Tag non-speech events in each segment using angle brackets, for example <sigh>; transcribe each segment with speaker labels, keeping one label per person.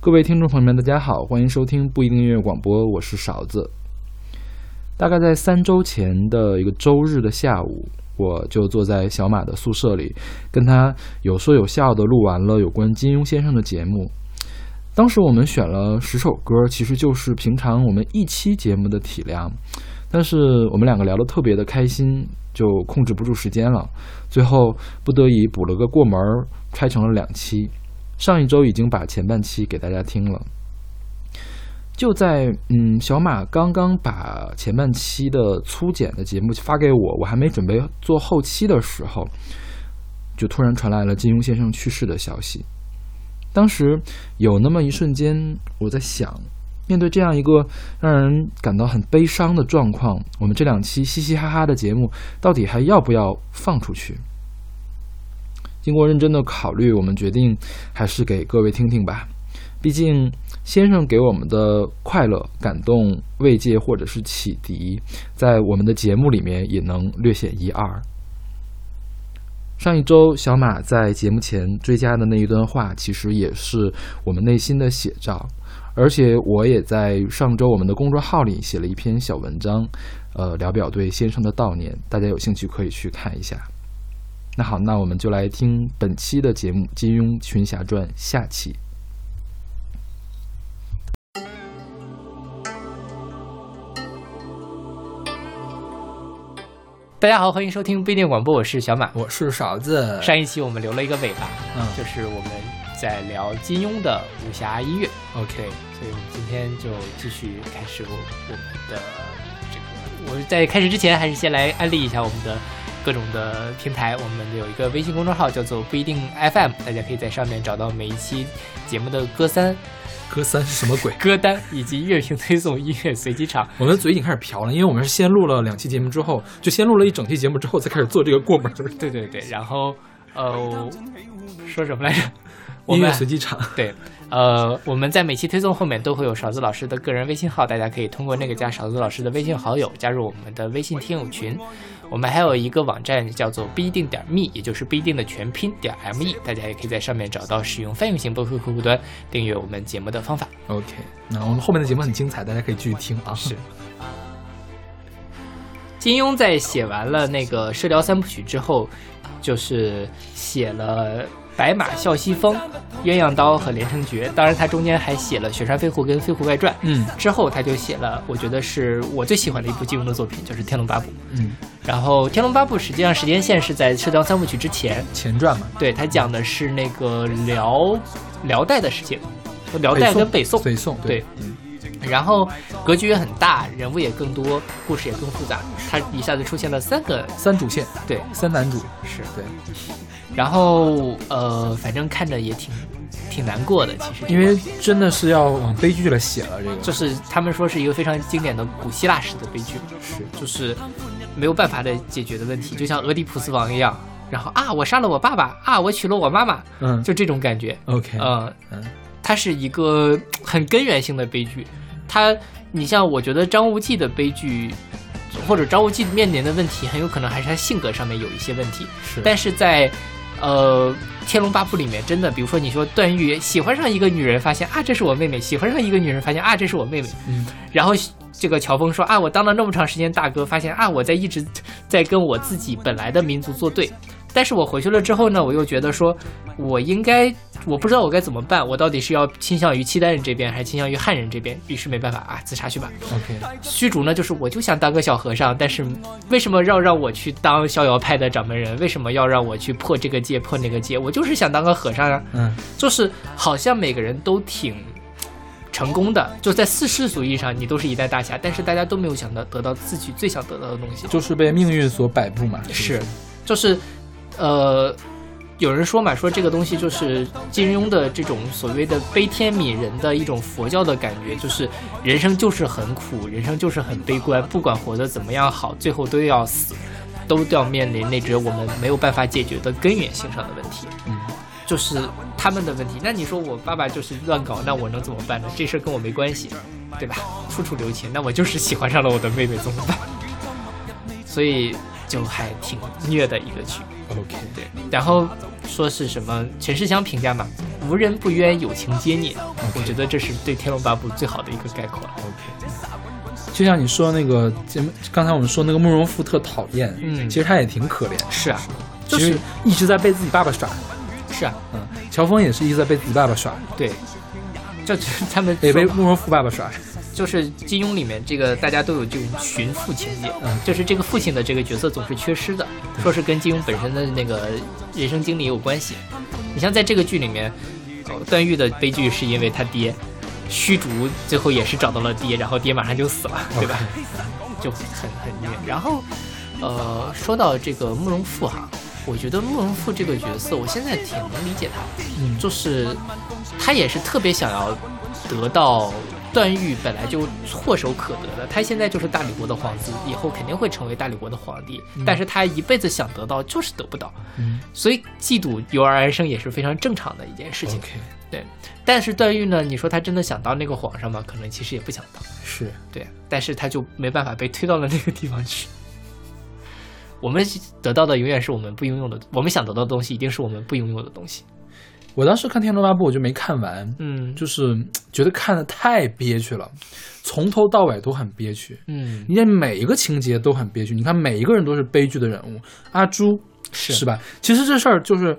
Speaker 1: 各位听众朋友们，大家好，欢迎收听不一定音乐广播，我是勺子。大概在三周前的一个周日的下午，我就坐在小马的宿舍里，跟他有说有笑的录完了有关金庸先生的节目。当时我们选了十首歌，其实就是平常我们一期节目的体量，但是我们两个聊得特别的开心，就控制不住时间了，最后不得已补了个过门儿，拆成了两期。上一周已经把前半期给大家听了。就在嗯，小马刚刚把前半期的粗剪的节目发给我，我还没准备做后期的时候，就突然传来了金庸先生去世的消息。当时有那么一瞬间，我在想，面对这样一个让人感到很悲伤的状况，我们这两期嘻嘻哈哈的节目到底还要不要放出去？经过认真的考虑，我们决定还是给各位听听吧。毕竟先生给我们的快乐、感动、慰藉或者是启迪，在我们的节目里面也能略显一二。上一周小马在节目前追加的那一段话，其实也是我们内心的写照。而且我也在上周我们的公众号里写了一篇小文章，呃，聊表对先生的悼念，大家有兴趣可以去看一下。那好，那我们就来听本期的节目《金庸群侠传》下期。
Speaker 2: 大家好，欢迎收听不一定广播，我是小马。
Speaker 3: 我是勺子，
Speaker 2: 上一期我们留了一个尾巴，
Speaker 3: 呃嗯
Speaker 2: 就是我们在聊金庸的武侠音乐，
Speaker 3: OK，
Speaker 2: 所以我们今天就继续开始我我们的这个。我在开始之前，还是先来安利一下我们的各种的平台。我们有一个微信公众号叫做不一定 FM，大家可以在上面找到每一期节目的歌单、
Speaker 3: 歌三是什么鬼？
Speaker 2: 歌单以及乐评推送、音乐随机场。
Speaker 3: 我们的嘴已经开始瓢了，因为我们是先录了两期节目之后，就先录了一整期节目之后，才开始做这个过门儿
Speaker 2: 对对对，然后呃，说什么来着？ <laughs> 我
Speaker 3: 音乐
Speaker 2: 们啊
Speaker 3: 随机场。
Speaker 2: 对，呃，我们在每期推送后面都会有勺子老师的个人微信号，大家可以通过那个加勺子老师的微信好友，加入我们的微信听友群。我们还有一个网站叫做不一定点 me，也就是不一定的全拼点 me，大家也可以在上面找到使用泛用型播客客户端订阅我们节目的方法。
Speaker 3: OK，那我们后面的节目很精彩，大家可以继续听啊。
Speaker 2: 是金庸在写完了那个《射雕三部曲》之后，就是写了《白马啸西风》《鸳鸯刀》和《连城诀》，当然他中间还写了《雪山飞狐》跟《飞狐外传》。
Speaker 3: 嗯
Speaker 2: 之后他就写了，我觉得是我最喜欢的一部金庸的作品，就是《天龙八部》。
Speaker 3: 嗯，
Speaker 2: 然后，《天龙八部》实际上时间线是在《射雕三部曲》之前，
Speaker 3: 前传嘛，
Speaker 2: 对，它讲的是那个辽辽代的事情，辽代跟北宋。
Speaker 3: 北宋对
Speaker 2: 对，然后格局也很大，人物也更多，故事也更复杂。它一下子出现了三个，
Speaker 3: 三主线，
Speaker 2: 对，
Speaker 3: 三男主，
Speaker 2: 是。
Speaker 3: 对，
Speaker 2: 然后呃，反正看着也挺挺难过的，其实
Speaker 3: 因为真的是要往悲剧了写了这个，
Speaker 2: 就是他们说是一个非常经典的古希腊式的悲剧，
Speaker 3: 是
Speaker 2: 就是没有办法的解决的问题，就像俄狄浦斯王一样。然后啊，我杀了我爸爸啊，我娶了我妈妈，
Speaker 3: 嗯
Speaker 2: 就这种感觉。
Speaker 3: OK，
Speaker 2: 呃
Speaker 3: 嗯，
Speaker 2: 它是一个很根源性的悲剧。它，你像我觉得张无忌的悲剧，或者张无忌面临的问题，很有可能还是他性格上面有一些问题。
Speaker 3: 是，
Speaker 2: 但是在呃《天龙八部》里面，真的，比如说你说段誉喜欢上一个女人，发现啊这是我妹妹；喜欢上一个女人，发现啊这是我妹妹。
Speaker 3: 嗯，
Speaker 2: 然后这个乔峰说啊，我当了那么长时间大哥，发现啊我在一直在跟我自己本来的民族作对。但是我回去了之后呢，我又觉得说，我应该，我不知道我该怎么办，我到底是要倾向于契丹人这边，还是倾向于汉人这边？于是没办法啊，自杀去吧。
Speaker 3: OK，
Speaker 2: 虚竹呢，就是我就想当个小和尚，但是为什么要让我去当逍遥派的掌门人？为什么要让我去破这个戒破那个戒？我就是想当个和尚啊！
Speaker 3: 嗯
Speaker 2: 就是好像每个人都挺成功的，就在世世俗意义上，你都是一代大侠，但是大家都没有想到得到自己最想得到的东西。
Speaker 3: 就是被命运所摆布嘛，
Speaker 2: 是，就是，呃，有人说嘛，说这个东西就是金庸的这种所谓的悲天悯人的一种佛教的感觉，就是人生就是很苦，人生就是很悲观，不管活得怎么样好，最后都要死，都要面临那只我们没有办法解决的根源性上的问题。
Speaker 3: 嗯
Speaker 2: 就是他们的问题。那你说我爸爸就是乱搞，那我能怎么办呢？这事儿跟我没关系，对吧？处处留情，那我就是喜欢上了我的妹妹，怎么办？所以就还挺虐的一个剧。
Speaker 3: OK，
Speaker 2: 对，然后说是什么陈世香评价嘛，无人不冤有情皆孽。我觉得这是对《天龙八部》最好的一个概括了。
Speaker 3: 就像你说那个节目，刚才我们说那个慕容复特讨厌，
Speaker 2: 嗯
Speaker 3: 其实他也挺可怜，
Speaker 2: 是啊，就
Speaker 3: 其
Speaker 2: 是
Speaker 3: 实一直在被自己爸爸耍，
Speaker 2: 是啊，
Speaker 3: 嗯，乔峰也是一直在被自己爸爸耍，
Speaker 2: 对，这就是他们
Speaker 3: 也被
Speaker 2: 说嘛
Speaker 3: 慕容复爸爸
Speaker 2: <laughs>
Speaker 3: 耍，
Speaker 2: 就是金庸里面这个大家都有这种寻父情节，
Speaker 3: 嗯
Speaker 2: 就是这个父亲的这个角色总是缺失的，说是跟金庸本身的那个人生经历也有关系。你像在这个剧里面，呃，段誉的悲剧是因为他爹，虚竹最后也是找到了爹，然后爹马上就死了，对吧？ <laughs> 就很很虐。然后，呃，说到这个慕容复哈，我觉得慕容复这个角色，我现在挺能理解他的，
Speaker 3: 嗯
Speaker 2: 就是他也是特别想要得到段誉本来就唾手可得的，他现在就是大理国的皇子，以后肯定会成为大理国的皇帝，但是他一辈子想得到就是得不到，
Speaker 3: 嗯
Speaker 2: 所以嫉妒由而而生也是非常正常的一件事情。
Speaker 3: ，OK，
Speaker 2: 对，但是段誉呢，你说他真的想当那个皇上吗？可能其实也不想当。
Speaker 3: 是，
Speaker 2: 对，但是他就没办法被推到了那个地方去。 <laughs> 我们得到的永远是我们不拥有的，我们想得到的东西一定是我们不拥有的东西。
Speaker 3: 我当时看《天龙八部》我就没看完，
Speaker 2: 嗯，
Speaker 3: 就是嗯觉得看的太憋屈了，从头到尾都很憋屈，
Speaker 2: 嗯，
Speaker 3: 你看每一个情节都很憋屈，你看每一个人都是悲剧的人物，阿朱
Speaker 2: 是
Speaker 3: 是吧？其实这事儿就是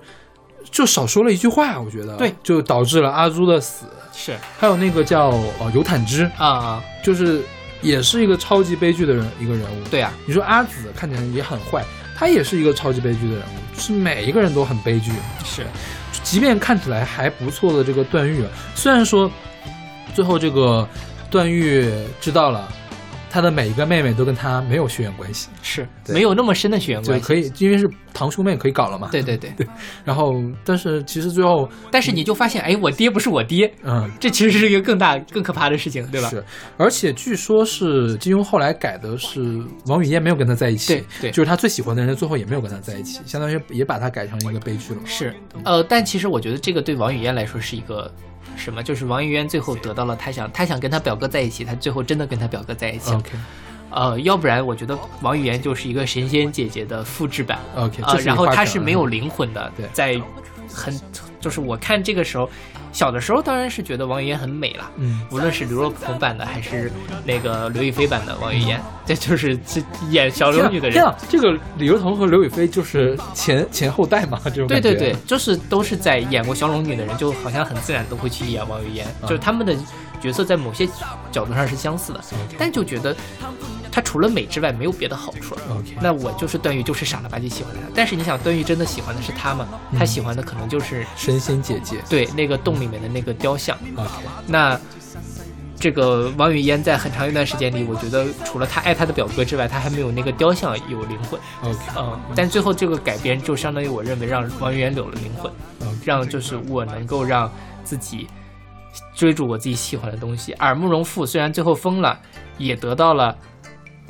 Speaker 3: 就少说了一句话，我觉得
Speaker 2: 对，
Speaker 3: 就导致了阿朱的死，
Speaker 2: 是
Speaker 3: 还有那个叫呃尤坦之，
Speaker 2: 啊、
Speaker 3: 就是也是一个超级悲剧的人一个人物。
Speaker 2: 对啊，
Speaker 3: 你说阿紫看起来也很坏，他也是一个超级悲剧的人物，就是每一个人都很悲剧。
Speaker 2: 是
Speaker 3: 即便看起来还不错的这个段誉，虽然说最后这个段誉知道了。他的每一个妹妹都跟他没有血缘关系，
Speaker 2: 是，
Speaker 1: 对
Speaker 2: 没有那么深的血缘
Speaker 3: 就
Speaker 2: 关系。
Speaker 3: 可以，因为是堂兄妹可以搞了嘛。
Speaker 2: 对对对，
Speaker 3: 然后，但是其实最后，
Speaker 2: 但是你就发现，哎，我爹不是我爹，
Speaker 3: 嗯，
Speaker 2: 这其实是一个更大、更可怕的事情，对吧？
Speaker 3: 是，而且据说是金庸后来改的是王语嫣没有跟他在一起，
Speaker 2: 对对
Speaker 3: 就是他最喜欢的人最后也没有跟他在一起，相当于也把他改成一个悲剧了嘛。
Speaker 2: 是，呃，但其实我觉得这个对王语嫣来说是一个什么？就是王语嫣最后得到了她想，她想跟她表哥在一起，她最后真的跟她表哥在一起了。
Speaker 3: OK
Speaker 2: 呃，要不然我觉得王语嫣就是一个神仙姐姐的复制版
Speaker 3: OK，
Speaker 2: 啊、
Speaker 3: 这是
Speaker 2: 然后
Speaker 3: 他
Speaker 2: 她是没有灵魂的
Speaker 3: 嗯对，
Speaker 2: 在很就是我看这个时候，小的时候当然是觉得王语嫣很美了。
Speaker 3: 嗯，
Speaker 2: 无论是刘若鹏版的还是那个刘亦菲版的王语嫣，这就是这演小
Speaker 3: 天
Speaker 2: 龙
Speaker 3: 啊
Speaker 2: 女的
Speaker 3: 天
Speaker 2: 人
Speaker 3: 啊，，这个李若彤和刘亦菲就是前前后代嘛，这种
Speaker 2: 对
Speaker 3: 感觉
Speaker 2: 对对，，就是都是在演过小龙女的人，就好像很自然都会去演王语嫣，就是他们的角色在某些角度上是相似的，但就觉得她除了美之外没有别的好处了。
Speaker 3: OK，
Speaker 2: 那我就是段誉，就是傻了吧唧喜欢他。但是你想，段誉真的喜欢的是他吗？他喜欢的可能就是
Speaker 3: 神仙姐姐
Speaker 2: 对那个洞里面的那个雕像。
Speaker 3: OK，
Speaker 2: 那这个王语嫣在很长一段时间里，我觉得除了她爱她的表哥之外，她还没有那个雕像有灵魂。
Speaker 3: OK
Speaker 2: 嗯，但最后这个改编就相当于我认为让王语嫣有了灵魂，
Speaker 3: OK，
Speaker 2: 让就是我能够让自己追逐我自己喜欢的东西。而慕容复虽然最后疯了，也得到了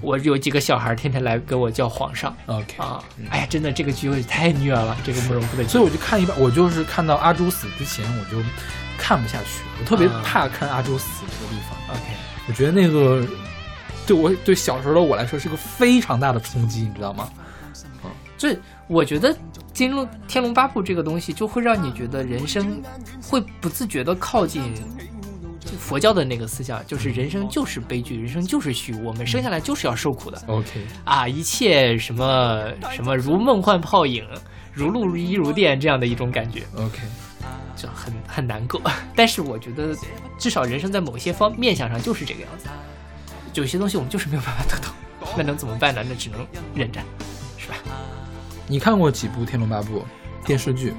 Speaker 2: 我有几个小孩天天来跟我叫皇上。
Speaker 3: OK，
Speaker 2: 啊，哎呀，真的这个剧也太虐了，这个慕容复的剧
Speaker 3: 所以我就看一半，我就是看到阿朱死之前我就看不下去，我特别
Speaker 2: 啊
Speaker 3: 怕看阿朱死这个地方。
Speaker 2: OK，
Speaker 3: 我觉得那个对我对小时候的我来说是个非常大的冲击，你知道吗？
Speaker 2: 这我觉得《金龙天龙八部》这个东西就会让你觉得人生会不自觉的靠近。佛教的那个思想就是人生就是悲剧，人生就是虚无，我们生下来就是要受苦的
Speaker 3: OK，
Speaker 2: 啊！一切什么什么如梦幻泡影，如露亦如电这样的一种感觉，
Speaker 3: OK，
Speaker 2: 就很很难过。 <laughs> 但是我觉得，至少人生在某些方面向上就是这个样子，有些东西我们就是没有办法得到，那能怎么办呢？那只能忍着，是吧？
Speaker 3: 你看过几部《天龙八部》电视剧？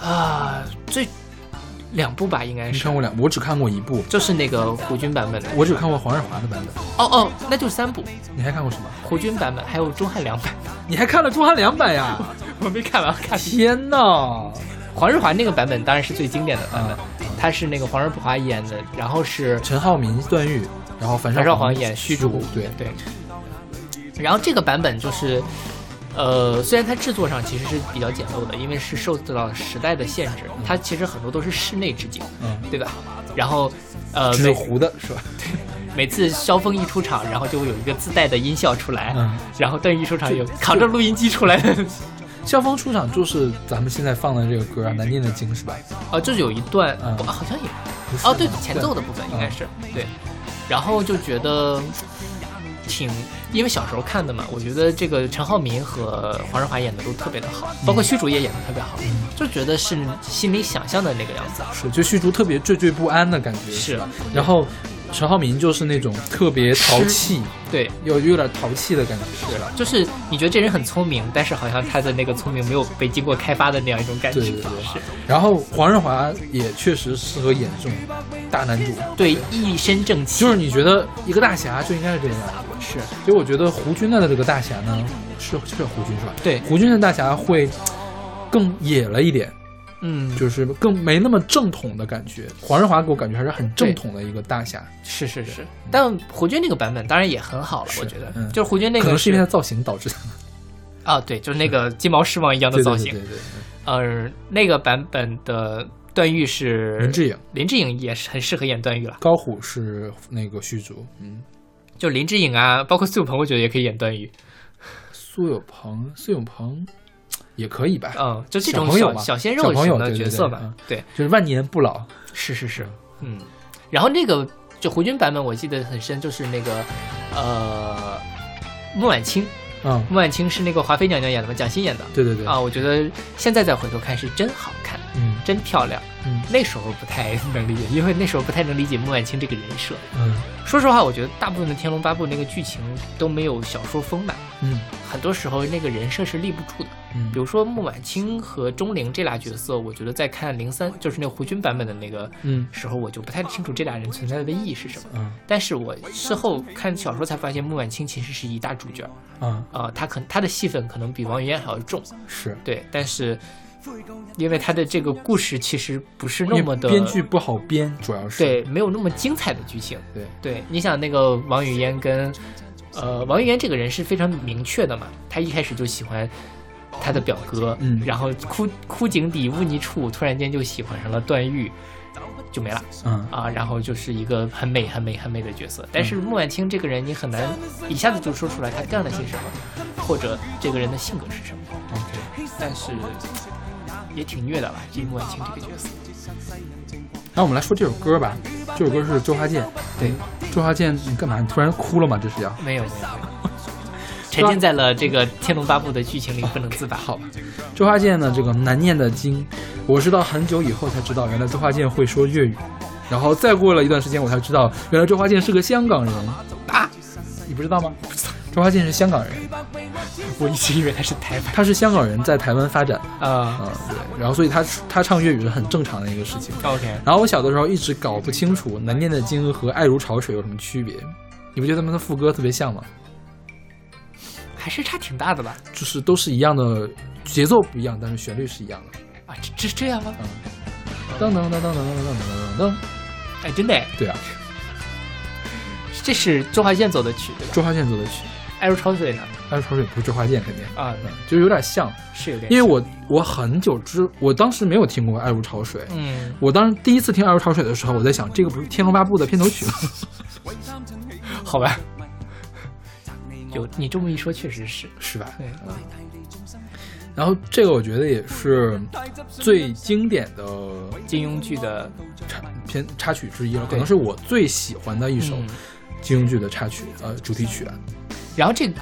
Speaker 2: 啊，最两部吧，应该
Speaker 3: 你
Speaker 2: 是
Speaker 3: 看，过两，我只看过一部，
Speaker 2: 就是那个胡军版本的。
Speaker 3: 我只看过黄日华的版本。
Speaker 2: 哦哦，那就是三部，
Speaker 3: 你还看过什么？
Speaker 2: 胡军版本还有钟汉良版， <laughs>
Speaker 3: 你还看了《中韩两版》呀？
Speaker 2: 我没看完，我看
Speaker 3: 天呐！
Speaker 2: 黄日华那个版本当然是最经典的版
Speaker 3: 啊
Speaker 2: 本，，他是那个黄日华演的，然后是
Speaker 3: 陈浩民、段誉，然后樊
Speaker 2: 樊
Speaker 3: 少
Speaker 2: 少皇演虚竹，
Speaker 3: 对，
Speaker 2: 对。然后这个版本就是，呃，虽然它制作上其实是比较简陋的，因为是受到时代的限制，它其实很多都是室内置景，
Speaker 3: 嗯，
Speaker 2: 对吧？然后，呃，
Speaker 3: 纸
Speaker 2: 每
Speaker 3: 糊的是吧？
Speaker 2: 每次萧峰一出场，然后就会有一个自带的音效出来，
Speaker 3: 嗯 <laughs>
Speaker 2: 然后段誉一出场有扛着录音机出来的，
Speaker 3: 萧峰出场就是咱们现在放的这个歌《啊，难念的经》是吧？
Speaker 2: 啊，就有一段，
Speaker 3: 嗯
Speaker 2: 不好像也
Speaker 3: 不是
Speaker 2: 哦，对，前奏的部分应该
Speaker 3: 嗯
Speaker 2: 是对，然后就觉得挺，因为小时候看的嘛，我觉得这个陈浩民和黄日华演的都特别的好，包括虚竹也演的特别好，
Speaker 3: 嗯
Speaker 2: 就觉得是心里想象的那个样子。
Speaker 3: 是就虚竹特别惴惴不安的感觉，
Speaker 2: 是
Speaker 3: 吧？然后陈浩民就是那种特别淘气，
Speaker 2: 对，
Speaker 3: 有有点淘气的感觉，
Speaker 2: 是了，就是你觉得这人很聪明，但是好像他的那个聪明没有被经过开发的那样一种感觉。
Speaker 3: 对对对
Speaker 2: 是
Speaker 3: 然后黄日华也确实适合演这种大男主，
Speaker 2: 对，一身正气。
Speaker 3: 就是你觉得一个大侠就应该是这个样子。
Speaker 2: 是
Speaker 3: 所以我觉得胡军的这个大侠呢，是是胡军是吧？
Speaker 2: 对，
Speaker 3: 胡军的大侠会更野了一点，
Speaker 2: 嗯，
Speaker 3: 就是更没那么正统的感觉。黄日华给我感觉还是很正
Speaker 2: 对
Speaker 3: 统的一个大侠，
Speaker 2: 是是是，但胡军那个版本当然也很好了，我
Speaker 3: 是
Speaker 2: 觉得，
Speaker 3: 嗯
Speaker 2: 就是胡军那个
Speaker 3: 可能是因为他造型导致他
Speaker 2: 啊，对，就是那个金毛狮王一样的造型
Speaker 3: 对。对对对
Speaker 2: 呃，那个版本的段誉是
Speaker 3: 对林志颖、
Speaker 2: 林志颖也是很适合演段誉了。
Speaker 3: 高虎是那个虚竹，嗯，
Speaker 2: 就林志颖啊，包括苏有朋，我觉得也可以演段誉。
Speaker 3: 苏有朋、苏有朋也可以吧，
Speaker 2: 嗯，就这种
Speaker 3: 哎小朋友
Speaker 2: 小
Speaker 3: 嘛
Speaker 2: 小鲜
Speaker 3: 小
Speaker 2: 肉
Speaker 3: 朋友
Speaker 2: 型的
Speaker 3: 对对嗯
Speaker 2: 角
Speaker 3: 对
Speaker 2: 色嘛，对，
Speaker 3: 就是万年不老。
Speaker 2: 是是是，嗯。然后那个就胡军版本，我记得很深，就是那个呃，孟晚清，
Speaker 3: 嗯，
Speaker 2: 孟晚清是那个华妃娘娘演的嘛，蒋欣演的
Speaker 3: 对对对，
Speaker 2: 啊，我觉得现在再回头看是真好看，
Speaker 3: 嗯
Speaker 2: 真漂亮。
Speaker 3: 嗯
Speaker 2: 那时候不太能理解，因为那时候不太能理解孟晚清这个人设。
Speaker 3: 嗯
Speaker 2: 说实话，我觉得大部分的《天龙八部》那个剧情都没有小说丰满，
Speaker 3: 嗯
Speaker 2: 很多时候那个人设是立不住的。
Speaker 3: 嗯，
Speaker 2: 比如说孟晚清和钟灵这俩角色，我觉得在看零三就是那个胡军版本的那个
Speaker 3: 嗯
Speaker 2: 时候，我就不太清楚这俩人存在的意义是什么。
Speaker 3: 嗯
Speaker 2: 但是我事后看小说才发现，孟晚清其实是一大主角，
Speaker 3: 嗯
Speaker 2: 啊，她可她的戏份可能比王语嫣还要重，
Speaker 3: 是。
Speaker 2: 对，但是因为她的这个故事其实不是那
Speaker 3: 因
Speaker 2: 么
Speaker 3: 为
Speaker 2: 的
Speaker 3: 编剧不好编，主要是
Speaker 2: 对，没有那么精彩的剧情。
Speaker 3: 对
Speaker 2: 对，你想那个王语嫣跟，呃，王语嫣这个人是非常明确的嘛，她一开始就喜欢她的表哥，
Speaker 3: 嗯
Speaker 2: 然后枯枯井底污泥处，突然间就喜欢上了段誉，就没了
Speaker 3: 嗯
Speaker 2: 啊，然后就是一个很美很美很美的角色。但是孟晚清这个人，你很难一下子就说出来她干了些什么，或者这个人的性格是什么，
Speaker 3: ，OK。
Speaker 2: 但是。也挺虐的吧，这孟晚清这个角色，
Speaker 3: 那我们来说这首歌吧，这首歌是周华健。
Speaker 2: 对，
Speaker 3: 周华健，你干嘛？你突然哭了吗？这是要？
Speaker 2: 没有没有没有，沉浸在了这个《天龙八部》的剧情里不能自拔。
Speaker 3: 好吧，周华健的这个难念的经，我是到很久以后才知道，原来周华健会说粤语，然后再过了一段时间，我才知道原来周华健是个香港人啊，你不知道吗？ <laughs> 周华健是香港人，
Speaker 2: 我一直以为他是台版。
Speaker 3: 他是香港人在台湾发展，
Speaker 2: 啊
Speaker 3: 嗯，对，然后所以他他唱粤语是很正常的一个事情。
Speaker 2: ，OK，
Speaker 3: 然后我小的时候一直搞不清楚难念的经和爱如潮水有什么区别，你不觉得他们的副歌特别像吗？
Speaker 2: 还是差挺大的吧？
Speaker 3: 就是都是一样的，节奏不一样，但是旋律是一样的。
Speaker 2: 啊，这这这样吗？
Speaker 3: 噔噔噔噔噔噔噔噔噔噔，
Speaker 2: 哎，真的哎，
Speaker 3: 对啊，
Speaker 2: 这是周华健走的曲对吧？
Speaker 3: 周华健做的曲。
Speaker 2: 爱如潮水呢？
Speaker 3: 但是潮水不是周华健肯定，
Speaker 2: 啊，
Speaker 3: 嗯，就有点像，
Speaker 2: 是有点，
Speaker 3: 因为我我很久之，我当时没有听过《爱如潮水》
Speaker 2: 嗯，
Speaker 3: 我当时第一次听《爱如潮水》的时候，我在想，这个不是《天龙八部》的片头曲吗？ <laughs>
Speaker 2: 好吧。有你这么一说，确实是。
Speaker 3: 是吧？嗯
Speaker 2: 对，
Speaker 3: 然后这个我觉得也是最经典的
Speaker 2: 金庸剧的
Speaker 3: 插片插曲之一了，可能是我最喜欢的一首
Speaker 2: 嗯
Speaker 3: 金庸剧的插曲，呃，主题曲啊。
Speaker 2: 然后这个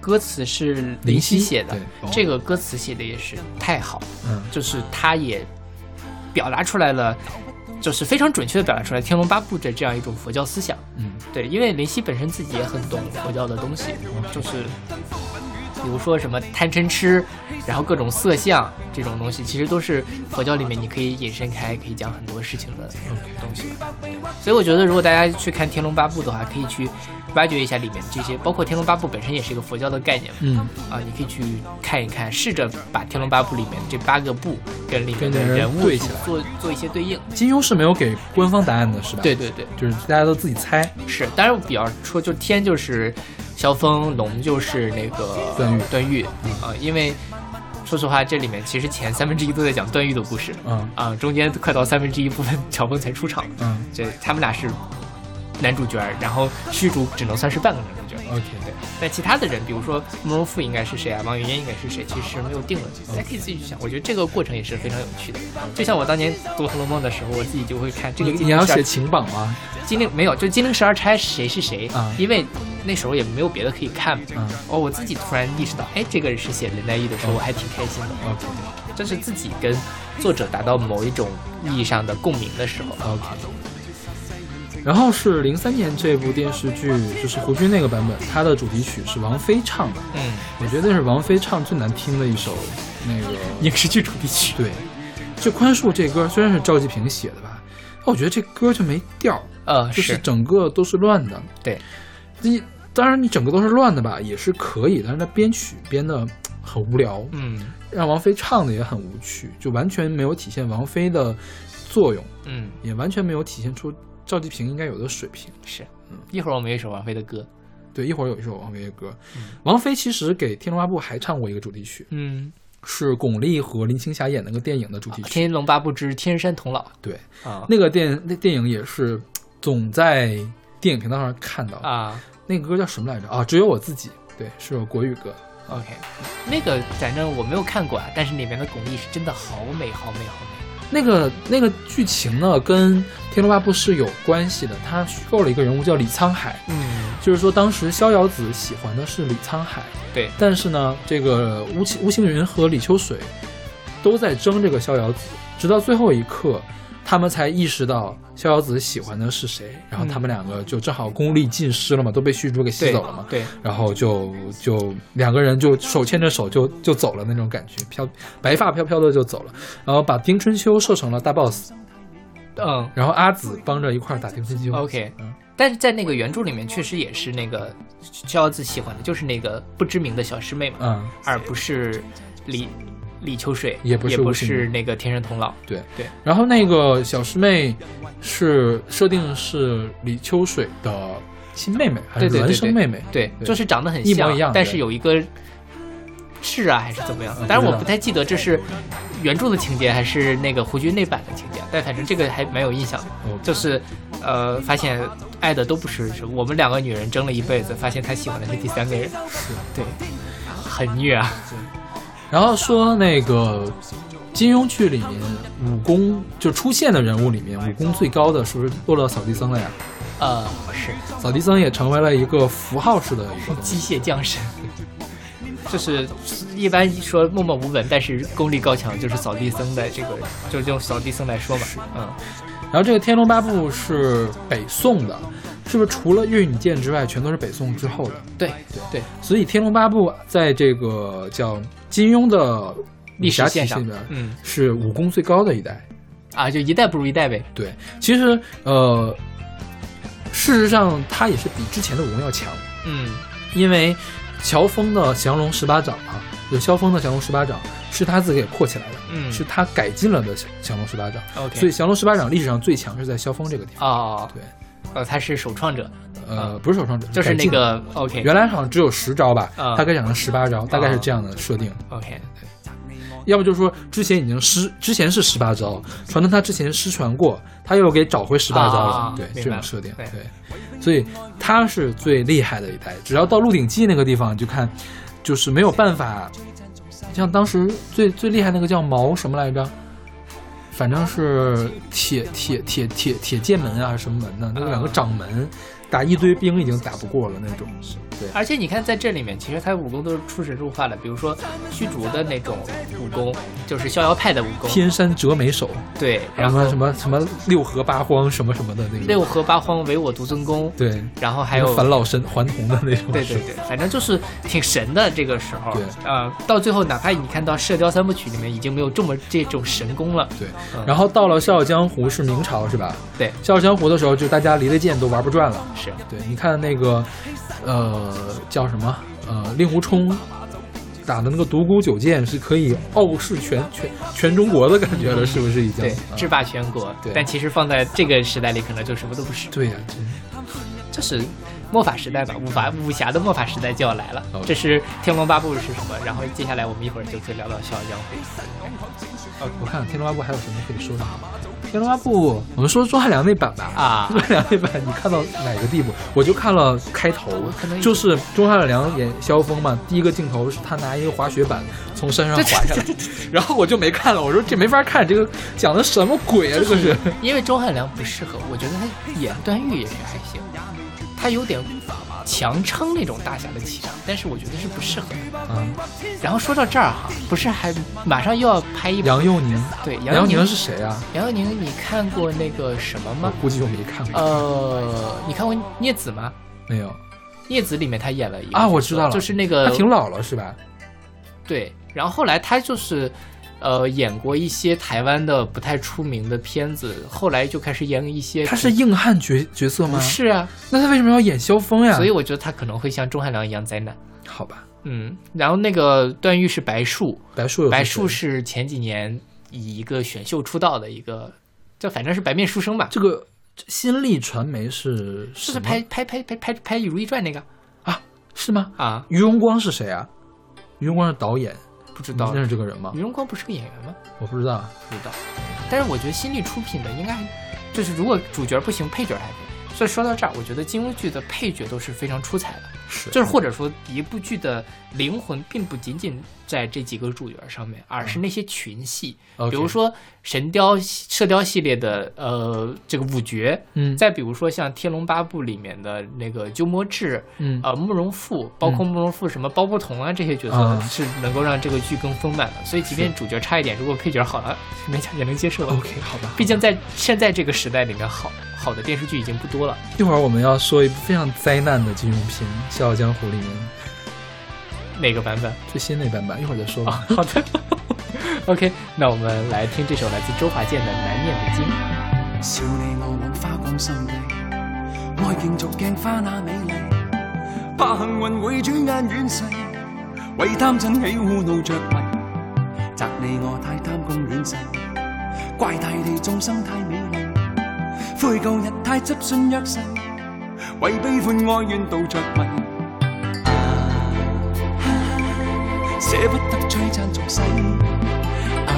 Speaker 2: 歌词是
Speaker 3: 林
Speaker 2: 夕哦
Speaker 3: 夕
Speaker 2: 写的
Speaker 3: 对，
Speaker 2: 这个歌词写的也是太好，
Speaker 3: 嗯，
Speaker 2: 就是他也表达出来了，就是非常准确的表达出来《天龙八部》的这样一种佛教思想。
Speaker 3: 嗯，
Speaker 2: 对，因为林夕本身自己也很懂佛教的东西，就是比如说什么贪嗔痴，然后各种色相这种东西，其实都是佛教里面你可以引申开，可以讲很多事情的东西吧。对所以我觉得，如果大家去看《天龙八部》的话，可以去挖掘一下里面这些，包括《天龙八部》本身也是一个佛教的概念嘛。
Speaker 3: 嗯，
Speaker 2: 啊，你可以去看一看，试着把《天龙八部》里面这八个部跟里面的
Speaker 3: 跟人
Speaker 2: 人物
Speaker 3: 对起来
Speaker 2: 做做一些对应。
Speaker 3: 金庸是没有给官方答案的，是吧？
Speaker 2: 对，对对，
Speaker 3: 就是大家都自己猜。
Speaker 2: 是。当然我比较说，就天就是萧峰，龙就是那个
Speaker 3: 段誉嗯
Speaker 2: 段誉啊，因为说实话，这里面其实前三分之一都在讲段誉的故事
Speaker 3: 嗯
Speaker 2: 啊，中间快到三分之一部分，乔峰才出场，
Speaker 3: 嗯
Speaker 2: 这他们俩是男主角，然后虚竹只能算是半个男主角。
Speaker 3: OK，
Speaker 2: 对，但其他的人，比如说慕容复应该是谁啊，王语嫣应该是谁，其实是没有定的，
Speaker 3: 嗯
Speaker 2: 大家可以自己去想。我觉得这个过程也是非常有趣的。就像我当年读《红楼梦》的时候，我自己就会看这个
Speaker 3: 你
Speaker 2: 金
Speaker 3: 你要
Speaker 2: 陵十二
Speaker 3: 写情榜吗？
Speaker 2: 金陵没有，就金陵十二钗谁是谁
Speaker 3: 啊
Speaker 2: 因为那时候也没有别的可以看嘛。
Speaker 3: 嗯
Speaker 2: 哦，我自己突然意识到，哎，这个人是写林黛玉的时候，我还挺开心的。
Speaker 3: ，OK
Speaker 2: 这是自己跟作者达到某一种意义上的共鸣的时候。
Speaker 3: OK。然后是零三年这部电视剧，就是胡军那个版本，它的主题曲是王菲唱的，
Speaker 2: 嗯，
Speaker 3: 我觉得那是王菲唱最难听的一首那个
Speaker 2: 影视剧主题曲。
Speaker 3: 对，就《宽恕》这歌虽然是赵季平写的吧，但我觉得这歌就没调儿，
Speaker 2: 呃，
Speaker 3: 就是整个都是乱的。
Speaker 2: 对，
Speaker 3: 你当然你整个都是乱的吧，也是可以，但是它编曲编的很无聊，
Speaker 2: 嗯
Speaker 3: 让王菲唱的也很无趣，就完全没有体现王菲的作用，
Speaker 2: 嗯，
Speaker 3: 也完全没有体现出赵季平应该有的水平。
Speaker 2: 是。一会儿我们有一首王菲的歌。
Speaker 3: 对，一会儿有一首王菲的歌，王菲其实给《天龙八部》还唱过一个主题曲，
Speaker 2: 嗯，
Speaker 3: 是巩俐和林青霞演那个电影的主题
Speaker 2: 《
Speaker 3: 曲。
Speaker 2: 天龙八部之天山童姥》
Speaker 3: 对，
Speaker 2: 啊
Speaker 3: 那个电那电影也是总在电影频道上看到。
Speaker 2: 啊
Speaker 3: 那个歌叫什么来着？啊，只有我自己。对，是首国语歌。
Speaker 2: ，OK，那个反正我没有看过啊，但是里面的巩俐是真的好美，好美，好美。
Speaker 3: 那个那个剧情呢，跟《天龙八部》是有关系的。他虚构了一个人物叫李沧海，
Speaker 2: 嗯，
Speaker 3: 就是说当时逍遥子喜欢的是李沧海，
Speaker 2: 对，
Speaker 3: 但是呢，这个吴青吴青云和李秋水都在争这个逍遥子，直到最后一刻，他们才意识到逍遥子喜欢的是谁，然后他们两个就正好功力尽失了嘛，都被虚竹给吸
Speaker 2: 对
Speaker 3: 走了嘛，
Speaker 2: 对，
Speaker 3: 然后就就两个人就手牵着手就就走了那种感觉，飘白发飘飘的就走了，然后把丁春秋设成了大 boss，
Speaker 2: 嗯
Speaker 3: 然后阿紫帮着一块儿打丁春秋。
Speaker 2: ，OK
Speaker 3: 嗯。
Speaker 2: 但是在那个原著里面，确实也是那个逍遥子喜欢的，就是那个不知名的小师妹嘛，
Speaker 3: 嗯，
Speaker 2: 而不是李李秋水，
Speaker 3: 也不是
Speaker 2: 也不
Speaker 3: 吴心
Speaker 2: 是
Speaker 3: 如
Speaker 2: 那个天山童姥。
Speaker 3: 对
Speaker 2: 对。
Speaker 3: 然后那个小师妹是设定是李秋水的亲妹妹还是
Speaker 2: 对对对
Speaker 3: 孪生妹妹？
Speaker 2: 对，
Speaker 3: 对
Speaker 2: 就是长得很
Speaker 3: 一
Speaker 2: 像，
Speaker 3: 模一样
Speaker 2: 但
Speaker 3: 对
Speaker 2: 是有一个是啊还是怎么样
Speaker 3: 嗯？
Speaker 2: 但是
Speaker 3: 不知
Speaker 2: 我
Speaker 3: 道
Speaker 2: 不太记得这是原著的情节还是那个胡军那版的情节，但反正这个还蛮有印象的。
Speaker 3: 哦
Speaker 2: 就是呃，发现爱的都不是是我们两个女人争了一辈子，发现她喜欢的是第三个人，
Speaker 3: 是。
Speaker 2: 对，很虐啊。
Speaker 3: 然后说那个金庸剧里面武功就出现的人物里面，武功最高的是不是落到扫地僧了呀？
Speaker 2: 呃，是
Speaker 3: 扫地僧也成为了一个符号式的一个东西。
Speaker 2: 机械降神。 <laughs> 就是一般说默默无闻，但是功力高强，就是扫地僧的这个，就是用扫地僧来说嘛，嗯，
Speaker 3: 然后这个《天龙八部》是北宋的，是不是除了越女剑之外，全都是北宋之后的？
Speaker 2: 对对，
Speaker 3: 所以《天龙八部》在这个叫金庸的
Speaker 2: 历史
Speaker 3: 侠体
Speaker 2: 线
Speaker 3: 系
Speaker 2: 上
Speaker 3: 里边，，
Speaker 2: 嗯
Speaker 3: 是武功最高的一代。
Speaker 2: 啊，就一代不如一代呗。
Speaker 3: 对，其实呃，事实上他也是比之前的武功要强，
Speaker 2: 嗯
Speaker 3: 因为乔峰的降龙十八掌啊，就萧峰的降龙十八掌是他自己给扩起来的，
Speaker 2: 嗯
Speaker 3: 是他改进了的降降龙十八掌。
Speaker 2: ，OK。
Speaker 3: 所以降龙十八掌历史上最强是在萧峰这个地方，
Speaker 2: 哦，
Speaker 3: 对，
Speaker 2: 呃，他是首创者，
Speaker 3: 呃，不是首创者，
Speaker 2: 啊就是
Speaker 3: 改
Speaker 2: 那
Speaker 3: 进的。
Speaker 2: 个 OK
Speaker 3: 原来好像只有十招吧，
Speaker 2: 啊
Speaker 3: 他改讲了十八招，大概是这样的设定。
Speaker 2: OK
Speaker 3: 要不就是说之前已经失，之前是十八招，传到他之前失传过，他又给找回十八招了，
Speaker 2: 啊
Speaker 3: 对
Speaker 2: 明白
Speaker 3: 这种设定，
Speaker 2: 对
Speaker 3: 对，所以他是最厉害的一代。只要到《鹿鼎记》那个地方，你就看，就是没有办法，像当时最最厉害那个叫毛什么来着？反正是铁铁铁铁铁剑门啊，还是什么门呢？那个两个掌门打一堆兵已经打不过了那种，对，
Speaker 2: 而且你看，在这里面，其实他武功都是出神入化的，比如说虚竹的那种武功，就是逍遥派的武功，
Speaker 3: 天山折梅手，
Speaker 2: 对，然
Speaker 3: 然
Speaker 2: 后
Speaker 3: 后什么什么六合八荒什么什么的那个
Speaker 2: 六合八荒唯我独尊功，
Speaker 3: 对，
Speaker 2: 然后还有
Speaker 3: 返老神还童的那种。
Speaker 2: 对对对，反正就是挺神的这个时候，
Speaker 3: 对
Speaker 2: 呃，到最后哪怕你看到《射雕三部曲》里面已经没有这么这种神功了，
Speaker 3: 对
Speaker 2: 嗯
Speaker 3: 然后到了《笑傲江湖》是明朝是吧？
Speaker 2: 对，
Speaker 3: 《笑傲江湖》的时候，就大家离了剑都玩不转了。
Speaker 2: 是，
Speaker 3: 对，你看那个，呃，叫什么？呃，令狐冲打的那个独孤九剑是可以傲视全全全中国的感觉了，是不是已经？
Speaker 2: 对，
Speaker 3: 嗯
Speaker 2: 制霸全国
Speaker 3: 对，
Speaker 2: 但其实放在这个时代里，可能就什么都不是。
Speaker 3: 对呀、真
Speaker 2: 这是末法时代吧，武法
Speaker 3: 嗯
Speaker 2: 武侠的末法时代就要来了。
Speaker 3: OK
Speaker 2: 这是《天龙八部》是什么？然后接下来我们一会儿就可以聊到《笑傲江湖
Speaker 3: 我看《天龙八部》还有什么可以说的？《天龙八部》，我们说说汉良那版》吧。 <laughs>
Speaker 2: 啊
Speaker 3: 钟。汉良那版你看到哪个地步？ <laughs> 我就看了开头
Speaker 2: 可能，
Speaker 3: 就是钟汉良演萧峰嘛，第一个镜头是他拿一个滑雪板从山上滑下来，然后我就没看了，我说这没法看，这个讲的什么鬼啊？这
Speaker 2: <laughs>
Speaker 3: 个是
Speaker 2: 因为钟汉良不适合，我觉得他演段誉也是还行，他有点强撑那种大侠的气场，但是我觉得是不适合的。
Speaker 3: 啊，
Speaker 2: 然后说到这儿哈，不是还马上又要拍一部
Speaker 3: <laughs> 杨佑宁，
Speaker 2: 对
Speaker 3: 杨
Speaker 2: 杨
Speaker 3: 佑
Speaker 2: 佑宁
Speaker 3: 宁是谁啊？
Speaker 2: 杨佑宁，你看过那个什么
Speaker 3: 我
Speaker 2: 吗？
Speaker 3: 估计我没看
Speaker 2: 啊
Speaker 3: 过，
Speaker 2: 呃，你看过《孽子》吗？
Speaker 3: 没有
Speaker 2: 《孽子》里面他演了一个
Speaker 3: 啊，我知道了，
Speaker 2: 就是那个
Speaker 3: 他挺老了是吧？
Speaker 2: 对，然后后来他就是，呃，演过一些台湾的不太出名的片子，后来就开始演一些。
Speaker 3: 他是硬汉角角色吗
Speaker 2: 不？是啊？
Speaker 3: 那他为什么要演萧峰呀？
Speaker 2: 所以我觉得他可能会像钟汉良一样灾难。
Speaker 3: 好吧，
Speaker 2: 嗯，然后那个段誉是白树，
Speaker 3: 白树有
Speaker 2: 白树
Speaker 3: 是谁
Speaker 2: 是前几年以一个选秀出道的一个，就反正是白面书生吧，
Speaker 3: 这个这新力传媒是
Speaker 2: 就
Speaker 3: 就是
Speaker 2: 拍拍拍拍拍拍《如懿传》那个
Speaker 3: 是吗？
Speaker 2: 啊，
Speaker 3: 于荣光是谁啊？于荣光是导演，
Speaker 2: 不知
Speaker 3: 你
Speaker 2: 道
Speaker 3: 认嗯识这个人吗
Speaker 2: 于？荣光不是个演员吗？
Speaker 3: 我不知道。啊
Speaker 2: 不知道，但是我觉得新力出品的应该还就是如果主角不行，配角还可以。所以说到这儿，我觉得金庸剧的配角都是非常出彩的，
Speaker 3: 是
Speaker 2: 就是或者说一部剧的灵魂并不仅仅在这几个主角上面，而
Speaker 3: 嗯
Speaker 2: 是那些群戏，
Speaker 3: OK
Speaker 2: 比如说《神雕》《射雕》系列的呃这个五绝，
Speaker 3: 嗯
Speaker 2: 再比如说像《天龙八部》里面的那个鸠摩智，
Speaker 3: 嗯
Speaker 2: 呃慕容复，包括慕容复什么包不同啊这些角色
Speaker 3: 啊
Speaker 2: 是能够让这个剧更丰满的。所以即便主角差一点，如果配角好了，勉强也能接受。
Speaker 3: ，OK，好吧。
Speaker 2: 毕竟在现在这个时代里面，好好的电视剧已经不多了。
Speaker 3: 一会儿我们要说一部非常灾难的金庸片《笑傲江湖》里面
Speaker 2: 哪个
Speaker 3: <laughs>
Speaker 2: 版本？
Speaker 3: 最新那版吧，一会儿再说
Speaker 2: 啊，
Speaker 3: 吧。
Speaker 2: 好的。OK，那我们来听这首来自周华健的《难念的经》。
Speaker 4: 笑你我枉花光心力，愛競逐鏡花那美麗，怕幸運會轉眼遠逝，為貪嗔喜惡怒着迷，責你我太貪功戀世，怪大地眾生太美麗，悔舊日太執信約誓，為悲歡哀怨道着迷。啊哈哈捨不得摧殘俗世，啊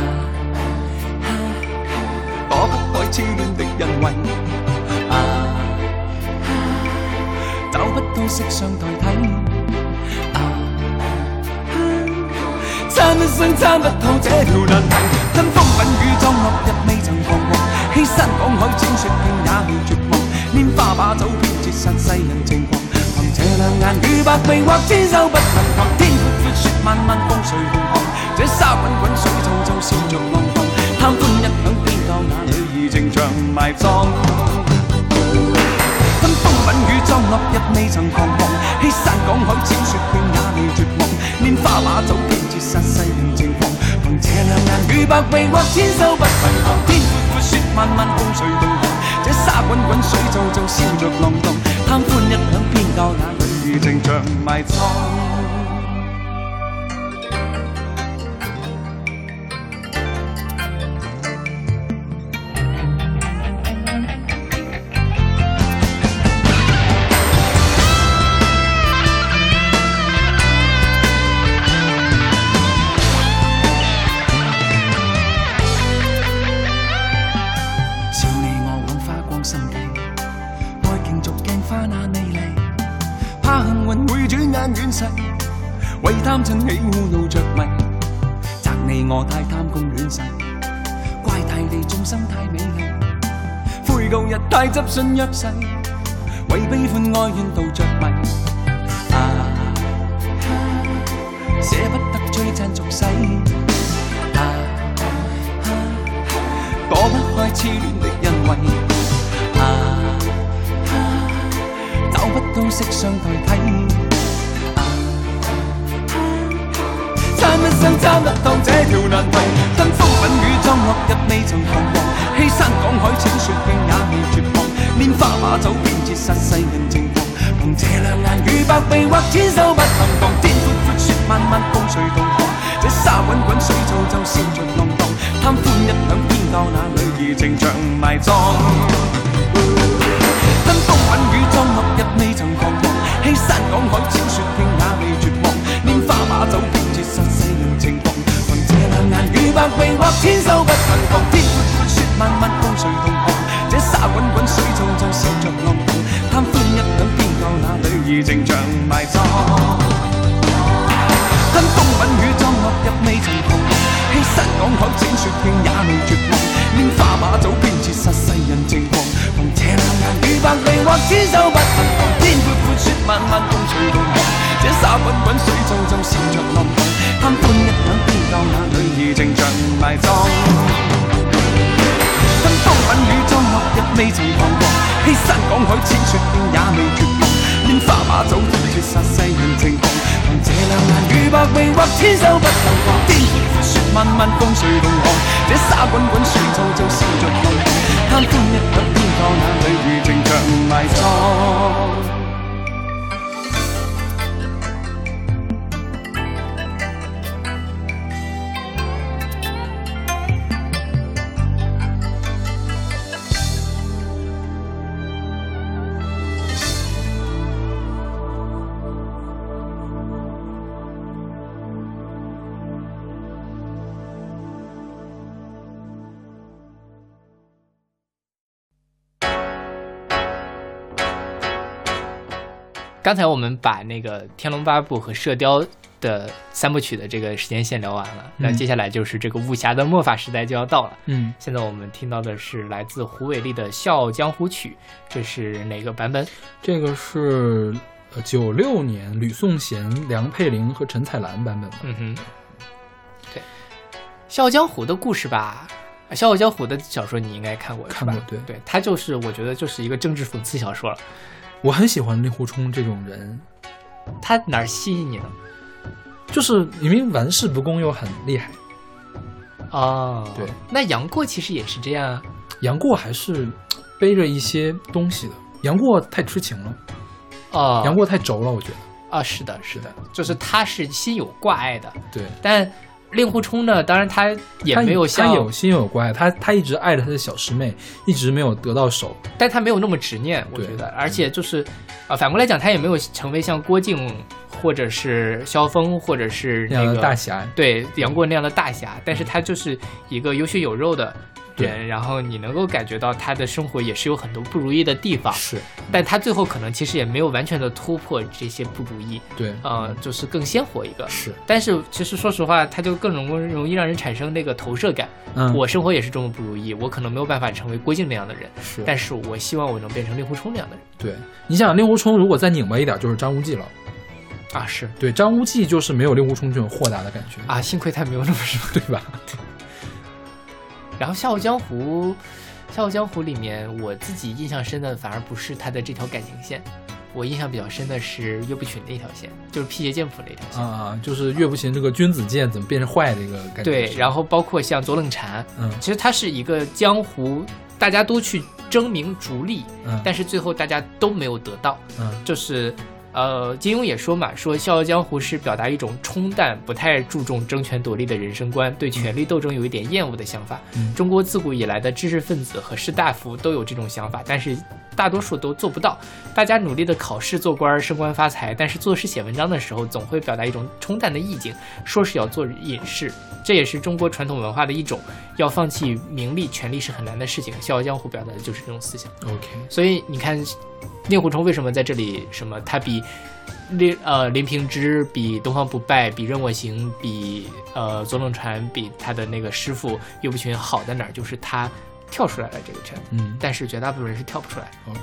Speaker 4: 哈躲不開痴戀的人為啊，找不到色相代替啊，撐一生撐不透這條難題，吞風品雨裝落日未曾彷徨，欺山趕海千雪拼也去絕望，拈花把酒偏折煞世人情狂，憑這兩眼與百臂或千手不能防，天闊闊雪漫漫風水浩瀚，這沙滾滾水皺皺笑着浪蕩，貪歡一晌偏教那女兒情長埋葬。登風品雨裝落日未曾彷徨，欺山趕海千雪遍也未絕望，拈花把酒偏折煞世人情狂，憑這兩眼與百臂或千手不能防，天闊闊雪漫漫風水道行，這沙滾滾水皺皺笑着浪蕩，貪歡一晌偏教那女兒情長埋葬。笑你我枉花光心計，愛競逐鏡花那美麗，怕幸運會轉眼遠逝，為貪嗔喜惡怒着迷，責你我太貪功戀世，怪大地眾生太美麗，悔舊日太執信約誓，為悲歡哀怨道着迷，啊，捨不得摧殘俗世，啊。躲不開痴戀的恩惠。啊，啊找不到色相代替。啊，啊撐一生撐得透這條難題，登風品雨裝落日未曾彷徨，欺山趕海淺雪冰也未絕望，拈花把酒偏折煞世人情狂，憑這兩眼與百臂或千手不能防，天闊闊雪漫漫風水道行，這沙滾滾水皺皺笑着浪蕩，貪歡一晌偏教那女兒情長埋葬。登風品雨裝落日未曾彷徨，責地或千手不能防，天闊闊雪漫漫共隨同航。這沙滾滾水皺皺笑着浪蕩，貪歡一晌偏教那女兒情長埋葬。跟風品與裝落日未曾彷徨，欺山趕海千雪遍也未絕望。拈花把酒決絕殺世人情狂，憑這兩眼與百臂或千手不能防。天闊闊雪漫漫風水動航，這沙滾滾水皺皺笑着浪蕩。貪歡一晌偏教那女兒情長埋葬。
Speaker 2: 刚才我们把那个《天龙八部》和《射雕》的三部曲的这个时间线聊完了，那、
Speaker 3: 嗯
Speaker 2: 接下来就是这个武侠的末法时代就要到了。
Speaker 3: 嗯，
Speaker 2: 现在我们听到的是来自胡伟立的《笑傲江湖曲》，这是哪个版本？
Speaker 3: 这个是呃九六年吕颂贤、梁佩玲和陈彩兰版本的。
Speaker 2: 嗯哼，对，《笑傲江湖》的故事吧，《笑傲江湖》的小说你应该看过，是
Speaker 3: 看过
Speaker 2: 吧？
Speaker 3: 对
Speaker 2: 对，它就是我觉得就是一个政治讽刺小说了。
Speaker 3: 我很喜欢令狐冲这种人，
Speaker 2: 它哪儿吸引你呢？
Speaker 3: 就是明明玩世不恭又很厉害。
Speaker 2: 哦，
Speaker 3: 对，
Speaker 2: 那杨过其实也是这样啊。
Speaker 3: 杨过还是背着一些东西的。杨过太痴情了，
Speaker 2: 哦，
Speaker 3: 杨过太轴了，我觉得。
Speaker 2: 啊，是的，是的，就是他是心有挂碍的，
Speaker 3: 对，
Speaker 2: 但令狐冲呢，当然他也没有
Speaker 3: 他
Speaker 2: 像，
Speaker 3: 他有心有关爱，他他一直爱着他的小师妹，一直没有得到手。
Speaker 2: 但他没有那么执念，我
Speaker 3: 对嗯
Speaker 2: 觉得，而且就是，啊、反过来讲，他也没有成为像郭靖或者是萧峰或者是
Speaker 3: 那
Speaker 2: 那
Speaker 3: 样
Speaker 2: 个啊
Speaker 3: 的大侠，嗯
Speaker 2: 对杨过那样的大侠，但是他就是一个有血有肉的。人，
Speaker 3: 对
Speaker 2: 然后你能够感觉到他的生活也是有很多不如意的地方，
Speaker 3: 是
Speaker 2: 但他最后可能其实也没有完全的突破这些不如意，
Speaker 3: 对，嗯
Speaker 2: 呃，就是更鲜活一个。
Speaker 3: 是，
Speaker 2: 但是其实说实话，它就更容容易让人产生那个投射感。
Speaker 3: 嗯，
Speaker 2: 我生活也是这么不如意，我可能没有办法成为郭靖那样的人，
Speaker 3: 是，
Speaker 2: 但是我希望我能变成令狐冲那样的人
Speaker 3: 对，你想令狐冲如果再拧巴一点，就是张无忌了。
Speaker 2: 啊！是
Speaker 3: 对，张无忌就是没有令狐冲这种豁达的感觉，
Speaker 2: 啊，幸亏他没有那么说。
Speaker 3: 对吧？
Speaker 2: 然后《笑傲江湖》，《笑傲江湖》里面我自己印象深的反而不是他的这条感情线，我印象比较深的是岳不群那条线，就是辟邪剑谱那条线。
Speaker 3: 啊，就是岳不群这个君子剑怎么变成坏的一个感觉？
Speaker 2: 哎对，然后包括像左冷禅，
Speaker 3: 嗯
Speaker 2: 其实他是一个江湖，大家都去争名逐利，
Speaker 3: 嗯
Speaker 2: 但是最后大家都没有得到。
Speaker 3: 嗯，
Speaker 2: 就是，呃，金庸也说嘛，说《笑傲江湖》是表达一种冲淡、不太注重争权夺利的人生观，对权力斗争有一点厌恶的想法。
Speaker 3: 嗯
Speaker 2: 中国自古以来的知识分子和士大夫都有这种想法，但是大多数都做不到。大家努力的考试、做官、升官发财，但是做事写文章的时候，总会表达一种冲淡的意境，说是要做隐士，这也是中国传统文化的一种，要放弃名利、权力是很难的事情。《笑傲江湖》表达的就是这种思想。
Speaker 3: OK，
Speaker 2: 所以你看，令狐冲为什么在这里什么？他比林呃林平之、比东方不败、比任我行、比呃左冷禅、比他的那个师傅岳不群好在哪儿？就是他跳出来了这个圈，
Speaker 3: 嗯
Speaker 2: 但是绝大部分人是跳不出来的。
Speaker 3: ，OK。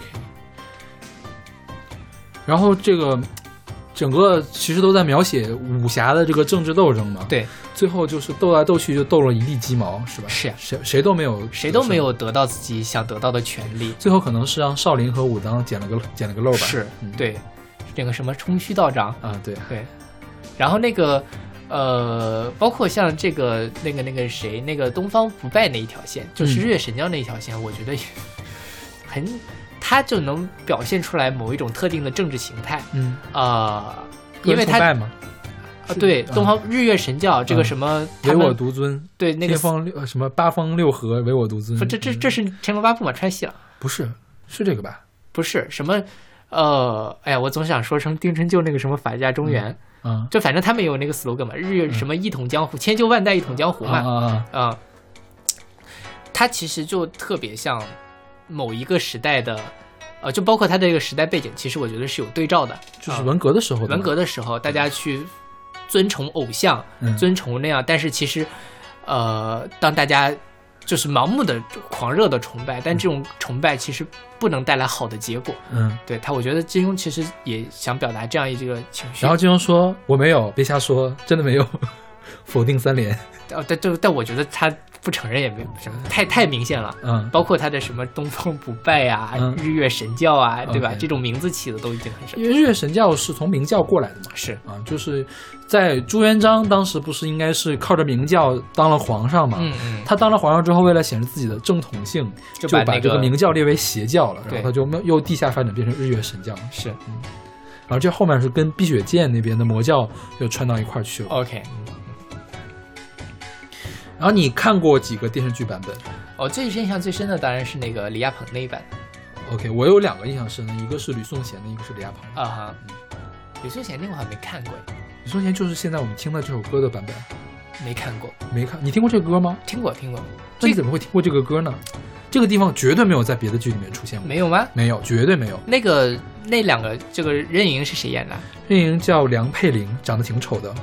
Speaker 3: 然后这个整个其实都在描写武侠的这个政治斗争嘛，，
Speaker 2: 对，
Speaker 3: 最后就是斗来斗去就斗了一地鸡毛，是吧？
Speaker 2: 是呀啊
Speaker 3: 谁谁都没有，
Speaker 2: 谁都没。有得到自己想得到的权利，
Speaker 3: 最后可能是让少林和武当捡了个捡了个漏吧。
Speaker 2: 是
Speaker 3: 嗯
Speaker 2: 对，那个什么冲虚道长，
Speaker 3: 啊，对，
Speaker 2: 对，然后那个。呃，包括像这个、那个、那个谁，那个东方不败那一条线，就是
Speaker 3: 嗯
Speaker 2: 日月神教那一条线，我觉得也 <laughs> 很，它就能表现出来某一种特定的政治形态
Speaker 3: 嗯，
Speaker 2: 啊、因为
Speaker 3: 个人崇
Speaker 2: 它
Speaker 3: 拜嘛，
Speaker 2: 啊对
Speaker 3: 嗯
Speaker 2: 东方日月神教这个
Speaker 3: 嗯
Speaker 2: 什么，他
Speaker 3: 唯我
Speaker 2: 们
Speaker 3: 独尊，
Speaker 2: 对那个
Speaker 3: 天方六呃什么八方六合，唯我独尊嗯
Speaker 2: 不。这这这是天龙八部嘛，川戏了，
Speaker 3: 不是是这个吧？
Speaker 2: 不是什么。呃，哎呀，我总想说成丁春秋那个什么法家中原，
Speaker 3: 啊
Speaker 2: 就反正他们有那个 slogan 嘛，日月什么一统江湖，千秋万代一统江湖
Speaker 3: 嗯啊
Speaker 2: 嘛。
Speaker 3: 啊！
Speaker 2: 啊，它其实就特别像某一个时代的，呃，就包括它的这个时代背景，其实我觉得是有对照的。
Speaker 3: 就是
Speaker 2: 啊
Speaker 3: 文革的时候的嘛，
Speaker 2: 文革的时候，大家去遵崇偶像，
Speaker 3: 嗯
Speaker 2: 遵崇那样，但是其实，呃，当大家就是盲目的狂热的崇拜，但这种崇拜其实不能带来好的结果。
Speaker 3: 嗯。
Speaker 2: 对他，我觉得金庸其实也想表达这样一这个情绪。
Speaker 3: 然后金庸说：“我没有，别瞎说，真的没有。”否定三连。
Speaker 2: 呃，但但但我觉得他不承认也没有什么，太太明显了。
Speaker 3: 嗯，
Speaker 2: 包括他的什么东方不败呀、
Speaker 3: 嗯
Speaker 2: 日月神教啊，对吧
Speaker 3: OK
Speaker 2: 这种名字起的都已经很神
Speaker 3: 因为日月神教是从明教过来的嘛。
Speaker 2: 是
Speaker 3: 啊，就是在朱元璋当时不是应该是靠着明教当了皇上嘛？
Speaker 2: 嗯嗯，
Speaker 3: 他当了皇上之后，为了显示自己的正统性，
Speaker 2: 就
Speaker 3: 就
Speaker 2: 把那
Speaker 3: 这
Speaker 2: 个
Speaker 3: 个明教列为邪教了，然
Speaker 2: 对
Speaker 3: 后他就没有又地下发展变成日月神教。嗯
Speaker 2: 是
Speaker 3: 然后这后面是跟碧血剑那边的魔教又串到一块儿去了。
Speaker 2: OK。
Speaker 3: 然后你看过几个电视剧版本
Speaker 2: 哦，最印象最深的当然是那个李亚鹏那一版
Speaker 3: ？OK，我有两个印象深的，一个是吕颂贤的，一个是李亚鹏。
Speaker 2: 啊哈。李秀贤那个我还没看过，
Speaker 3: 吕颂贤就是现在我们听的这首歌的版本，
Speaker 2: 没看过，
Speaker 3: 没看？你听过这个歌吗？
Speaker 2: 听过听过，
Speaker 3: 那你
Speaker 2: 这
Speaker 3: 怎么会听过这个歌呢？这个地方绝对没有在别的剧里面出现过，
Speaker 2: 没有吗？
Speaker 3: 没有，绝对没有。
Speaker 2: 那个那两个这个任盈是谁演的？
Speaker 3: 运营叫梁佩玲，长得挺丑的。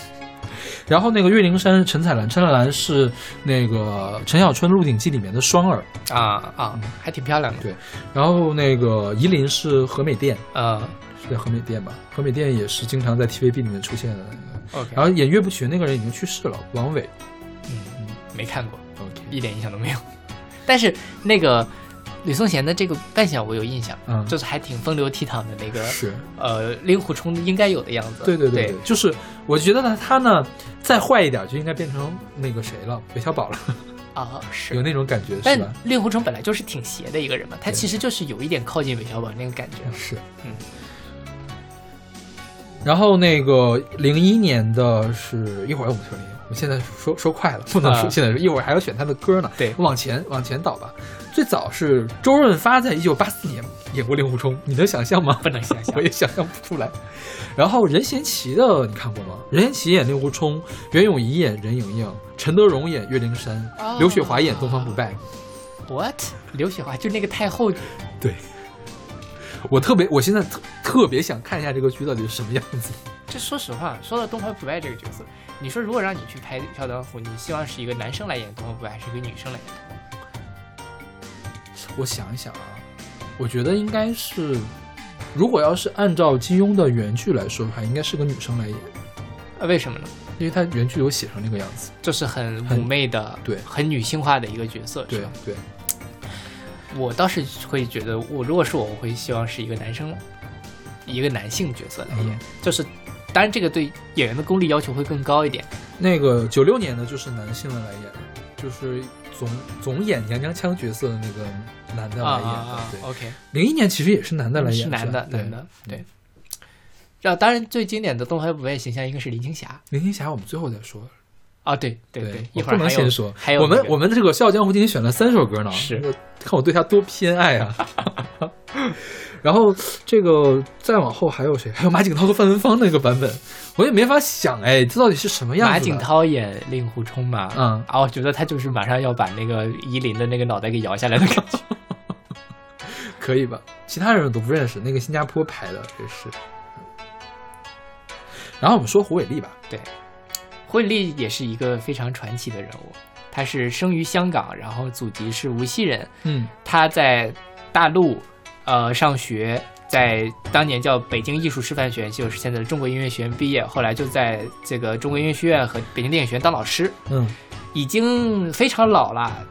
Speaker 3: <laughs> 然后那个岳灵珊是陈彩兰，陈彩兰是那个陈小春《鹿鼎记》里面的双儿，
Speaker 2: 啊
Speaker 3: 嗯
Speaker 2: 啊，还挺漂亮的。
Speaker 3: 然后那个夷陵是何美滇，
Speaker 2: 呃
Speaker 3: 是叫何美滇吧？何美滇也是经常在 TVB 里面出现的那个。
Speaker 2: ，OK，
Speaker 3: 然后演岳不群那个人已经去世了，王伟。
Speaker 2: 嗯，没看过，
Speaker 3: OK，
Speaker 2: 一点印象都没有。但是那个吕颂贤的这个扮相我有印象，
Speaker 3: 嗯，
Speaker 2: 就是还挺风流倜傥的那个，
Speaker 3: 是
Speaker 2: 呃，令狐冲应该有的样子。
Speaker 3: 对对
Speaker 2: 对
Speaker 3: 对，就是我觉得呢，他呢再坏一点就应该变成那个谁了，韦小宝了，
Speaker 2: 啊
Speaker 3: 有
Speaker 2: 是。
Speaker 3: 那种感觉是
Speaker 2: 但
Speaker 3: 吧？
Speaker 2: 令狐冲本来就是挺邪的一个人嘛，他
Speaker 3: 对
Speaker 2: 其实就是有一点靠近韦小宝那个感觉。
Speaker 3: 是，
Speaker 2: 嗯。
Speaker 3: 然后那个零一年的是一会儿我们说零一，我们现在说说快了，不能说、
Speaker 2: 啊
Speaker 3: 现在说，一会儿还要选他的歌呢。
Speaker 2: 对
Speaker 3: 往前往前倒吧。最早是周润发在一九八四年演过《令狐冲》，你能想象吗？
Speaker 2: 不能想象 <laughs>
Speaker 3: <laughs> 我也想象不出来。然后任贤齐的你看过吗？任贤齐演令狐冲，袁咏仪演任盈盈，陈德容演岳灵珊，
Speaker 2: 哦
Speaker 3: 刘雪华演东方不败。
Speaker 2: What？刘雪华就那个太后，
Speaker 3: 对，我特别，我现在特特别想看一下这个剧到底是什么样子。
Speaker 2: 这说实话，说到东方不败这个角色，你说如果让你去拍《笑傲江湖》，你希望是一个男生来演东方不败，还是一个女生来演？
Speaker 3: 我想一想啊，我觉得应该是，如果要是按照金庸的原剧来说的话，应该是个女生来演，
Speaker 2: 呃，为什么呢？
Speaker 3: 因为她原剧有写成那个样子。
Speaker 2: 就是很
Speaker 3: 很
Speaker 2: 妩媚的，
Speaker 3: 对
Speaker 2: 很女性化的一个角色。是
Speaker 3: 对
Speaker 2: 吧
Speaker 3: 对，
Speaker 2: 我倒是会觉得，我如果是我，我会希望是一个男生，一个男性角色来演。
Speaker 3: 嗯
Speaker 2: 就是，当然这个对演员的功力要求会更高一点。
Speaker 3: 那个九六年的就是男性的来演，就是总总演娘娘腔角色的那个男的
Speaker 2: 啊
Speaker 3: 来演
Speaker 2: 啊
Speaker 3: 的。
Speaker 2: 啊
Speaker 3: 对，
Speaker 2: ！OK，嗯
Speaker 3: 零一年其实也是男的来演，
Speaker 2: 是男的
Speaker 3: 吧，嗯
Speaker 2: 男。的，对。然后，当然最经典的东方不败形象应该是林青霞
Speaker 3: 林青霞我们最后再说，
Speaker 2: 啊，对对
Speaker 3: 对，
Speaker 2: 一
Speaker 3: 我
Speaker 2: 会儿
Speaker 3: 不能
Speaker 2: 还有
Speaker 3: 先说。
Speaker 2: 还有
Speaker 3: 我们
Speaker 2: 那个
Speaker 3: 我们这个《笑傲江湖》今天选了三首歌呢，
Speaker 2: 是
Speaker 3: 我看我对他多偏爱啊。 <laughs> 然后这个再往后还有谁？还有马景涛和范文芳那个版本，我也没法想哎，这到底是什么样子？
Speaker 2: 马景，涛演令狐冲嘛，
Speaker 3: 嗯
Speaker 2: 啊，我觉得他就是马上要把那个夷陵的那个脑袋给摇下来的
Speaker 3: <laughs>
Speaker 2: 感觉。
Speaker 3: 可以吧？其他人我都不认识，那个新加坡拍的也是。然后我们说胡伟立吧，
Speaker 2: 惠利也是一个非常传奇的人物，他是生于香港，然后祖籍是无锡人，
Speaker 3: 嗯，
Speaker 2: 他在大陆呃上学，在当年叫北京艺术师范学院，就是现在的中国音乐学院毕业，后来就在这个中国音乐学院和北京电影学院当老师，
Speaker 3: 嗯，
Speaker 2: 已经非常老了。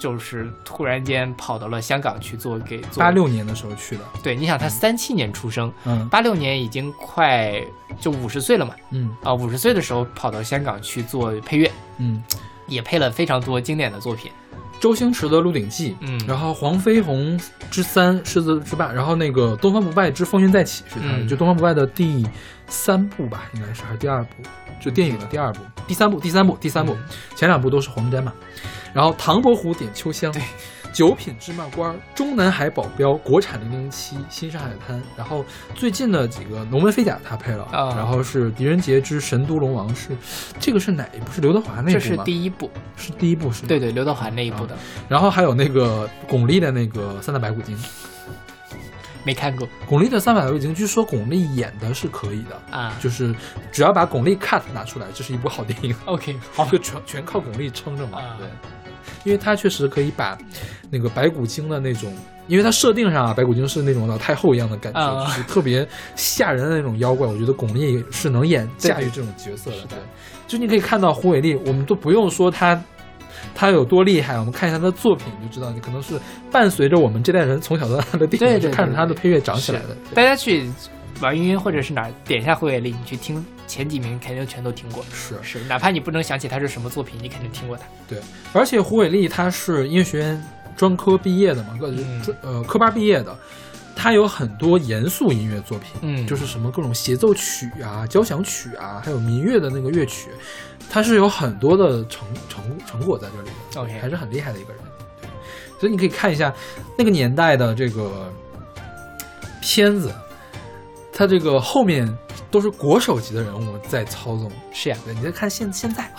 Speaker 2: 就是突然间跑到了香港去做给做
Speaker 3: 八六年的时候去的，
Speaker 2: 对，你想他三七年出生，
Speaker 3: 嗯
Speaker 2: 八六年已经快就五十岁了嘛，
Speaker 3: 嗯
Speaker 2: 啊，五十岁的时候跑到香港去做配乐，
Speaker 3: 嗯。
Speaker 2: 也配了非常多经典的作品。
Speaker 3: 周星驰的《鹿鼎记》，
Speaker 2: 嗯
Speaker 3: 然后《黄飞鸿之三》《狮子之霸》，然后那个《东方不败之风云再起》是他的，
Speaker 2: 嗯
Speaker 3: 就《东方不败》的第三部吧，应该是还是第二部，就电影的第二部、第三部、第三部、第三部，
Speaker 2: 嗯
Speaker 3: 前两部都是黄沾嘛。然后《唐伯虎点秋香》
Speaker 2: 对
Speaker 3: 九品芝麻官》《中南海保镖》《国产零零七》《新上海滩》，然后最近的几个《龙门飞甲》他配了，
Speaker 2: 啊
Speaker 3: 然后是《狄仁杰之神都龙王》是这个是哪一部？是刘德华那一部吗？
Speaker 2: 这
Speaker 3: 哦
Speaker 2: 是第一部，
Speaker 3: 是第一部是吗？
Speaker 2: 对对，刘德华那一部的，
Speaker 3: 然后还有那个巩俐的那个《三打白骨精》，
Speaker 2: 没看过
Speaker 3: 巩俐的《三打白骨精》，据说巩俐演的是可以的，
Speaker 2: 啊。
Speaker 3: 就是只要把巩俐 cut 拿出来，这是一部好电影，
Speaker 2: OK，
Speaker 3: 就全全靠巩俐撑着嘛。
Speaker 2: 啊
Speaker 3: 对，因为它确实可以把那个白骨精的那种，因为它设定上啊，白骨精是那种老太后一样的感觉，
Speaker 2: 啊
Speaker 3: 就是特别吓人的那种妖怪。我觉得巩俐是能演
Speaker 2: 对
Speaker 3: 驾驭这种角色的，对。就你可以看到胡伟立，我们都不用说他他有多厉害，我们看一下他的作品就知道，你可能是伴随着我们这代人从小到大的电
Speaker 2: 对对
Speaker 3: 影是看着他的配乐长起来的。对
Speaker 2: 大家去网易云或者是哪儿点一下胡伟立，你去听前几名肯定全都听过。
Speaker 3: 是
Speaker 2: 是，哪怕你不能想起他是什么作品，你肯定听过他。
Speaker 3: 对，而且胡伟立他是音乐学院专科毕业的嘛，呃
Speaker 2: 嗯
Speaker 3: 专呃科班毕业的，他有很多严肃音乐作品，
Speaker 2: 嗯
Speaker 3: 就是什么各种协奏曲啊、交响曲啊，还有民乐的那个乐曲，他是有很多的成成成果在这里的，
Speaker 2: OK
Speaker 3: 还是很厉害的一个人。对，所以你可以看一下那个年代的这个片子，他这个后面都是国手级的人物在操纵。
Speaker 2: 是呀，
Speaker 3: 对，你再看现现在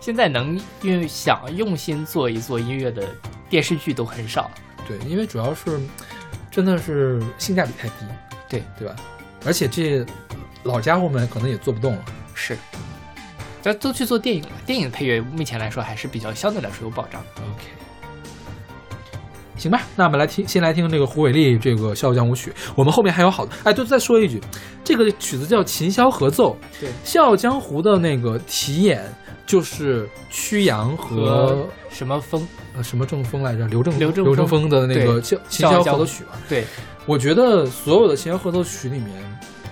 Speaker 2: 现在能用想用心做一做音乐的电视剧都很少。
Speaker 3: 对，因为主要是真的是性价比太低，
Speaker 2: 对
Speaker 3: 对吧？而且这老家伙们可能也做不动了。
Speaker 2: 是，这都去做电影了。电影配乐目前来说还是比较相对来说有保障的。
Speaker 3: OK，行吧，那我们来听，先来听这个胡伟立这个《笑傲江湖曲》，我们后面还有好多。哎，对，再说一句，这个曲子叫《琴箫合奏》，
Speaker 2: 对
Speaker 3: 《笑傲江湖》的那个题眼就是曲阳和
Speaker 2: 和什么风？
Speaker 3: 呃什么正风来着？刘正
Speaker 2: 刘正
Speaker 3: 刘正
Speaker 2: 风
Speaker 3: 风的那
Speaker 2: 对
Speaker 3: 个《笑琴
Speaker 2: 笑傲
Speaker 3: 箫合
Speaker 2: 江
Speaker 3: 奏
Speaker 2: 湖
Speaker 3: 曲》嘛。
Speaker 2: 对，
Speaker 3: 我觉得所有的琴箫合奏曲里面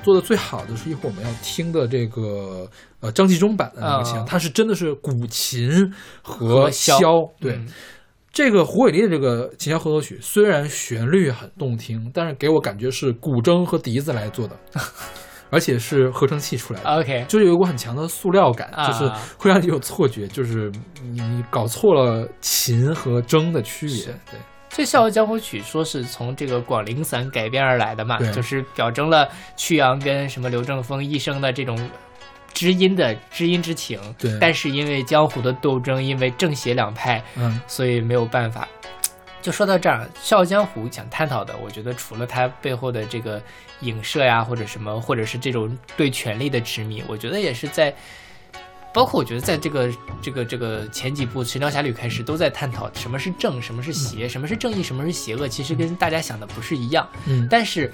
Speaker 3: 做的最好的是一会儿我们要听的这个呃张纪中版的那个琴，
Speaker 2: 啊
Speaker 3: 它是真的是古琴和
Speaker 2: 和箫
Speaker 3: 箫。对，
Speaker 2: 嗯
Speaker 3: 这个胡伟立的这个琴箫合奏曲虽然旋律很动听，但是给我感觉是古筝和笛子来
Speaker 2: <laughs>
Speaker 3: 做的，而且是合成器出来的。
Speaker 2: ，OK，
Speaker 3: 就是有一股很强的塑料感，
Speaker 2: 啊
Speaker 3: 就是会让你有错觉，就是你你搞错了琴和筝的区别
Speaker 2: 是。
Speaker 3: 对，
Speaker 2: 这《笑傲江湖曲》说是从这个广陵散改编而来的嘛
Speaker 3: 对，
Speaker 2: 就是表征了曲阳跟什么刘正风一生的这种知音的知音之情。
Speaker 3: 对
Speaker 2: 但是因为江湖的斗争，因为正邪两派，
Speaker 3: 嗯，
Speaker 2: 所以没有办法。就说到这儿，《笑傲江湖》想探讨的，我觉得除了它背后的这个影射呀，或者什么，或者是这种对权力的执迷，我觉得也是在，包括我觉得在这个这个这个前几部《神雕侠侣》开始都在探讨什么是正，什么是邪，什么是正义，什么是邪恶，其实跟大家想的不是一样。
Speaker 3: 嗯
Speaker 2: 但是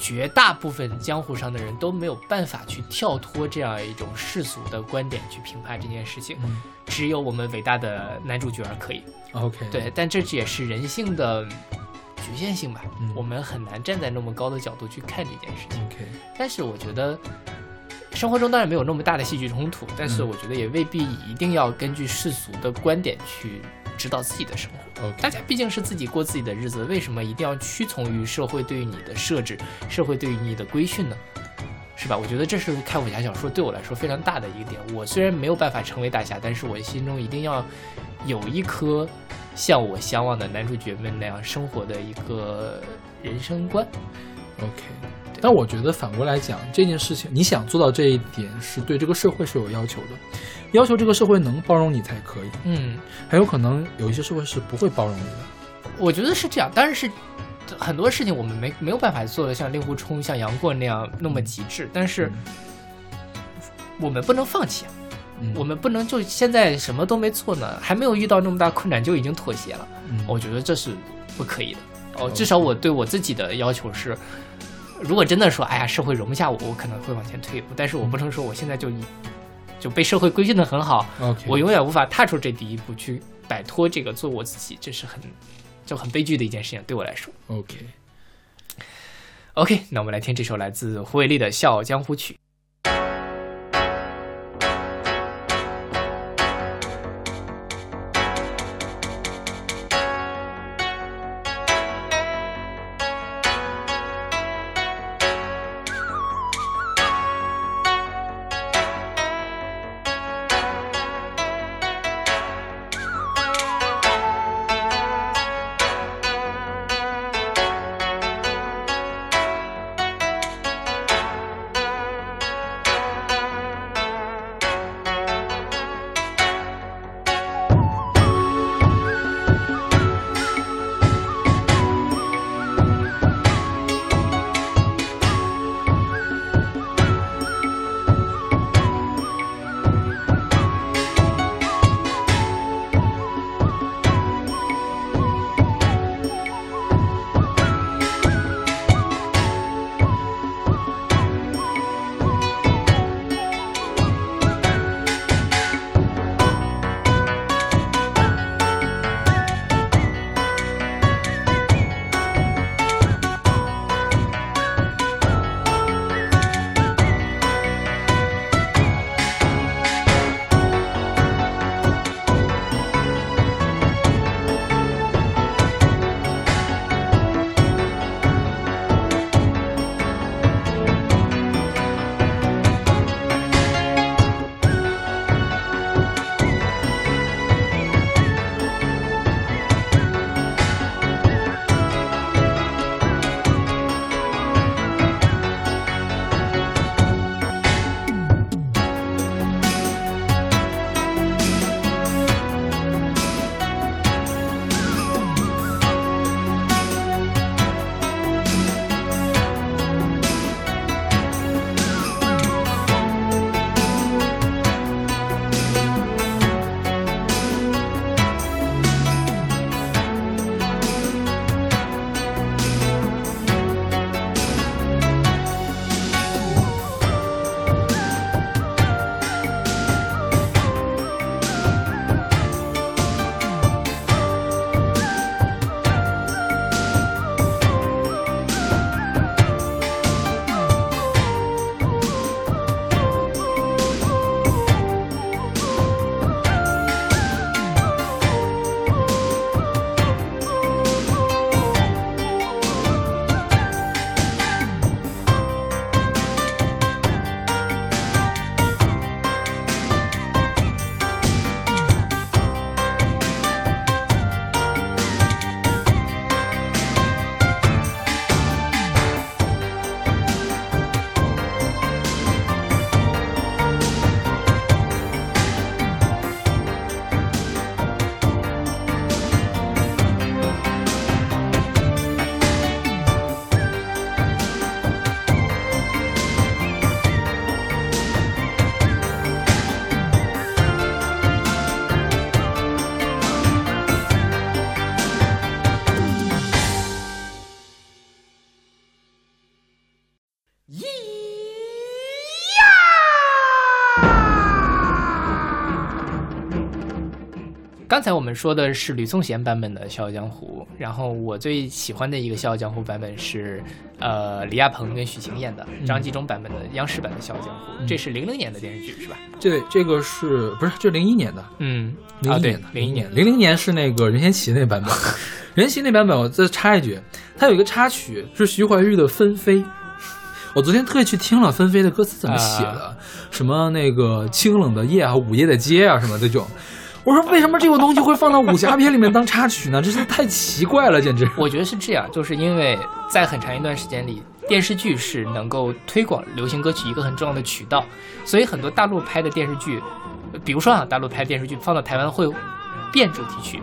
Speaker 2: 绝大部分江湖上的人都没有办法去跳脱这样一种世俗的观点去评判这件事情，
Speaker 3: 嗯
Speaker 2: 只有我们伟大的男主角可以。
Speaker 3: ，OK，嗯
Speaker 2: 对，但这也是人性的局限性吧，
Speaker 3: 嗯
Speaker 2: 我们很难站在那么高的角度去看这件事情。
Speaker 3: ，OK。
Speaker 2: 但是我觉得。生活中当然没有那么大的戏剧冲突，但是
Speaker 3: 嗯
Speaker 2: 我觉得也未必一定要根据世俗的观点去指导自己的生活。大
Speaker 3: OK，
Speaker 2: 家毕竟是自己过自己的日子，为什么一定要屈从于社会对于你的设置、社会对于你的规训呢？是吧？我觉得这是看武侠小说对我来说非常大的一个点。我虽然没有办法成为大侠，但是我心中一定要有一颗像我向往的男主角们那样生活的一个人生观。
Speaker 3: OK。但我觉得反过来讲，这件事情你想做到这一点，是对这个社会是有要求的，要求这个社会能包容你才可以。
Speaker 2: 嗯，
Speaker 3: 很有可能有一些社会是不会包容你的。
Speaker 2: 我觉得是这样，当然是很多事情我们没没有办法做的像令狐冲、像杨过那样那么极致，但是我们不能放弃啊。
Speaker 3: 嗯，
Speaker 2: 我们不能就现在什么都没做呢，还没有遇到那么大困难就已经妥协了，
Speaker 3: 嗯
Speaker 2: 我觉得这是不可以的。哦，至少我对我自己的要求是，如果真的说，哎呀，社会容不下我，我可能会往前退一步，但是我不能说我现在就一就被社会规训的很好，
Speaker 3: OK，
Speaker 2: 我永远无法踏出这第一步去摆脱这个做我自己，这是很就很悲剧的一件事情对我来说。
Speaker 3: OK。
Speaker 2: OK，那我们来听这首来自胡伟立的《笑傲江湖曲》。
Speaker 5: 天
Speaker 2: 刚才我们说的是吕颂贤版本的《笑傲江湖》，然后我最喜欢的一个《笑傲江湖》版本是，呃，李亚鹏跟许晴演的张纪中版本的央视版的《笑傲江湖》，这是零零年的电视剧是吧？
Speaker 3: 这这个是不是这零一年的？
Speaker 2: 嗯，
Speaker 3: 零
Speaker 2: 啊
Speaker 3: 一
Speaker 2: 对
Speaker 3: 年的，，
Speaker 2: 零一年，
Speaker 3: 零零年是那个任贤齐那 <laughs> 版本，任贤齐那版本我再插一句，他有一个插曲是徐怀钰的《纷飞》，我昨天特意去听了《纷飞》的歌词怎么写的，什么那个清冷的夜啊、午夜的街啊什么这种，我说为什么这种东西会放到武侠片里面当插曲呢？这是太奇怪了，简直。
Speaker 2: 我觉得是这样，就是因为在很长一段时间里，电视剧是能够推广流行歌曲一个很重要的渠道，所以很多大陆拍的电视剧，呃比如说啊，大陆拍的电视剧放到台湾会变主题曲。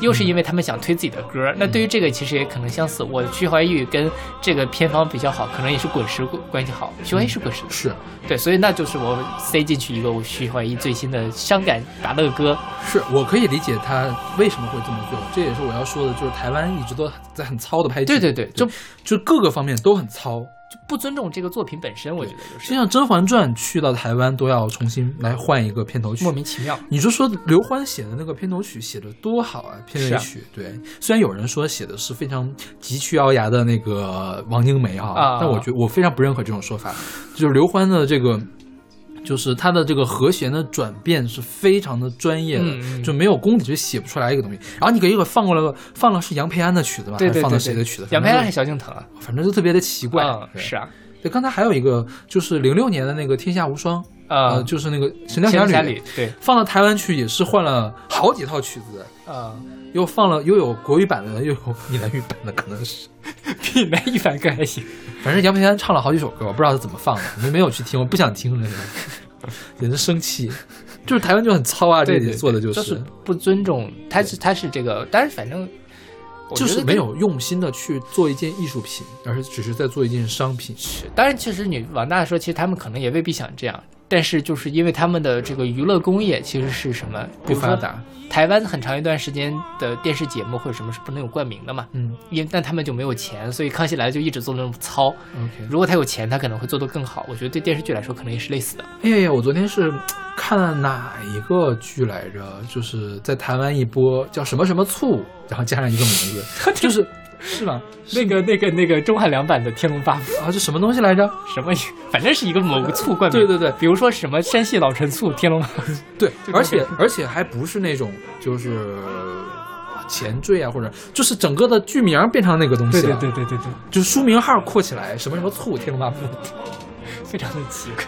Speaker 2: 又是因为他们想推自己的歌，那对于这个其实也可能相似。我徐怀钰跟这个片方比较好，可能也是滚石关系好。徐怀钰是滚石的，
Speaker 3: 是
Speaker 2: 对，所以那就是我塞进去一个我徐怀钰最新的伤感达乐歌。
Speaker 3: 是，我可以理解他为什么会这么做，这也是我要说的，就是台湾一直都在很糙的拍剧，
Speaker 2: 对对对，就
Speaker 3: 就各个方面都很糙，
Speaker 2: 就不尊重这个作品本身，我觉得就
Speaker 3: 就是像《甄嬛传》去到台湾都要重新来换一个片头曲
Speaker 2: 莫。名其妙。
Speaker 3: 你就说刘欢写的那个片头曲写的多好啊，片
Speaker 2: 是
Speaker 3: 尾
Speaker 2: 啊
Speaker 3: 曲、对，虽然有人说写的是非常急去咬牙的那个王晶梅哈，
Speaker 2: 啊
Speaker 3: 但我觉得我非常不认可这种说法，就是刘欢的这个。就是他的这个和弦的转变是非常的专业的，
Speaker 2: 嗯嗯
Speaker 3: 就没有功底就写不出来一个东西。然后你给一个放过来了，放了是杨培安的曲子吧，
Speaker 2: 对对
Speaker 3: 还是放
Speaker 2: 对对
Speaker 3: 的谁的曲子？
Speaker 2: 杨培安还是
Speaker 3: 反
Speaker 2: 萧敬腾啊？
Speaker 3: 正就反正就特别的奇怪。
Speaker 2: 嗯
Speaker 3: 对
Speaker 2: 是啊，
Speaker 3: 对，刚才还有一个就是零六年的那个《天下无双》，
Speaker 2: 呃，
Speaker 3: 呃，就是那个《神
Speaker 2: 《
Speaker 3: 雕
Speaker 2: 仙
Speaker 3: 侠
Speaker 2: 侠
Speaker 3: 侣》
Speaker 2: 侣，对，
Speaker 3: 放到台湾去也是换了好几套曲子，
Speaker 2: 呃，
Speaker 3: 又放了又有国语版的，又有闽南语版的，可能是。
Speaker 2: 比南一凡歌还
Speaker 3: <laughs>
Speaker 2: 行。
Speaker 3: 反正杨培安唱了好几首歌，我不知道他怎么放的，我们没有去听，我不想听了，也是生气。就是台湾就很糙啊，这
Speaker 2: 对
Speaker 3: 里
Speaker 2: 对，
Speaker 3: 做的
Speaker 2: 对
Speaker 3: 是，
Speaker 2: 就是不尊重，他是他是这个，但是反正我
Speaker 3: 就
Speaker 2: 觉
Speaker 3: 是
Speaker 2: 得
Speaker 3: 没
Speaker 2: 跟
Speaker 3: 有用心的去做一件艺术品，而是只是在做一件商品。
Speaker 2: 当然，其实你往大了说，其实他们可能也未必想这样，但是就是因为他们的这个娱乐工业其实是什么
Speaker 3: 不发。达，
Speaker 2: 比如说台湾很长一段时间的电视节目或者什么是不能有冠名的嘛，
Speaker 3: 嗯
Speaker 2: 因但他们就没有钱，所以康熙来了就一直做那种糙。
Speaker 3: ，OK。
Speaker 2: 如果他有钱，他可能会做得更好。我觉得对电视剧来说，可能也是类似的。
Speaker 3: 哎呀呀，我昨天是看哪一个剧来着？就是在台湾一播叫什么什么醋，然后加上一个名
Speaker 2: <laughs>
Speaker 3: 字，就是是吧？
Speaker 2: 那个、那个、那个钟汉良版的《天龙八部》。
Speaker 3: 啊，这什么东西
Speaker 2: <laughs>
Speaker 3: 来着？
Speaker 2: 什么，反正是一个某个醋冠名。
Speaker 3: 对对对
Speaker 2: 比如说什么山系老陈醋、天龙八部。
Speaker 3: 对，
Speaker 2: 这个
Speaker 3: 而且而且还不是那种就是前缀啊，或者就是整个的剧名变成那个东西了，
Speaker 2: 对对对，
Speaker 3: 就是书名号括起来，什么什么醋天龙八部，
Speaker 2: 非常的奇怪，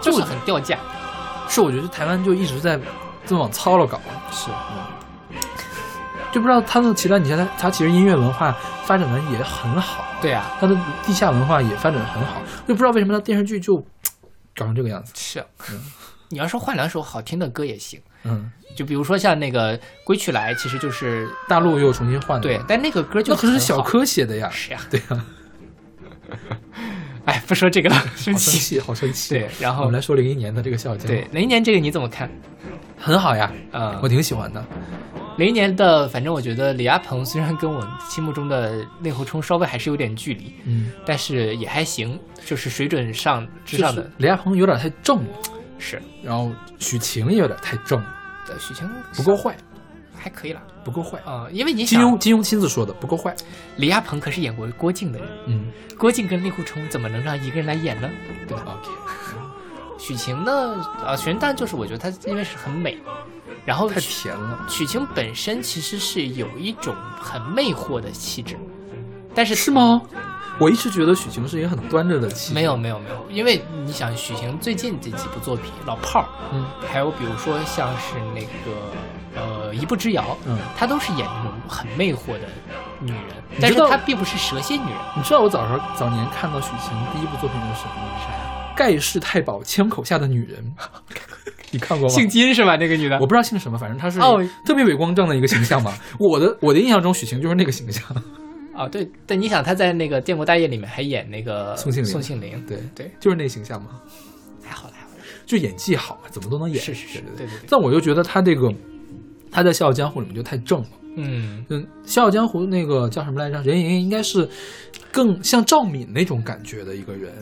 Speaker 2: 就是很掉价。
Speaker 3: 是我觉得台湾就一直在这么往糙了搞，嗯
Speaker 2: 是，
Speaker 3: 就不知道他的其他你像他他其实音乐文化发展的也很好，
Speaker 2: 对啊，
Speaker 3: 他的地下文化也发展的很好，就不知道为什么他电视剧就搞成这个样子，
Speaker 2: 是。啊 <laughs> 你要说换两首好听的歌也行，
Speaker 3: 嗯，
Speaker 2: 就比如说像那个《归去来》，其实就是
Speaker 3: 大陆又重新换了，
Speaker 2: 对，但嗯那个歌就
Speaker 3: 那可是
Speaker 2: 很
Speaker 3: 小
Speaker 2: 好
Speaker 3: 柯写的呀，
Speaker 2: 是呀、啊
Speaker 3: 对啊呀， <laughs>
Speaker 2: 哎，不说这个了，生
Speaker 3: 好生
Speaker 2: 气。
Speaker 3: 气，好生气，
Speaker 2: 对，然
Speaker 3: 我
Speaker 2: 后
Speaker 3: 们来说零一年的这个笑匠，嗯
Speaker 2: 对，零一年这个你怎么看？
Speaker 3: 很好呀，
Speaker 2: 啊、
Speaker 3: 我挺喜欢的。
Speaker 2: 零一年的，反正我觉得李亚鹏虽然跟我心目中的令狐冲稍微还是有点距离，
Speaker 3: 嗯，
Speaker 2: 但是也还行，就是水准上之
Speaker 3: 就
Speaker 2: 上
Speaker 3: 是
Speaker 2: 的。
Speaker 3: 李亚鹏有点太正了，
Speaker 2: 是，
Speaker 3: 然后许晴也有点太正了，
Speaker 2: 呃，许晴
Speaker 3: 不够坏，
Speaker 2: 还可以啦。
Speaker 3: 不够坏。
Speaker 2: 啊、因为你
Speaker 3: 金
Speaker 2: 想
Speaker 3: 庸，金庸亲自说的不够坏。
Speaker 2: 李亚鹏可是演过郭靖的人，
Speaker 3: 嗯，
Speaker 2: 郭靖跟令狐冲怎么能让一个人来演呢？
Speaker 3: 对，OK，
Speaker 2: 许晴呢？啊，玄丹就是我觉得她因为是很美，然后
Speaker 3: 太甜了。
Speaker 2: 许晴本身其实是有一种很魅惑的气质，但是
Speaker 3: 是吗？我一直觉得许晴是一个很端着的妻，
Speaker 2: 没有，没有没有，因为你想许晴最近这几部作品，《老炮儿》，
Speaker 3: 嗯，
Speaker 2: 还有比如说像是那个呃《一步之遥》，
Speaker 3: 嗯
Speaker 2: 她都是演那种很魅惑的女人，
Speaker 3: 你
Speaker 2: 但是
Speaker 3: 知道
Speaker 2: 她并不是蛇蝎女人。
Speaker 3: 你知道我早上早年看到许晴第一部作品是什么吗？
Speaker 2: 啥呀？
Speaker 3: 盖世太保枪口下的
Speaker 2: <laughs>
Speaker 3: 女人，你看过吗？
Speaker 2: 姓金是吧？那个女的
Speaker 3: 我不知道姓什么，反正她是
Speaker 2: 哦
Speaker 3: 特别伪光正的一个形象吧。我的我的印象中，许晴就是那个
Speaker 2: <laughs>
Speaker 3: 形象。
Speaker 2: 啊，对，但你想她在那个《建国大业》里面还演那个
Speaker 3: 宋庆龄
Speaker 2: 宋庆龄，
Speaker 3: 对
Speaker 2: 对，
Speaker 3: 就是那个形象嘛。
Speaker 2: 还好啦还好啦，
Speaker 3: 就演技好啊，怎么都能演。
Speaker 2: 是是是对对对
Speaker 3: 但我就觉得他这个他在《笑傲江湖》里面就太正了。
Speaker 2: 嗯，
Speaker 3: 嗯，《笑傲江湖》那个叫什么来着？任盈盈应该是更像赵敏那种感觉的一个人。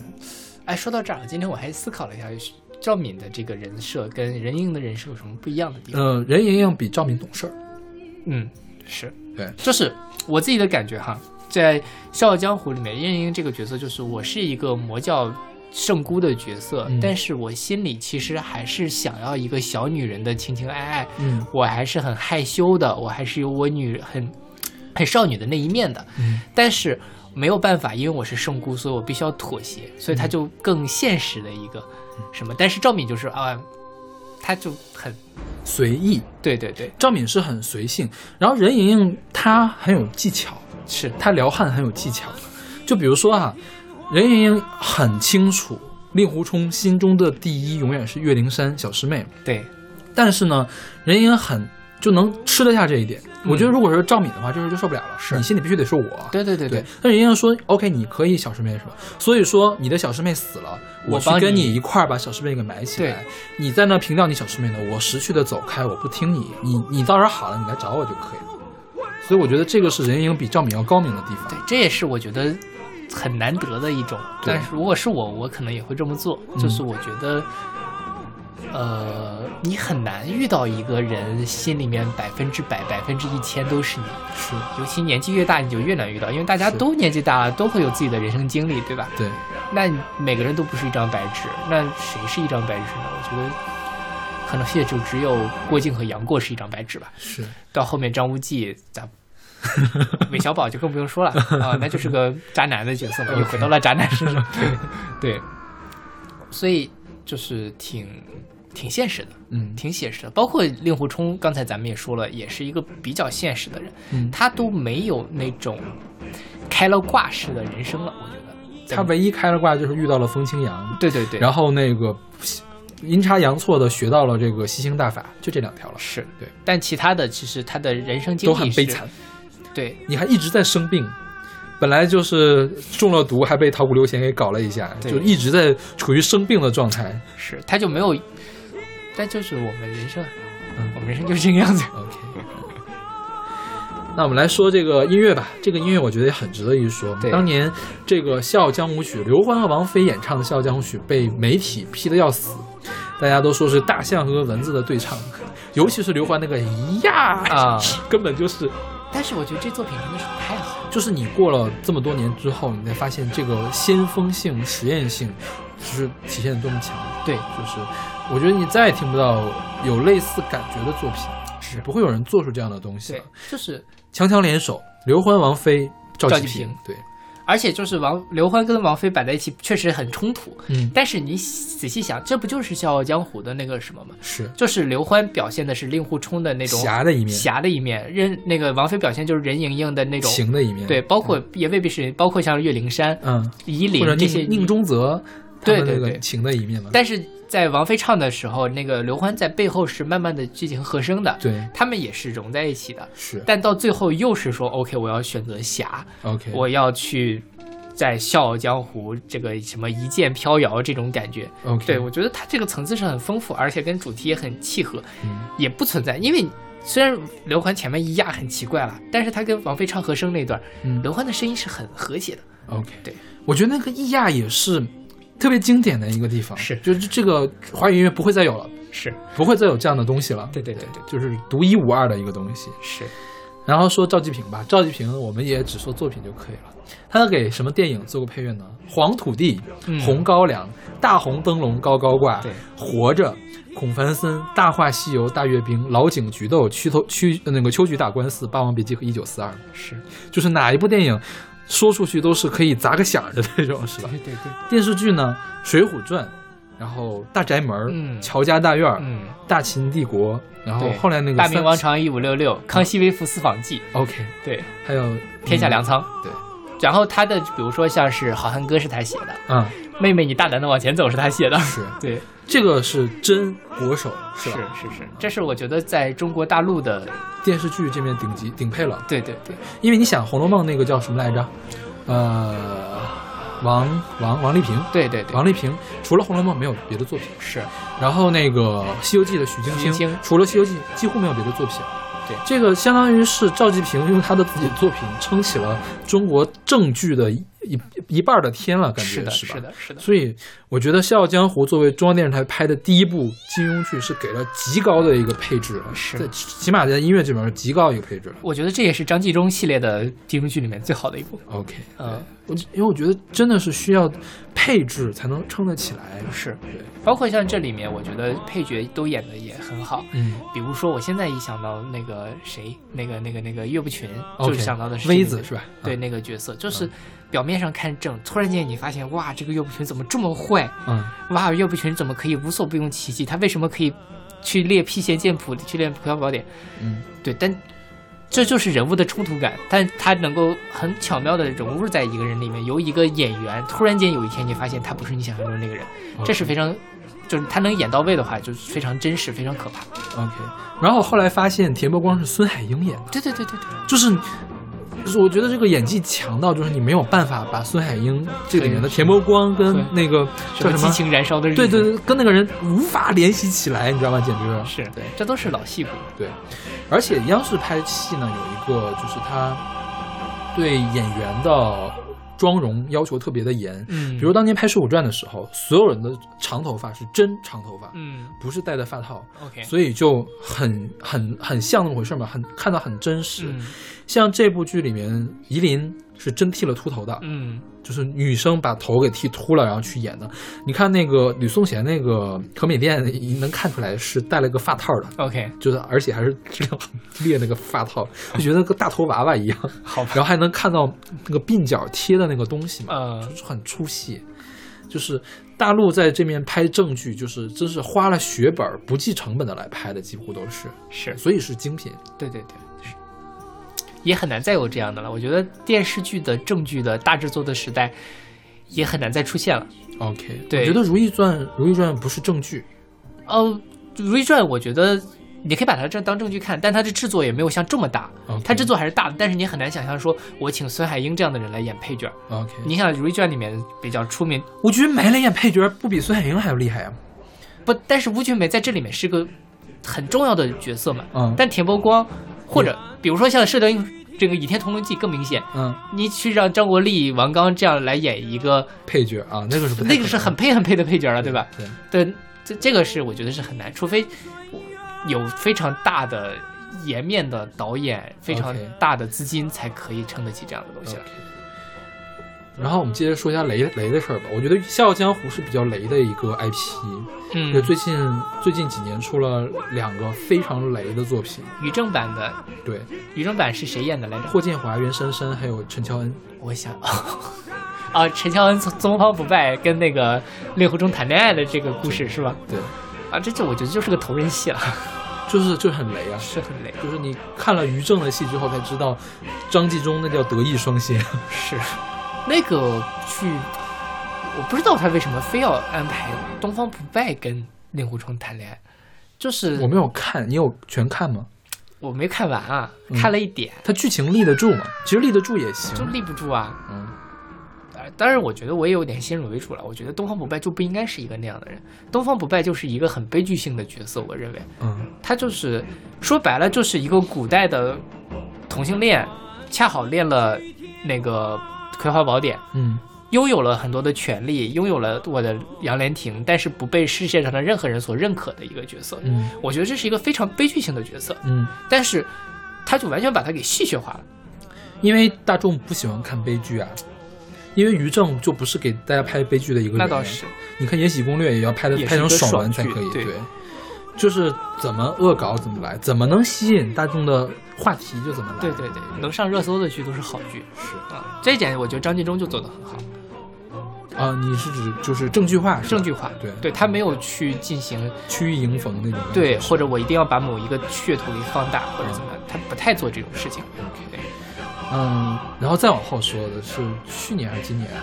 Speaker 2: 哎，说到这儿，今天我还思考了一下，赵敏的这个人设跟任盈盈的人设有什么不一样的地方？
Speaker 3: 呃，任盈盈比赵敏懂事儿，
Speaker 2: 嗯，是，
Speaker 3: 对
Speaker 2: 就是我自己的感觉哈，在《笑傲江湖》里面，任盈盈这个角色就是我是一个魔教圣姑的角色，
Speaker 3: 嗯
Speaker 2: 但是我心里其实还是想要一个小女人的情情爱爱，
Speaker 3: 嗯
Speaker 2: 我还是很害羞的，我还是有我女很很少女的那一面的，
Speaker 3: 嗯
Speaker 2: 但是没有办法，因为我是圣姑，所以我必须要妥协，所以他就更现实的一个
Speaker 3: 嗯
Speaker 2: 什么。但是赵敏就是啊，他就很
Speaker 3: 随意。
Speaker 2: 对对对，
Speaker 3: 赵敏是很随性，然后任盈盈她很有技巧，
Speaker 2: 是
Speaker 3: 她撩汉很有技巧。就比如说啊，任盈盈很清楚令狐冲心中的第一永远是岳灵珊小师妹，
Speaker 2: 对，
Speaker 3: 但是呢，任盈盈很就能吃得下这一点。我觉得如果是赵敏的话，这事就受不了了，是你心里必须得是我。
Speaker 2: 对对对对，
Speaker 3: 但任盈盈说 OK，你可以小师妹是吧？所以说你的小师妹死了，
Speaker 2: 我
Speaker 3: 我去
Speaker 2: 帮
Speaker 3: 跟
Speaker 2: 你
Speaker 3: 你一块儿把小师妹给埋起来。你在那凭吊你小师妹呢，我识趣的走开，我不听你，你你到时候好了，你来找我就可以了。所以我觉得这个是任盈盈比赵敏要高明的地方。
Speaker 2: 对，这也是我觉得很难得的一种。
Speaker 3: 对嗯
Speaker 2: 但是如果是我，我可能也会这么做。就是我觉得，呃，你很难遇到一个人心里面百分之百、百分之一千都是你。
Speaker 3: 是，
Speaker 2: 尤其年纪越大，你就越难遇到，因为大家
Speaker 3: 是
Speaker 2: 都年纪大了，都会有自己的人生经历，对吧？
Speaker 3: 对，
Speaker 2: 那每个人都不是一张白纸，那谁是一张白纸呢？我觉得可能也就只有郭靖和杨过是一张白纸吧。
Speaker 3: 是
Speaker 2: 到后面张无忌咱
Speaker 3: <laughs>
Speaker 2: 韦小宝就更不用说了啊，那就是个渣男的角色
Speaker 3: 嗯
Speaker 2: 嘛，又回到了渣男身
Speaker 3: <laughs>
Speaker 2: 上。对，对所以就是挺挺现实的，
Speaker 3: 嗯
Speaker 2: 挺写实的。包括令狐冲，刚才咱们也说了，也是一个比较现实的人，
Speaker 3: 嗯，
Speaker 2: 他都没有那种开了挂式的人生了。我觉得咱
Speaker 3: 他
Speaker 2: 们
Speaker 3: 唯一开了挂就是遇到了风清扬，
Speaker 2: 对对对，
Speaker 3: 然后那个阴差阳错的学到了这个吸星大法，就这两条了，
Speaker 2: 是
Speaker 3: 对，
Speaker 2: 但其他的其实他的人生经
Speaker 3: 都
Speaker 2: 历
Speaker 3: 很
Speaker 2: 是
Speaker 3: 悲惨。。
Speaker 2: 对，
Speaker 3: 你还一直在生病，本来就是中了毒，还被桃谷流贤给搞了一下，
Speaker 2: 对
Speaker 3: 就一直在处于生病的状态。
Speaker 2: 是他就没有，但就是我们人生，我们人生就是这个样子。
Speaker 3: OK，那我们来说这个音乐吧，这个音乐我觉得也很值得一说
Speaker 2: 对。
Speaker 3: 当年这个《笑傲江湖曲》，刘欢和王菲演唱的《笑傲江湖曲》被媒体批的要死。大家都说是大象和蚊子的对唱，尤其是刘欢那个咿呀
Speaker 2: <laughs> 啊，
Speaker 3: 根本就是
Speaker 2: 但是我觉得这作品真的是太好了，
Speaker 3: 就是你过了这么多年之后，你才发现这个先锋性、实验性，就是体现的多么强。
Speaker 2: 对，
Speaker 3: 就是我觉得你再也听不到有类似感觉的作品，
Speaker 2: 是
Speaker 3: 不会有人做出这样的东西
Speaker 2: 对
Speaker 3: 了。，
Speaker 2: 就是，啊
Speaker 3: 强强联手，刘欢、王菲、赵
Speaker 2: 赵
Speaker 3: 继
Speaker 2: 继平
Speaker 3: 平，对，
Speaker 2: 而且就是王刘欢跟王菲摆在一起确实很冲突，
Speaker 3: 嗯，
Speaker 2: 但是你仔细想，这不就是《笑傲江湖》的那个什么吗？
Speaker 3: 是
Speaker 2: 就是刘欢表现的是令狐冲的那种
Speaker 3: 侠的一面，
Speaker 2: 侠的一面，任那个王菲表现就是任盈盈的那种，
Speaker 3: 情的一面，
Speaker 2: 对，，包括也未必是，包括像岳灵珊、
Speaker 3: 嗯，
Speaker 2: 夷陵
Speaker 3: 或者
Speaker 2: 这些
Speaker 3: 宁宁中泽他
Speaker 2: 对
Speaker 3: 们那
Speaker 2: 对
Speaker 3: 个
Speaker 2: 对
Speaker 3: 情的一面嘛，
Speaker 2: 但是在王菲唱的时候，那个刘欢在背后是慢慢的进行和声的，
Speaker 3: 对，
Speaker 2: 他们也是融在一起的。
Speaker 3: 是
Speaker 2: 但到最后又是说，OK，我要选择侠，
Speaker 3: OK，
Speaker 2: 我要去在《笑傲江湖》这个什么一剑飘摇这种感觉。
Speaker 3: OK，
Speaker 2: 对，我觉得它这个层次是很丰富，而且跟主题也很契合，
Speaker 3: 嗯
Speaker 2: 也不存在。因为虽然刘欢前面一压很奇怪了，但是他跟王菲唱和声那段，
Speaker 3: 嗯
Speaker 2: 刘欢的声音是很和谐的。
Speaker 3: OK，
Speaker 2: 对，
Speaker 3: 我觉得那个咿呀也是特别经典的一个地方，
Speaker 2: 是
Speaker 3: 就是这个华语音乐不会再有了，
Speaker 2: 是，
Speaker 3: 不会再有这样的东西了，
Speaker 2: 对对对对，
Speaker 3: 就是独一无二的一个东西。
Speaker 2: 是
Speaker 3: 然后说赵继平吧，赵继平我们也只说作品就可以了。他给什么电影做过配乐呢？《黄土地》
Speaker 2: 嗯
Speaker 3: 红高粱》《大红灯笼高高挂》
Speaker 2: 对
Speaker 3: 活着》《孔繁森》《大话西游》《大阅兵》《老井菊豆》《曲头曲那个秋菊打官司》《霸王别姬》和《一九四二》，
Speaker 2: 是，
Speaker 3: 就是哪一部电影说出去都是可以砸个响儿的那种，
Speaker 2: <laughs>
Speaker 3: 是吧？
Speaker 2: 对对，
Speaker 3: 电视剧呢，《水浒传》，然后《大宅门》
Speaker 2: 嗯
Speaker 3: 乔家大院》
Speaker 2: 嗯。
Speaker 3: 大秦帝国》，然后
Speaker 2: 对
Speaker 3: 后来那个
Speaker 2: 大明
Speaker 3: 三
Speaker 2: 王朝一五六六，康熙微服私访记，
Speaker 3: ，OK，
Speaker 2: 对，
Speaker 3: 还有
Speaker 2: 天下粮仓，
Speaker 3: 嗯对。
Speaker 2: 然后他的比如说像是《好汉歌》是他写的，
Speaker 3: 啊、
Speaker 2: 《妹妹你大胆的往前走》是他写的， <laughs>
Speaker 3: 是
Speaker 2: 对，
Speaker 3: 这个是真国手，
Speaker 2: 是
Speaker 3: 吧？
Speaker 2: 是是，这是我觉得在中国大陆的，
Speaker 3: 电视剧这边顶级顶配了，
Speaker 2: 对对对，
Speaker 3: 因为你想《红楼梦》那个叫什么来着？呃，王王王丽萍，
Speaker 2: 对对对，
Speaker 3: 王丽萍除了《红楼梦》没有别的作品，
Speaker 2: 是
Speaker 3: 然后那个《西游记》的许镜
Speaker 2: 许镜
Speaker 3: 清
Speaker 2: 清，
Speaker 3: 除了《西游记》几乎没有别的作品。
Speaker 2: 对
Speaker 3: 这个相当于是赵继平用他的自己的作品撑起了中国正剧的一一半儿的天了，感觉
Speaker 2: 是的，
Speaker 3: 吧？
Speaker 2: 是的，是的，
Speaker 3: 所以我觉得《笑傲江湖》作为中央电视台拍的第一部金庸剧，是给了极高的一个配置，
Speaker 2: 是
Speaker 3: 在起码在音乐这边是极高一个配置。
Speaker 2: 我觉得这也是张纪中系列的金庸剧里面最好的一部。
Speaker 3: OK，
Speaker 2: 嗯，
Speaker 3: 我因为我觉得真的是需要配置才能撑得起来。
Speaker 2: 是，包括像这里面，我觉得配角都演的也很好。
Speaker 3: 嗯，
Speaker 2: 比如说，我现在一想到那个谁，那个那个那个岳不群，就
Speaker 3: OK，
Speaker 2: 是想到的是
Speaker 3: 微
Speaker 2: 那
Speaker 3: 子
Speaker 2: 个
Speaker 3: 是吧？
Speaker 2: 对那个角色，就是表面上看正，突然间你发现哇，这个岳不群怎么这么坏？
Speaker 3: 嗯，
Speaker 2: 哇，岳不群怎么可以无所不用其极？他为什么可以去列辟邪剑谱，去练《葵花宝典》？
Speaker 3: 嗯，
Speaker 2: 对，但这就是人物的冲突感，但他能够很巧妙的融入在一个人里面。由一个演员突然间有一天，你发现他不是你想象中的那个人，这是非常，就是他能演到位的话，就是非常真实，非常可怕。
Speaker 3: OK。然后后来发现田伯光是孙海英演的，
Speaker 2: 对对对对对，
Speaker 3: 就是。就是我觉得这个演技强到，就是你没有办法把孙海英这个里面的田伯光跟那个叫
Speaker 2: 么
Speaker 3: 什
Speaker 2: 激
Speaker 3: 么，
Speaker 2: 情燃烧的日子，
Speaker 3: 对对，对，跟那个人无法联系起来，你知道吗？简直
Speaker 2: 是
Speaker 3: 对，
Speaker 2: 这都是老戏骨。
Speaker 3: 对，而且央视拍戏呢，有一个就是他对演员的妆容要求特别的严。
Speaker 2: 嗯
Speaker 3: 比如当年拍《水浒传》的时候，所有人的长头发是真长头发，
Speaker 2: 嗯
Speaker 3: 不是戴的发套，
Speaker 2: ，OK，
Speaker 3: 所以就很很很像那么回事嘛，很看到很真实。
Speaker 2: 嗯
Speaker 3: 像这部剧里面，夷陵是真剃了秃头的，
Speaker 2: 嗯
Speaker 3: 就是女生把头给剃秃了，然后去演的。你看那个吕颂贤那个可美店，能看出来是戴了个发套的，
Speaker 2: ，OK，
Speaker 3: 就是而且还是质量很劣那个发套，就觉得跟大头娃娃一样，
Speaker 2: 好吧
Speaker 3: 然后还能看到那个鬓角贴的那个东西嘛，
Speaker 2: 呃，
Speaker 3: 就是很出戏。就是大陆在这面拍正剧，就是真是花了血本儿不计成本的来拍的，几乎都是，
Speaker 2: 是
Speaker 3: 所以是精品。
Speaker 2: 对对对，是也很难再有这样的了。我觉得电视剧的正剧的大制作的时代也很难再出现了。
Speaker 3: OK，
Speaker 2: 对
Speaker 3: 我觉得《如懿传》《如懿传》不是正剧，
Speaker 2: 呃，《如懿传》我觉得你可以把它这当正剧看，但它的制作也没有像这么大
Speaker 3: OK
Speaker 2: 它制作还是大的，但是你很难想象说我请孙海英这样的人来演配角。
Speaker 3: OK，
Speaker 2: 你想，《如懿传》里面比较出名，
Speaker 3: 我觉得梅兰演配角不比孙海英还要厉害啊。
Speaker 2: 不，但是吴君梅在这里面是个很重要的角色嘛。
Speaker 3: 嗯
Speaker 2: 但田伯光或者比如说像《射雕英》这个《倚天屠龙记》更明显。
Speaker 3: 嗯，
Speaker 2: 你去让张国立、王刚这样来演一个，
Speaker 3: 配角啊，那个是不太
Speaker 2: 那个是
Speaker 3: 可能
Speaker 2: 很配很配的配角了，对吧？
Speaker 3: 对
Speaker 2: 对，这这个是我觉得是很难，除非有非常大的颜面的导演，非常
Speaker 3: OK
Speaker 2: 大的资金才可以撑得起这样的东西来。
Speaker 3: 然后我们接着说一下雷雷的事儿吧。我觉得《笑傲江湖》是比较雷的一个 IP，
Speaker 2: 嗯
Speaker 3: 对，，最近最近几年出了两个非常雷的作品，
Speaker 2: 于正版的
Speaker 3: 对，
Speaker 2: 于正版是谁演的来着？
Speaker 3: 霍建华、袁姗姗还有陈乔恩，
Speaker 2: 我想。啊，陈乔恩从东方不败跟那个令狐冲谈恋爱的这个故事是吧？
Speaker 3: 对，
Speaker 2: 啊，这这我觉得就是个头人戏了，
Speaker 3: 就是就很雷啊。
Speaker 2: 是很累，
Speaker 3: 就是你看了于正的戏之后才知道，张纪中那叫德艺双馨。
Speaker 2: 是那个剧，我不知道他为什么非要安排东方不败跟令狐冲谈恋爱，就是
Speaker 3: <laughs> 我没有看，你有全看吗？
Speaker 2: 我没看完啊，
Speaker 3: 嗯
Speaker 2: 看了一点、
Speaker 3: 它剧情立得住吗？其实立得住也行。
Speaker 2: 就立不住啊。
Speaker 3: 嗯，
Speaker 2: 呃当然，我觉得我也有点先入为主了。我觉得东方不败就不应该是一个那样的人。东方不败就是一个很悲剧性的角色，我认为
Speaker 3: 嗯
Speaker 2: 他就是说白了就是一个古代的同性恋，恰好练了那个《葵花宝典》，
Speaker 3: 嗯
Speaker 2: 拥有了很多的权利，拥有了我的杨莲亭，但是不被世界上的任何人所认可的一个角色。
Speaker 3: 嗯
Speaker 2: 我觉得这是一个非常悲剧性的角色，
Speaker 3: 嗯，
Speaker 2: 但是他就完全把它给戏谑化了。
Speaker 3: 因为大众不喜欢看悲剧啊，因为于正就不是给大家拍悲剧的一个人。
Speaker 2: 那倒是，
Speaker 3: 你看《延禧攻略》也要拍的
Speaker 2: 也是
Speaker 3: 拍
Speaker 2: 一个
Speaker 3: 成爽文才
Speaker 2: 爽剧
Speaker 3: 可以，
Speaker 2: 对
Speaker 3: 就是怎么恶搞怎么来，怎么能吸引大众的话题就怎么来。
Speaker 2: 对对对，能上热搜的剧都是好剧
Speaker 3: 是
Speaker 2: 啊、这一点我觉得张纪中就做得很好，
Speaker 3: 啊、你是指就是正剧化是吧，
Speaker 2: 证据化，
Speaker 3: 对
Speaker 2: 对他没有去进行
Speaker 3: 曲意迎逢那种感觉。
Speaker 2: 对，
Speaker 3: 是吧
Speaker 2: 或者我一定要把某一个噱头给放大或者怎么样，他不太做这种事情。对
Speaker 3: 嗯，然后再往后说的是去年还是今年啊，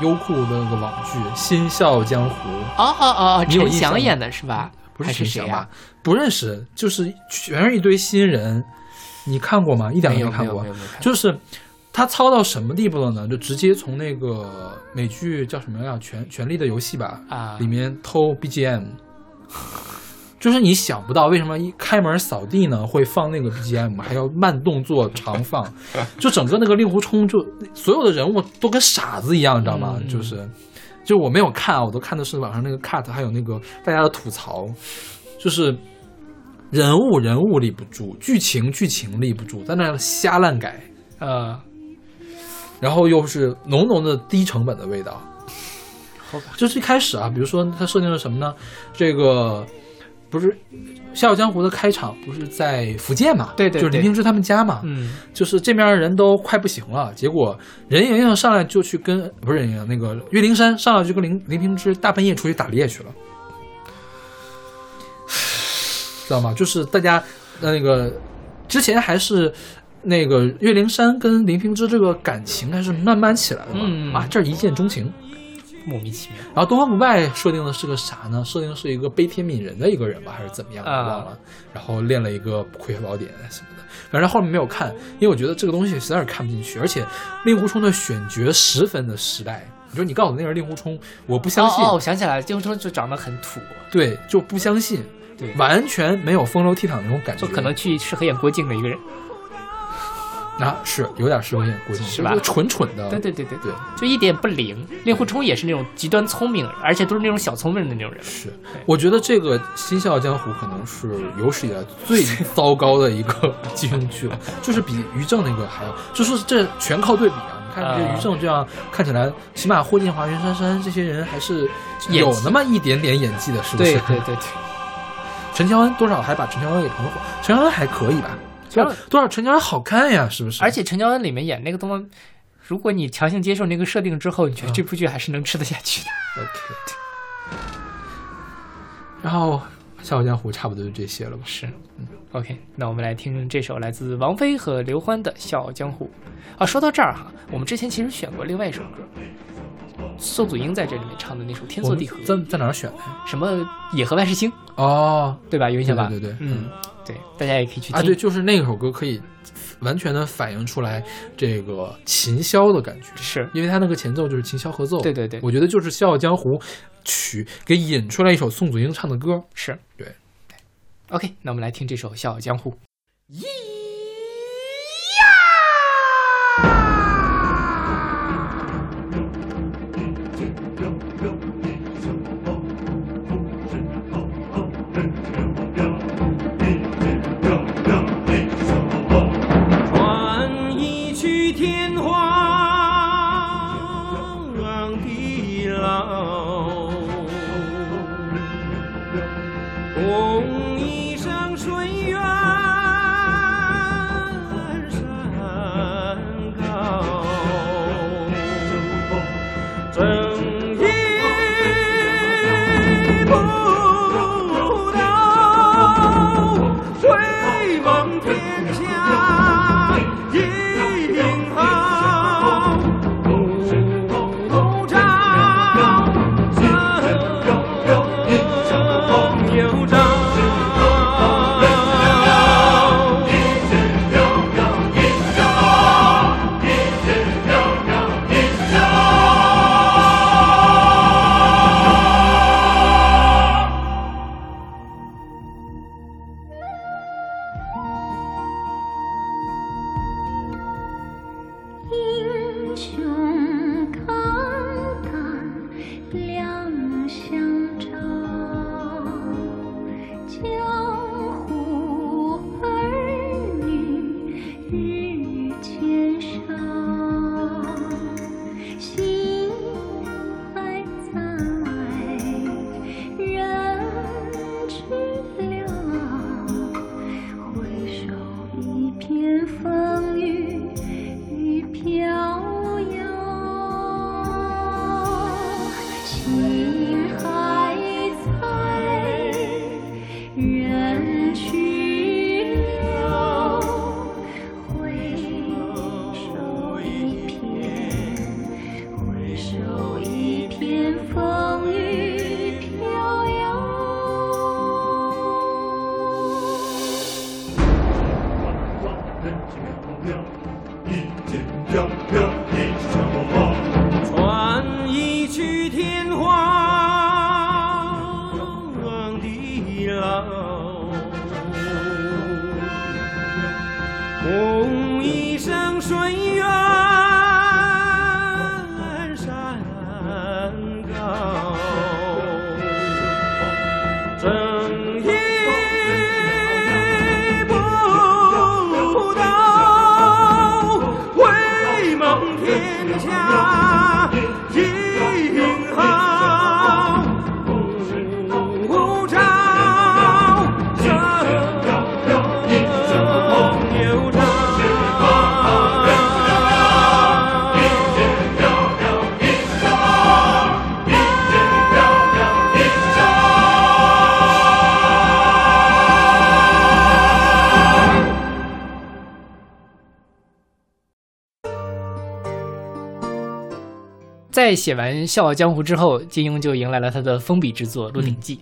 Speaker 3: 那个优酷的那个网剧《新笑傲江湖》，
Speaker 2: 哦哦哦哦，
Speaker 3: 你有
Speaker 2: 陈
Speaker 3: 印象
Speaker 2: 翔
Speaker 3: 吗
Speaker 2: 演的是吧？
Speaker 3: 不
Speaker 2: 还是
Speaker 3: 是陈
Speaker 2: 谁
Speaker 3: 翔吧？
Speaker 2: 呀？
Speaker 3: 不认识，就是全是一堆新人。你看过吗？一点
Speaker 2: 没
Speaker 3: 都
Speaker 2: 有
Speaker 3: 看
Speaker 2: 没有
Speaker 3: 过
Speaker 2: 没有没有看。
Speaker 3: 就是他糙到什么地步了呢？就直接从那个美剧叫什么呀，《权权力的游戏》吧，
Speaker 2: 啊
Speaker 3: 里面偷 BGM，啊就是你想不到为什么一开门扫地呢会放那个 BGM，还要慢动作长放，就整个那个令狐冲就所有的人物都跟傻子一样，你知道吗？
Speaker 2: 嗯
Speaker 3: 就是，就我没有看啊，我都看的是网上那个 cut，还有那个大家的吐槽，就是人物人物立不住，剧情剧情立不住，在那瞎乱改，
Speaker 2: 呃，
Speaker 3: 然后又是浓浓的低成本的味道。
Speaker 2: 好吧，
Speaker 3: 就是一开始啊，比如说它设定了什么呢？这个不是《笑傲江湖》的开场不是在福建嘛？
Speaker 2: 对对
Speaker 3: 就是林
Speaker 2: 对
Speaker 3: 平之他们家嘛。
Speaker 2: 嗯，
Speaker 3: 就是这边人都快不行了，结果任盈盈上来就去跟不是任盈盈那个岳灵珊上来就跟林林平之大半夜出去打猎去了，知道吗？就是大家呃那个之前还是。那个岳灵珊跟林平之这个感情还是慢慢起来的嘛，
Speaker 2: 嗯
Speaker 3: 啊，这儿一见钟情，
Speaker 2: 莫名其妙。
Speaker 3: 然后东方不败设定的是个啥呢？设定是一个悲天悯人的一个人吧，还是怎么样？我
Speaker 2: 啊
Speaker 3: 忘了。然后练了一个葵花宝典什么的，反正后面没有看，因为我觉得这个东西实在是看不进去。而且令狐冲的选角十分的失败。你说你告诉我那个人令狐冲，我不相信，
Speaker 2: 哦哦，我想起来了，令狐冲就长得很土，
Speaker 3: 对，就不相信，
Speaker 2: 对，
Speaker 3: 完全没有风流倜傥那种感觉。
Speaker 2: 就可能去适合演郭靖的一个人。
Speaker 3: 啊，是有点适合演郭靖，
Speaker 2: 是吧
Speaker 3: 就蠢蠢的，
Speaker 2: 对对对对
Speaker 3: 嗯对，
Speaker 2: 就一点不灵。令狐冲也是那种极端聪明，而且都是那种小聪明的那种人。
Speaker 3: 是，我觉得这个《新笑傲江湖》可能是有史以来最糟糕的一个金庸剧了，就是比于正那个还要，就是这全靠对比啊。你看这
Speaker 2: 啊
Speaker 3: 于正这样，看起来起码霍建华、袁姗姗这些人还是
Speaker 2: 演
Speaker 3: 有
Speaker 2: 技
Speaker 3: 那么一点点演技的，是不
Speaker 2: 对 <laughs>
Speaker 3: 是？
Speaker 2: 对对对，
Speaker 3: 陈乔恩多少还把陈乔恩给捧火，陈乔恩还可以吧？哦
Speaker 2: 乔恩
Speaker 3: 多少陈乔恩好看呀，是不是？
Speaker 2: 而且陈乔恩里面演那个东方，如果你强行接受那个设定之后，你
Speaker 3: 嗯
Speaker 2: 觉得这部剧还是能吃得下去的。 <laughs>
Speaker 3: OK，然后《笑傲江湖》差不多就这些了吧？
Speaker 2: 是，OK，那我们来听这首来自王菲和刘欢的《笑傲江湖》啊。说到这儿哈，我们之前其实选过另外一首歌，宋祖英在这里面唱的那首《天
Speaker 3: 嗯我
Speaker 2: 作
Speaker 3: 们
Speaker 2: 地合》，
Speaker 3: 在在哪儿选的呀？
Speaker 2: 什么野河万事兴，
Speaker 3: 哦，
Speaker 2: 对吧？有印象吧？
Speaker 3: 对对对对
Speaker 2: 嗯，对，大家也可以去听。
Speaker 3: 啊，对，就是那首歌可以完全的反映出来这个秦霄的感觉，
Speaker 2: 是，
Speaker 3: 因为它那个前奏就是秦霄合奏。
Speaker 2: 对对对，
Speaker 3: 我觉得就是《笑傲江湖》曲给引出来一首宋祖英唱的歌。
Speaker 2: 是
Speaker 3: 对。
Speaker 2: OK，那我们来听这首《笑傲江湖》。
Speaker 5: 换一曲天荒地老，共一生水源
Speaker 2: 在写完《笑傲江湖》之后，金庸就迎来了他的封笔之作《鹿鼎记》。
Speaker 3: 《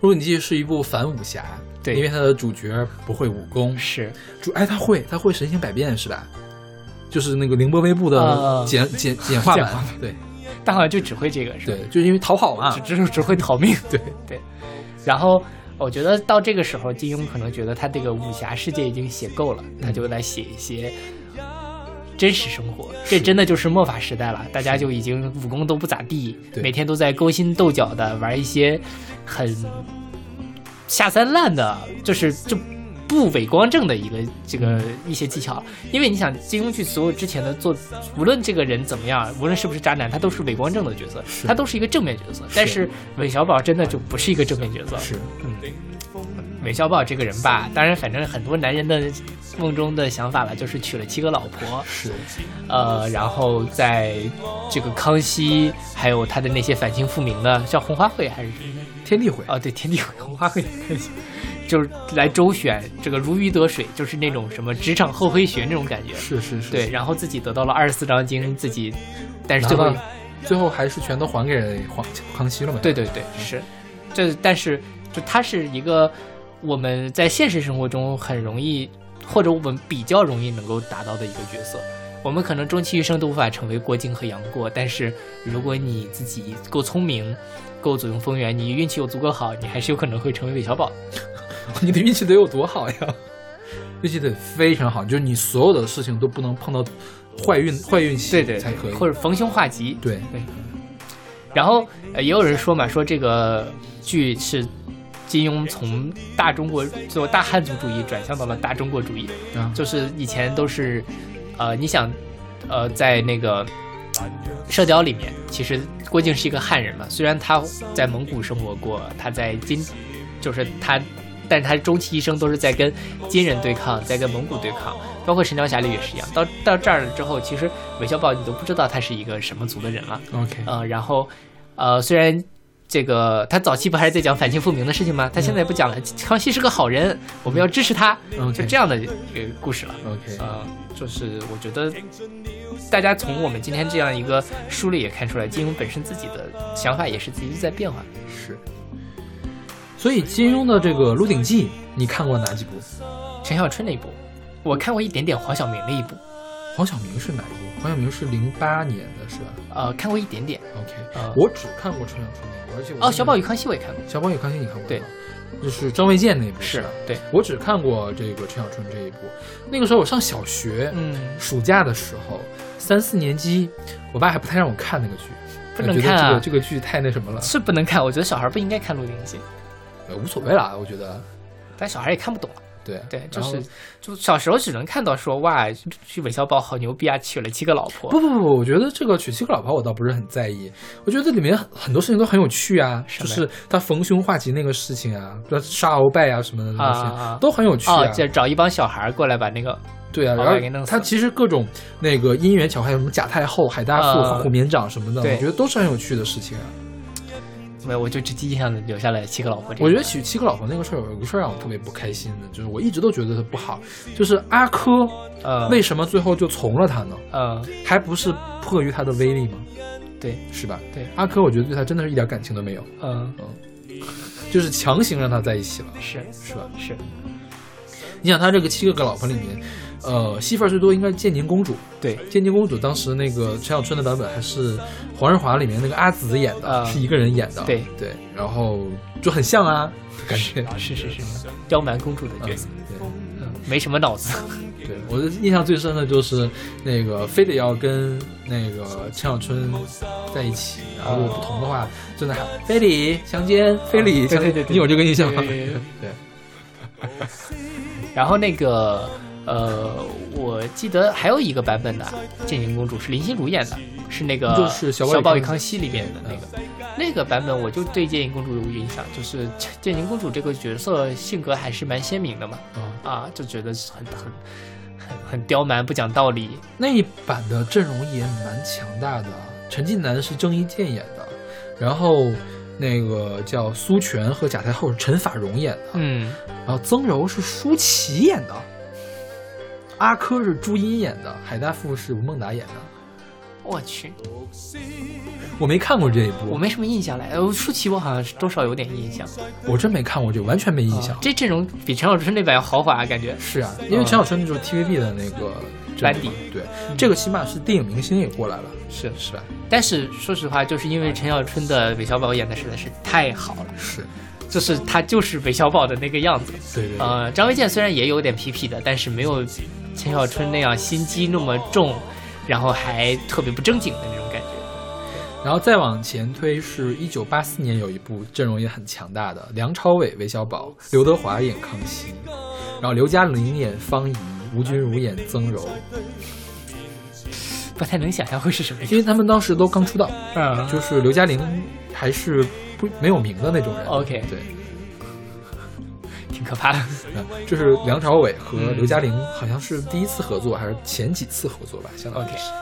Speaker 3: 鹿鼎记》是一部反武侠，
Speaker 2: 对
Speaker 3: 因为它的主角不会武功，
Speaker 2: 是，
Speaker 3: 主哎他会他会神行百变是吧？就是那个凌波微步的
Speaker 2: 呃
Speaker 3: 简、简简化
Speaker 2: 简化
Speaker 3: 版，对
Speaker 2: 但好像就只会这个，是吧？
Speaker 3: 对，就是因为逃跑嘛，
Speaker 2: 只只只会逃命。
Speaker 3: 对
Speaker 2: <laughs> 对，然后我觉得到这个时候，金庸可能觉得他这个武侠世界已经写够了，他就来写一些真实生活。这真的就是末法时代了，大家就已经武功都不咋地，
Speaker 3: 对
Speaker 2: 每天都在勾心斗角的玩一些很下三滥的，就是就。不伪光正的一个这个一些技巧，因为你想金庸剧所有之前的做，无论这个人怎么样，无论是不是渣男，他都是伪光正的角色，他都是一个正面角色。但是韦小宝真的就不是一个正面角色，
Speaker 3: 是
Speaker 2: 韦小宝这个人吧，当然，反正很多男人的梦中的想法了，就是娶了七个老婆，
Speaker 3: 是
Speaker 2: 呃，然后在这个康熙，还有他的那些反清复明的，叫红花会还是什么？
Speaker 3: 天地会，
Speaker 2: 哦，对，天地会、红花会的康熙，就是来周旋，这个如鱼得水，就是那种什么职场后黑学那种感觉。
Speaker 3: 是是是，
Speaker 2: 对，，然后自己得到了二十四章经，自己，但是最后
Speaker 3: 拿了最后还是全都还给黄康熙了嘛？
Speaker 2: 对对对，是，这但是就它是一个我们在现实生活中很容易，或者我们比较容易能够达到的一个角色。我们可能终其一生都无法成为郭靖和杨过，但是如果你自己够聪明，够左右逢源，你运气又足够好，你还是有可能会成为韦小宝的。
Speaker 3: <laughs> 你的运气得有多好呀？运气得非常好，就是你所有的事情都不能碰到坏运坏运气，
Speaker 2: 对对
Speaker 3: 才可
Speaker 2: 对，
Speaker 3: 以。
Speaker 2: 或者逢凶化吉。
Speaker 3: 对
Speaker 2: 然后、呃、也有人说嘛，说这个剧是金庸从大中国做大汉族主义转向到了大中国主义。
Speaker 3: 啊，
Speaker 2: 就是以前都是，呃，你想，呃，在那个呃社交里面，其实郭靖是一个汉人嘛，虽然他在蒙古生活过，他在金，就是他，但是他终其一生都是在跟金人对抗，在跟蒙古对抗，包括《神雕侠侣》也是一样。到到这儿了之后，其实韦小宝你都不知道他是一个什么族的人了。
Speaker 3: OK，
Speaker 2: 呃，然后，呃，虽然这个他早期不还是在讲反清复明的事情吗？他现在不讲了，康熙是个好人，我们要支持他，
Speaker 3: OK
Speaker 2: 就这样的一个故事了。
Speaker 3: OK，
Speaker 2: 呃，就是我觉得大家从我们今天这样一个梳理也看出来，金庸本身自己的想法也是一直在变化。
Speaker 3: 是。所以金庸的这个《鹿鼎记》，你看过哪几部？
Speaker 2: 陈小春那一部，我看过一点点黄晓明那一部，
Speaker 3: 黄晓明是哪一部？黄晓明是零八年的，是吧
Speaker 2: 呃，看过一点点。
Speaker 3: ？OK，、
Speaker 2: 呃
Speaker 3: 我只看过《春晓春》那部，而且我
Speaker 2: 哦，小宝与康熙我也看过，
Speaker 3: 小宝与康熙你看过吗
Speaker 2: 对，
Speaker 3: 就是啊张卫健那部
Speaker 2: 是
Speaker 3: 吧
Speaker 2: 对，
Speaker 3: 我只看过这个陈小春这一部。那个时候我上小学，
Speaker 2: 嗯，
Speaker 3: 暑假的时候，三四年级，我爸还不太让我看那个剧，
Speaker 2: 不能
Speaker 3: 觉得
Speaker 2: 看
Speaker 3: 这个
Speaker 2: 啊
Speaker 3: 这个剧太那什么了，
Speaker 2: 是不能看。我觉得小孩不应该看《鹿鼎记》，
Speaker 3: 呃无所谓啦，我觉得。
Speaker 2: 但小孩也看不懂啊。
Speaker 3: 对
Speaker 2: 对，就
Speaker 3: 然后
Speaker 2: 是就小时候只能看到说哇，韦小宝好牛逼啊，娶了七个老婆。
Speaker 3: 不不不不，我觉得这个娶七个老婆我倒不是很在意，我觉得里面很很多事情都很有趣啊，
Speaker 2: 什
Speaker 3: 就
Speaker 2: 么呀
Speaker 3: 是他逢凶化吉那个事情啊，对吧杀鳌拜啊什么的那些、
Speaker 2: 啊啊啊
Speaker 3: 都很有趣啊。
Speaker 2: 哦，就找一帮小孩过来把那个
Speaker 3: 对啊，
Speaker 2: 鳌拜给
Speaker 3: 然后
Speaker 2: 弄死
Speaker 3: 他
Speaker 2: 了
Speaker 3: 其实各种那个姻缘巧合，什么假太后、海大富、
Speaker 2: 啊
Speaker 3: 花虎绵掌什么的，
Speaker 2: 对
Speaker 3: 我觉得都是很有趣的事情啊。
Speaker 2: 没有，我就直接印象地留下来七个老婆这个。
Speaker 3: 我觉得娶七个老婆那个事儿有一个事儿让我特别不开心的，就是我一直都觉得他不好，就是阿珂
Speaker 2: 呃，
Speaker 3: 为什么最后就从了他呢？
Speaker 2: 呃，
Speaker 3: 还不是迫于他的威力吗？
Speaker 2: 对，
Speaker 3: 是吧？
Speaker 2: 对
Speaker 3: 阿珂我觉得对他真的是一点感情都没有，
Speaker 2: 嗯，
Speaker 3: 就是强行让他在一起了，
Speaker 2: 是
Speaker 3: 是吧？
Speaker 2: 是，
Speaker 3: 你想他这个七个老婆里面，呃，戏份儿最多应该是建宁公主。
Speaker 2: 对，
Speaker 3: 建宁公主当时那个陈小春的版本还是黄日华里面那个阿紫演的，
Speaker 2: 啊
Speaker 3: 是一个人演的。
Speaker 2: 对
Speaker 3: 对，然后就很像啊，感
Speaker 2: <laughs>
Speaker 3: 觉。
Speaker 2: 是是是，刁蛮公主的角色，嗯，没什么脑子，
Speaker 3: 对对，我的印象最深的就是那个非得要跟那个陈小春在一起，然后如果不同的话，真的喊非礼强奸，非礼强
Speaker 2: 对对
Speaker 3: 奸。
Speaker 2: 对对
Speaker 3: 你有这个印象吗？
Speaker 2: 对对对 <laughs>
Speaker 3: 对
Speaker 2: 然后那个呃，我记得还有一个版本的《建宁公主》是林心如演的，是那个
Speaker 3: 就是小宝与
Speaker 2: 小宝与
Speaker 3: 康嗯
Speaker 2: 康熙》里面的那个。那个版本我就对建宁公主有印象，就是建宁公主这个角色性格还是蛮鲜明的嘛，
Speaker 3: 啊
Speaker 2: 啊，就觉得是很很很很刁蛮，不讲道理，
Speaker 3: 那一版的阵容也蛮强大的，啊，陈近南是郑伊健演的，然后那个叫苏权和贾太后是陈法蓉演的，
Speaker 2: 嗯，
Speaker 3: 然后曾柔是舒淇演的，阿珂是朱茵演的，海大富是吴孟达演的。
Speaker 2: 我去，
Speaker 3: 我没看过这一部，
Speaker 2: 我没什么印象来。呃，舒淇我好像是多少有点印象，
Speaker 3: 我真没看过这个，完全没印象。
Speaker 2: 这阵容比陈小春那版要豪华，感觉
Speaker 3: 是啊，因为陈小春那时候 TVB 的那个
Speaker 2: 嗯班
Speaker 3: 阵容
Speaker 2: 底嗯
Speaker 3: 嘛，对，这个起码是电影明星也过来了，
Speaker 2: 是
Speaker 3: 是吧？
Speaker 2: 但是说实话，就是因为陈小春的韦小宝演的实在是太好了，
Speaker 3: 是，
Speaker 2: 就是他就是韦小宝的那个样子。
Speaker 3: 对对对，
Speaker 2: 呃，张卫健虽然也有点痞痞的，但是没有陈小春那样心机那么重，然后还特别不正经的那种感觉。
Speaker 3: 然后再往前推，是一九八四年有一部阵容也很强大的，梁朝伟、韦小宝、刘德华演康熙，然后刘嘉玲演方怡，吴君如演曾柔，
Speaker 2: 不太能想象会是什么样。
Speaker 3: 因为他们当时都刚出道，
Speaker 2: 嗯，
Speaker 3: 就是刘嘉玲还是不没有名的那种人。
Speaker 2: OK
Speaker 3: 对，
Speaker 2: 挺可怕的。
Speaker 3: 嗯就是梁朝伟和
Speaker 2: 嗯
Speaker 3: 刘嘉玲好像是第一次合作，还是前几次合作吧，相当
Speaker 2: <laughs>
Speaker 3: 于
Speaker 2: OK
Speaker 3: 是。
Speaker 2: <laughs>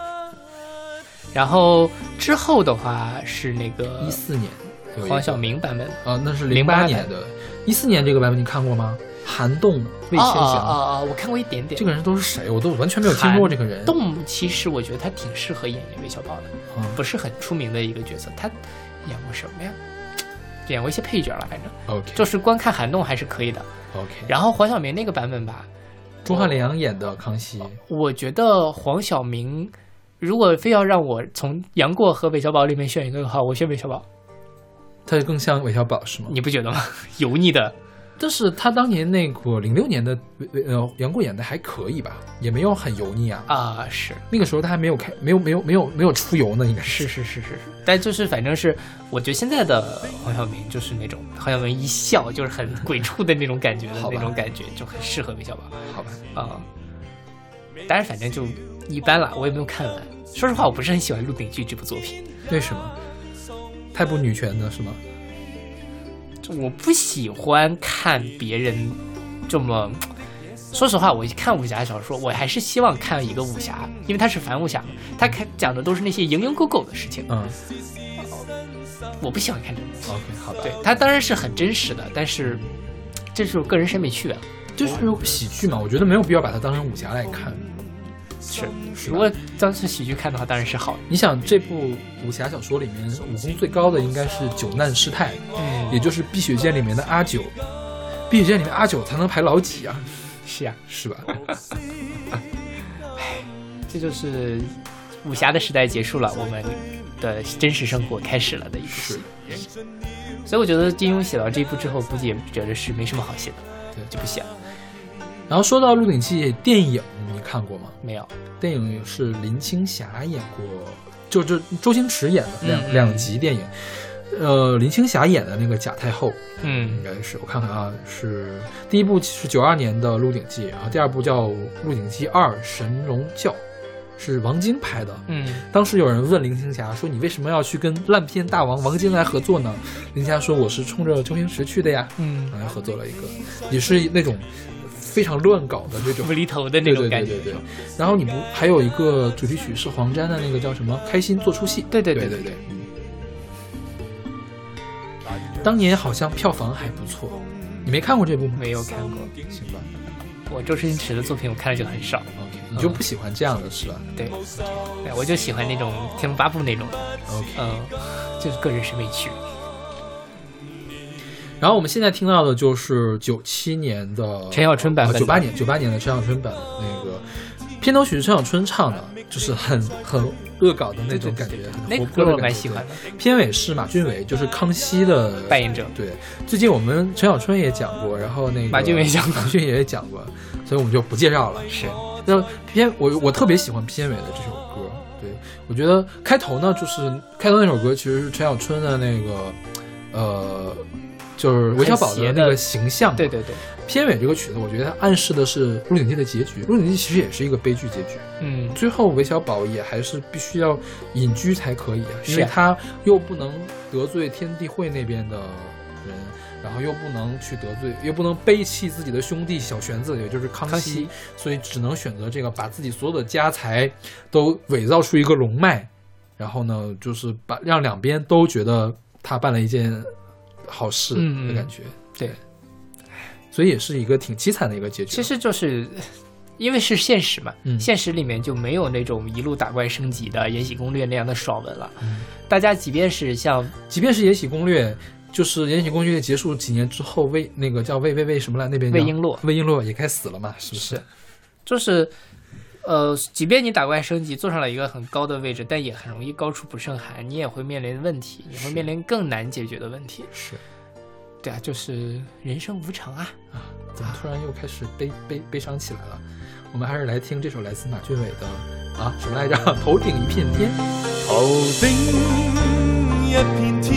Speaker 2: 然后之后的话是那个
Speaker 3: 一四年有一个，
Speaker 2: 黄晓明版本，
Speaker 3: 啊，那是
Speaker 2: 08
Speaker 3: 八
Speaker 2: 版
Speaker 3: 年的，一四年这个版本你看过吗？韩栋、魏千
Speaker 2: 啊啊
Speaker 3: 祥
Speaker 2: 啊，啊！我看过一点点。
Speaker 3: 这个人都是谁？我都完全没有听说过这个人。
Speaker 2: 动其实我觉得他挺适合演韦小宝的，
Speaker 3: 嗯
Speaker 2: 不是很出名的一个角色。他演过什么呀？演过一些配角了，反正
Speaker 3: OK，
Speaker 2: 就是光看韩栋还是可以的。
Speaker 3: OK，
Speaker 2: 然后黄晓明那个版本吧，
Speaker 3: 钟汉良演的康熙，
Speaker 2: 我觉得黄晓明如果非要让我从杨过和韦小宝里面选一个的话，我选韦小宝，
Speaker 3: 他更像韦小宝是吗？
Speaker 2: 你不觉得吗？ <laughs> 油腻的，
Speaker 3: 但是他当年那个零六年的韦呃杨过演的还可以吧，也没有很油腻啊。
Speaker 2: 啊、是
Speaker 3: 那个时候他还没有开，没有没有没有没有出油呢，应该
Speaker 2: 是是是是是，但就是反正是，我觉得现在的黄晓明就是那种黄晓明一笑就是很鬼畜的那种感觉的
Speaker 3: 好吧
Speaker 2: 那种感觉，就很适合韦小宝
Speaker 3: 好吧？
Speaker 2: 啊、当然，反正就一般啦，我也没有看完。说实话，我不是很喜欢《鹿鼎记》这部作品，
Speaker 3: 为什么？太不女权了是吗？
Speaker 2: 就我不喜欢看别人这么。说实话，我看武侠小说，我还是希望看一个武侠，因为它是反武侠嘛，它看讲的都是那些蝇营狗苟的事情，
Speaker 3: 嗯
Speaker 2: 我不喜欢看这种东西。
Speaker 3: ，OK，好吧。
Speaker 2: 对，它当然是很真实的，但是这是我个人审美趣味、啊。
Speaker 3: 就是喜剧嘛，我觉得没有必要把它当成武侠来看。
Speaker 2: 是，如果当成喜剧看的话，当然是好的。
Speaker 3: 你想，这部武侠小说里面武功最高的应该是九难师太，
Speaker 2: 嗯，
Speaker 3: 也就是《碧血剑》里面的阿九，《碧血剑》里面阿九才能排老几啊？
Speaker 2: 是呀、
Speaker 3: 是吧？
Speaker 2: 这就是武侠的时代结束了，我们的真实生活开始了的一部戏。所以我觉得金庸写到这一步之后，估计也觉得是没什么好写的，
Speaker 3: 对
Speaker 2: 就不写了。
Speaker 3: 然后说到《鹿鼎记》电影，你看过吗？
Speaker 2: 没有，
Speaker 3: 电影是林青霞演过，就就周星驰演的两、
Speaker 2: 嗯嗯
Speaker 3: 两集电影。呃，林青霞演的那个贾太后，应
Speaker 2: 嗯，
Speaker 3: 该是我看看啊，是第一部是九二年的《鹿鼎记》，然后第二部叫《鹿鼎记二神龙教》，是王晶拍的。
Speaker 2: 嗯，
Speaker 3: 当时有人问林青霞说：“你为什么要去跟烂片大王王晶来合作呢？”林青霞说：“我是冲着周星驰去的呀。”
Speaker 2: 嗯
Speaker 3: 然后合作了一个，也是那种非常乱搞的这种
Speaker 2: 无厘头的那
Speaker 3: 对
Speaker 2: 种
Speaker 3: 对
Speaker 2: 感
Speaker 3: 对
Speaker 2: 觉。
Speaker 3: 对对。然后你不还有一个主题曲是黄沾的那个叫什么《开心做出戏》？
Speaker 2: 对对
Speaker 3: 对
Speaker 2: 对
Speaker 3: 对。当年好像票房还不错，你没看过这部吗？
Speaker 2: 没有看过，
Speaker 3: 行吧
Speaker 2: 我周星驰的作品我看的就很少。
Speaker 3: ，OK，你哦就不喜欢这样的是吧
Speaker 2: 对，对我就喜欢那种《天龙八部》那种，
Speaker 3: ？OK。
Speaker 2: 嗯，就是个人审美趣。
Speaker 3: 然后我们现在听到的就是九七年的
Speaker 2: 陈小春版本的
Speaker 3: 啊哦九八、98年九八年的陈小春版的那个片头曲是陈小春唱的，就是很 <laughs> 很恶搞的那种感觉，
Speaker 2: 那
Speaker 3: 很活
Speaker 2: 个
Speaker 3: 泼
Speaker 2: 歌我
Speaker 3: 的
Speaker 2: 蛮
Speaker 3: 感觉
Speaker 2: 喜欢的，
Speaker 3: 片尾是马俊伟，就是康熙的
Speaker 2: 扮演者。
Speaker 3: 对，最近我们陈小春也讲过，然后那个
Speaker 2: 马俊伟讲过
Speaker 3: 马俊也讲过，所以我们就不介绍了。
Speaker 2: 是，
Speaker 3: 那片我我特别喜欢片尾的这首歌，对我觉得开头呢，就是开头那首歌其实是陈小春的那个，呃，就是韦小宝
Speaker 2: 很邪的
Speaker 3: 那个形象。
Speaker 2: 对，对对，
Speaker 3: 片尾这个曲子，我觉得它暗示的是《鹿鼎记》的结局，《鹿鼎记》其实也是一个悲剧结局。
Speaker 2: 嗯，
Speaker 3: 最后韦小宝也还是必须要隐居才可以啊，
Speaker 2: 是啊
Speaker 3: 因为他又不能得罪天地会那边的人，然后又不能去得罪，又不能背弃自己的兄弟小玄子，也就是康熙，
Speaker 2: 康熙
Speaker 3: 所以只能选择这个把自己所有的家财都伪造出一个龙脉，然后呢，就是把让两边都觉得他办了一件好事
Speaker 2: 嗯嗯
Speaker 3: 的感觉，
Speaker 2: 对，
Speaker 3: 所以也是一个挺凄惨的一个结局。
Speaker 2: 其实就是因为是现实嘛，
Speaker 3: 嗯
Speaker 2: 现实里面就没有那种一路打怪升级的《延禧攻略》那样的爽文了。
Speaker 3: 嗯
Speaker 2: 大家即便是像
Speaker 3: 即便是《延禧攻略》，就是《延禧攻略》结束几年之后，魏那个叫魏魏魏什么来那边叫
Speaker 2: 魏璎珞
Speaker 3: 魏璎珞也该死了嘛，是不是？
Speaker 2: 就是，呃，即便你打怪升级，坐上了一个很高的位置，但也很容易高处不胜寒，你也会面临问题，你会面临更难解决的问题。
Speaker 3: 是，
Speaker 2: 对啊，就是人生无常啊。
Speaker 3: 怎么突然又开始悲悲悲伤起来了？我们还是来听这首来自马俊伟的啊什么来着？头顶一片天。
Speaker 2: 嗯
Speaker 4: 头顶一片天，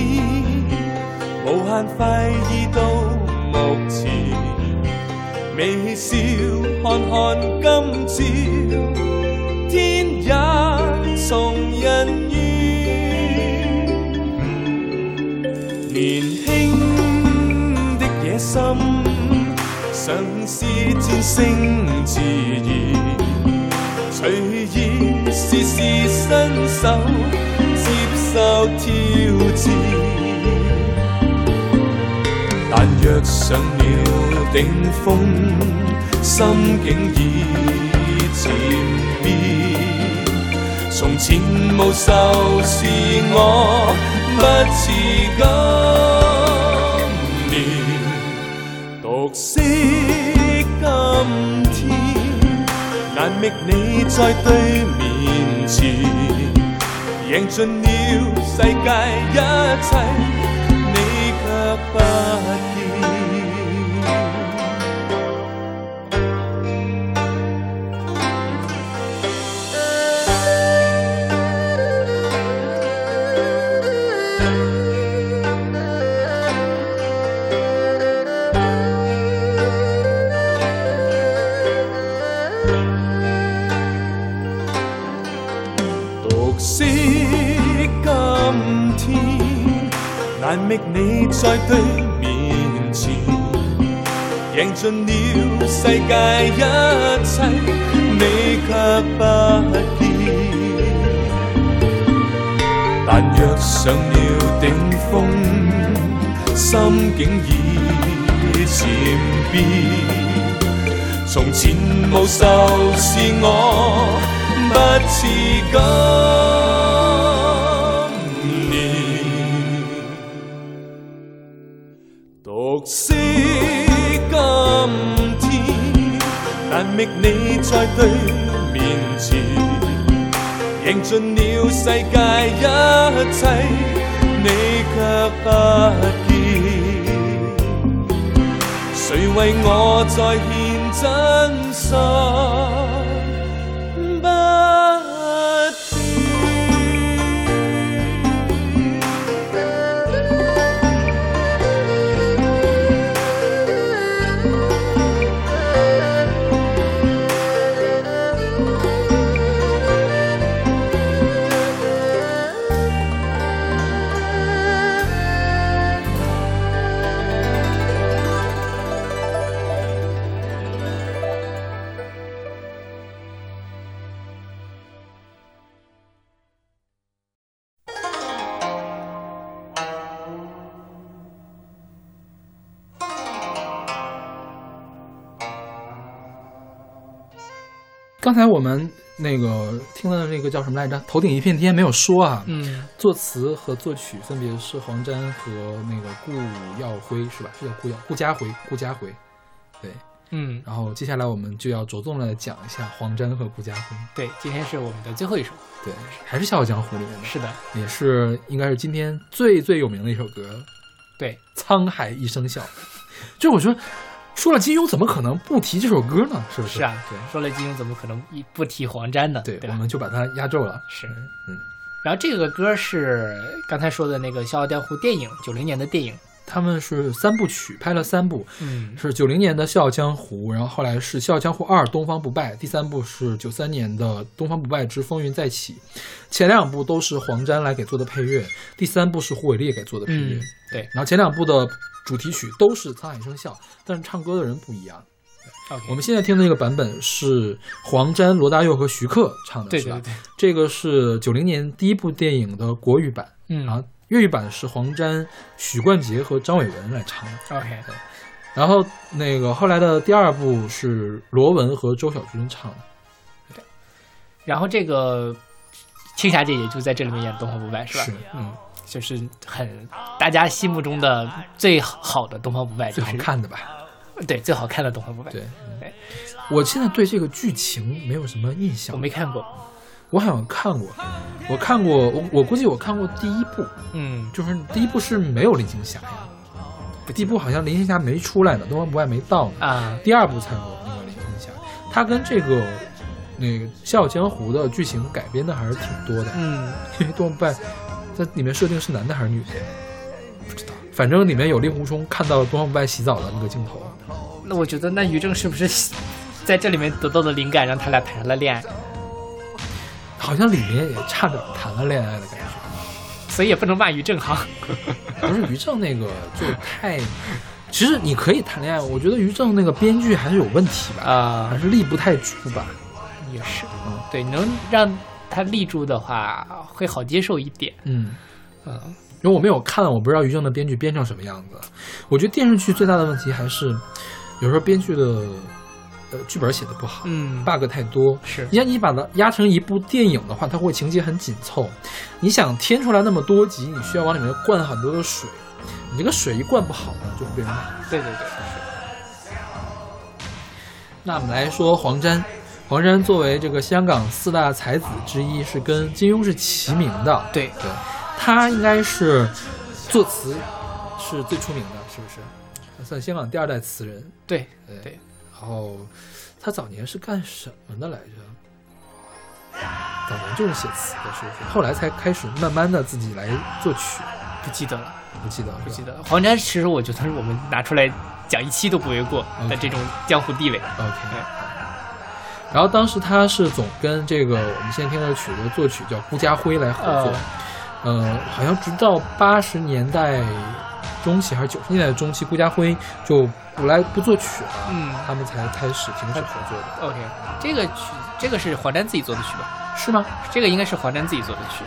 Speaker 4: 无限快意到目前，微笑看看今朝，天也送人烟。年轻的野心，尝试战胜自然。随意试试伸手，接受挑战。但若上了顶峰，心境已渐变。从前无愁是我，不似今年独惜今天。难觅你在对面前，赢尽了世界一切，你却不见。独惜今天，难觅你在对面前，赢尽了世界一切，你却不见。但若上了顶峰，心境已渐变。从前无愁是我，不似今年。独惜今天，难觅你在对面前，赢尽了世界一切，你却不见。谁为我再献真心？不
Speaker 3: 刚才我们那个听到的那个叫什么来着？头顶一片天没有说啊。
Speaker 2: 嗯，
Speaker 3: 作词和作曲分别是黄沾和那个顾耀辉，是吧？是叫顾耀顾家辉，顾家辉。对，
Speaker 2: 嗯，
Speaker 3: 然后接下来我们就要着重的讲一下黄沾和顾家辉。
Speaker 2: 对，今天是我们的最后一首。
Speaker 3: 对，还是《笑傲江湖》里面
Speaker 2: 是的，
Speaker 3: 的，也是应该是今天最最有名的一首歌
Speaker 2: 对，
Speaker 3: 《沧海一声笑》。 <laughs> 就我觉得，说了金庸，怎么可能不提这首歌呢？是不是？
Speaker 2: 是啊
Speaker 3: 对。，
Speaker 2: 说了金庸，怎么可能一不提黄沾呢？
Speaker 3: 对，
Speaker 2: 对啊
Speaker 3: 我
Speaker 2: 吧？
Speaker 3: 们就把它压轴了。
Speaker 2: 是，
Speaker 3: 嗯，
Speaker 2: 然后这个歌是刚才说的那个《笑傲江湖》电影，九零年的电影。
Speaker 3: 他们是三部曲，拍了三部，
Speaker 2: 嗯，
Speaker 3: 是九零年的《笑傲江湖》，然后后来是《笑傲江湖二：东方不败》，第三部是九三年的《东方不败之风云再起》，前两部都是黄沾来给做的配乐，第三部是胡伟立给做的配乐。
Speaker 2: 嗯，对
Speaker 3: 然后前两部的主题曲都是《沧海一声笑》，但是唱歌的人不一样。
Speaker 2: ，OK，
Speaker 3: 我们现在听的那个版本是黄沾、罗大佑和徐克唱的，
Speaker 2: 对
Speaker 3: 是
Speaker 2: 对
Speaker 3: 吧？
Speaker 2: 对，
Speaker 3: 这个是九零年第一部电影的国语版，
Speaker 2: 嗯
Speaker 3: 然后粤语版是黄沾、许冠杰和张伟文来唱的。
Speaker 2: ，OK，
Speaker 3: 然后那个后来的第二部是罗文和周小军唱的，
Speaker 2: 然后这个青霞姐也就在这里面演动画不败，是吧？
Speaker 3: 是嗯
Speaker 2: 就是很大家心目中的最好的东方不败，
Speaker 3: 最
Speaker 2: 就
Speaker 3: 好
Speaker 2: 是
Speaker 3: 看的吧？
Speaker 2: 对最好看的东方不败。
Speaker 3: 对，嗯
Speaker 2: 对
Speaker 3: 我现在对这个剧情没有什么印象，
Speaker 2: 我没看过，
Speaker 3: 我好像看过，我看过，我我估计我看过第一部，
Speaker 2: 嗯，
Speaker 3: 就是第一部是没有林青霞呀，第一部好像林青霞没出来呢，东方不败没到呢，
Speaker 2: 啊，
Speaker 3: 第二部才有那个林青霞，它跟这个那个《笑傲江湖》的剧情改编的还是挺多的， <laughs>
Speaker 2: 嗯，
Speaker 3: 因为东方不败在里面设定是男的还是女的，不知道，反正里面有令狐冲看到东方不败洗澡的那个镜头，
Speaker 2: 那我觉得那于正是不是在这里面得到的灵感，让他俩谈上了恋爱？
Speaker 3: 好像里面也差点谈了恋爱的感觉。
Speaker 2: 所以也不能骂于正哈。
Speaker 3: <laughs> 不是于正那个就太，其实你可以谈恋爱，我觉得于正那个编剧还是有问题吧，
Speaker 2: 啊
Speaker 3: 还是力不太足吧。
Speaker 2: 也是
Speaker 3: 嗯，
Speaker 2: 啊对，能让他立住的话，会好接受一点。
Speaker 3: 嗯，
Speaker 2: 嗯，
Speaker 3: 因为我没有看，我不知道于正的编剧编成什么样子。我觉得电视剧最大的问题还是，有时候编剧的呃剧本写的不好、
Speaker 2: 嗯
Speaker 3: b u g 太多。
Speaker 2: 是
Speaker 3: 你像你把它压成一部电影的话，它会情节很紧凑。你想添出来那么多集，你需要往里面灌很多的水，你这个水一灌不好呢，就会被人骂。
Speaker 2: 对对对，
Speaker 3: 那我们来说黄沾，黄沾作为这个香港四大才子之一，是跟金庸是齐名的。
Speaker 2: 对
Speaker 3: 对，他应该是作词是最出名的，是不是？他算香港第二代词人。
Speaker 2: 对，
Speaker 3: 对
Speaker 2: 对
Speaker 3: 然后他早年是干什么的来着？早年就是写词的，是不是？后来才开始慢慢的自己来作曲，
Speaker 2: 不记得了，
Speaker 3: 不记得了，
Speaker 2: 不记
Speaker 3: 得。
Speaker 2: 得了。黄沾其实我觉得是我们拿出来讲一期都不为过的这种江湖地位。
Speaker 3: OK
Speaker 2: 对。
Speaker 3: 然后当时他是总跟这个我们现在听的曲的作曲叫顾家辉来合作，呃，好像直到八十年代中期还是九十年代中期，顾家辉就不来不作曲了，
Speaker 2: 嗯
Speaker 3: 他们才开始停止合作的，
Speaker 2: OK，这个曲这个是黄沾自己做的曲吧？
Speaker 3: 是吗
Speaker 2: 这个应该是黄沾自己做的曲，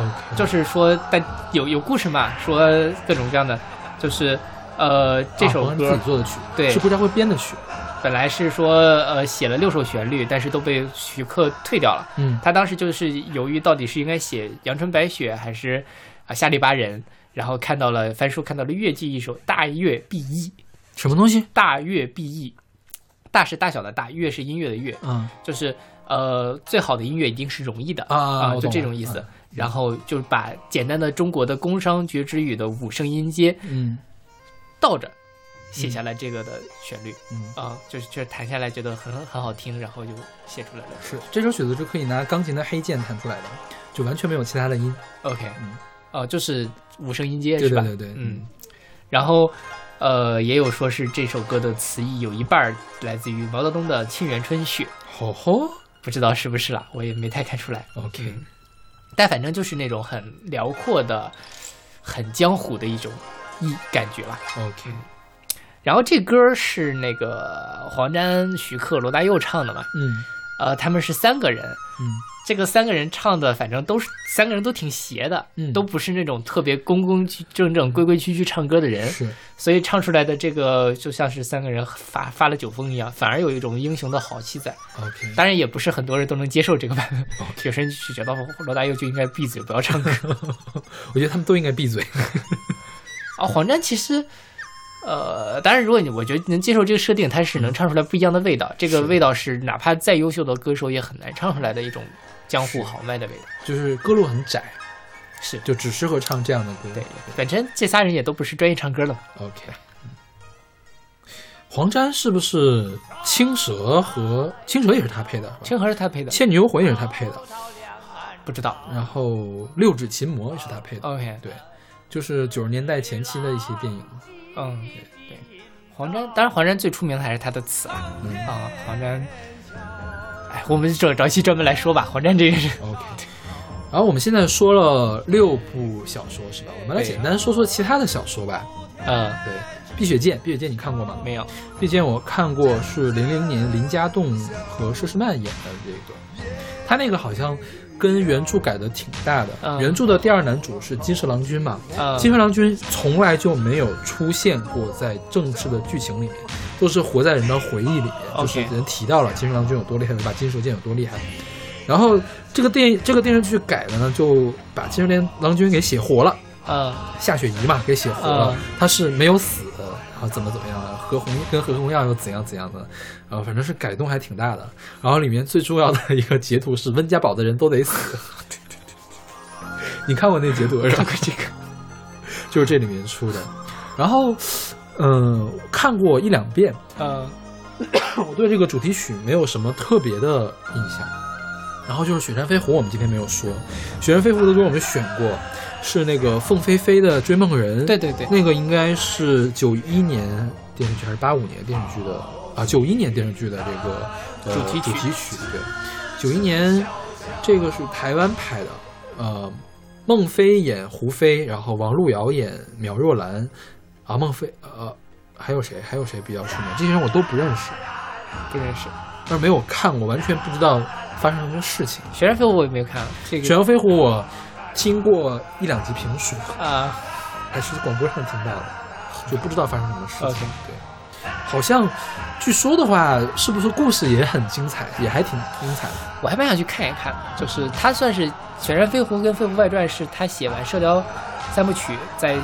Speaker 3: ？OK，
Speaker 2: 就是说，但有有故事嘛，说各种各样的，就是呃这首
Speaker 3: 啊、
Speaker 2: 歌
Speaker 3: 自己做的曲，
Speaker 2: 对
Speaker 3: 是顾家辉编的曲，
Speaker 2: 本来是说呃写了六首旋律，但是都被徐克退掉了。
Speaker 3: 嗯，
Speaker 2: 他当时就是犹豫到底是应该写《阳春白雪》还是啊、夏利巴人，然后看到了翻书，看到了乐记一首《大乐必一》，
Speaker 3: 什么东西？
Speaker 2: 大乐必一，大是大小的大，乐是音乐的乐，
Speaker 3: 嗯
Speaker 2: 就是呃最好的音乐一定是容易的
Speaker 3: 啊我
Speaker 2: 就
Speaker 3: 懂
Speaker 2: 这
Speaker 3: 了
Speaker 2: 种意思。
Speaker 3: 嗯
Speaker 2: 然后就把简单的中国的工商角徵语的五声音阶
Speaker 3: 嗯
Speaker 2: 倒着写下来这个的旋律。
Speaker 3: 嗯，
Speaker 2: 啊、就是就是弹下来觉得很很好听，然后就写出来了。
Speaker 3: 是这首曲子是可以拿钢琴的黑键弹出来的，就完全没有其他的音，
Speaker 2: OK，
Speaker 3: 嗯
Speaker 2: 哦，就是五声音阶
Speaker 3: 对
Speaker 2: 是吧？
Speaker 3: 对对对，
Speaker 2: 嗯，然后呃，也有说是这首歌的词义有一半儿来自于毛泽东的《沁园春·雪》，
Speaker 3: 吼哦吼
Speaker 2: 不知道是不是啦，我也没太看出来。
Speaker 3: ，OK，
Speaker 2: 嗯但反正就是那种很辽阔的、很江湖的一种意感觉吧。
Speaker 3: OK，
Speaker 2: 然后这歌是那个黄沾、徐克、罗大佑唱的嘛，
Speaker 3: 嗯
Speaker 2: 呃，他们是三个人，
Speaker 3: 嗯。
Speaker 2: 这个三个人唱的，反正都是三个人都挺邪的，
Speaker 3: 嗯
Speaker 2: 都不是那种特别公公正正、规规矩矩唱歌的人，
Speaker 3: 是，
Speaker 2: 所以唱出来的这个就像是三个人发发了酒疯一样，反而有一种英雄的豪气在。
Speaker 3: OK，
Speaker 2: 当然，也不是很多人都能接受这个版本，有些人就觉得罗大佑就应该闭嘴，不要唱歌。 <laughs>
Speaker 3: 我觉得他们都应该闭嘴。
Speaker 2: 啊，黄沾其实，呃，当然，如果你我觉得能接受这个设定，他是能唱出来不一样的味道。这个味道是哪怕再优秀的歌手也很难唱出来的一种江湖豪迈的味道。
Speaker 3: 就是歌路很窄，
Speaker 2: 是
Speaker 3: 就只适合唱这样的歌。
Speaker 2: 对，本身这仨人也都不是专业唱歌的嘛。
Speaker 3: ，OK。黄沾是不是青蛇和青蛇也是他配的？是吧
Speaker 2: 清河是他配的，
Speaker 3: 倩女幽魂也是他配的，
Speaker 2: 不知道。
Speaker 3: 然后六指琴魔也是他配的。
Speaker 2: OK，
Speaker 3: 对，就是九十年代前期的一些电影。
Speaker 2: 嗯，对，黄沾，当然黄沾最出名的还是他的词啊，啊，黄沾，哎，我们找找一期专门来说吧，黄沾这个人，
Speaker 3: OK。然后我们现在说了六部小说是吧？我们来
Speaker 2: 对
Speaker 3: 简单说说其他的小说吧。
Speaker 2: 呃，
Speaker 3: 对，《碧血剑》，《碧血剑》你看过吗？
Speaker 2: 没有，
Speaker 3: 毕竟我看过是零零年林家栋和佘诗曼演的这个，他那个好像跟原著改的挺大的。
Speaker 2: 嗯
Speaker 3: 原著的第二男主是金蛇郎君嘛，
Speaker 2: 呃，
Speaker 3: 金蛇郎君从来就没有出现过在正式的剧情里面，都是活在人的回忆里面，就是
Speaker 2: OK
Speaker 3: 人提到了金蛇郎君有多厉害，有一把金蛇剑有多厉害。然后这个电这个电视剧改的呢，就把金蛇郎君给写活了，
Speaker 2: 呃，
Speaker 3: 夏雪宜嘛给写活了
Speaker 2: 嗯，
Speaker 3: 他是没有死，然后怎么怎么样的，何鸿跟何鸿燊又怎样怎样的，呃，反正是改动还挺大的。然后里面最重要的一个截图是温家宝的人都得死，你看过那截图是吧？这个就是这里面出的。然后，嗯、看过一两遍，
Speaker 2: 呃，
Speaker 3: 我对这个主题曲没有什么特别的印象。然后就是《雪山飞狐》，我们今天没有说，《雪山飞狐》的歌我们选过，是那个凤飞飞的《追梦人》。
Speaker 2: 对对对，
Speaker 3: 那个应该是九一年电视剧还是八五年电视剧的啊？九一年电视剧的这个、呃、
Speaker 2: 主题曲
Speaker 3: 主题曲对，九一年这个是台湾拍的，呃，孟非演胡飞，然后王路遥演苗若兰，啊，孟非呃还有谁还有谁比较出名？这些人我都不认识，
Speaker 2: 不认识。
Speaker 3: 但是没有看过，完全不知道发生了什么事情。
Speaker 2: 《雪山飞狐》我也没有看，啊这
Speaker 3: 《
Speaker 2: 个
Speaker 3: 雪阳飞狐》我听过一两集评述，
Speaker 2: 啊
Speaker 3: 还是广播上听到的，就不知道发生什么事情。
Speaker 2: OK
Speaker 3: 对，好像据说的话，是不是故事也很精彩，也还挺精彩的？
Speaker 2: 我还蛮想去看一看的，就是它算是《雪山飞狐》跟《飞狐外传》是他写完《射雕》三部曲，在《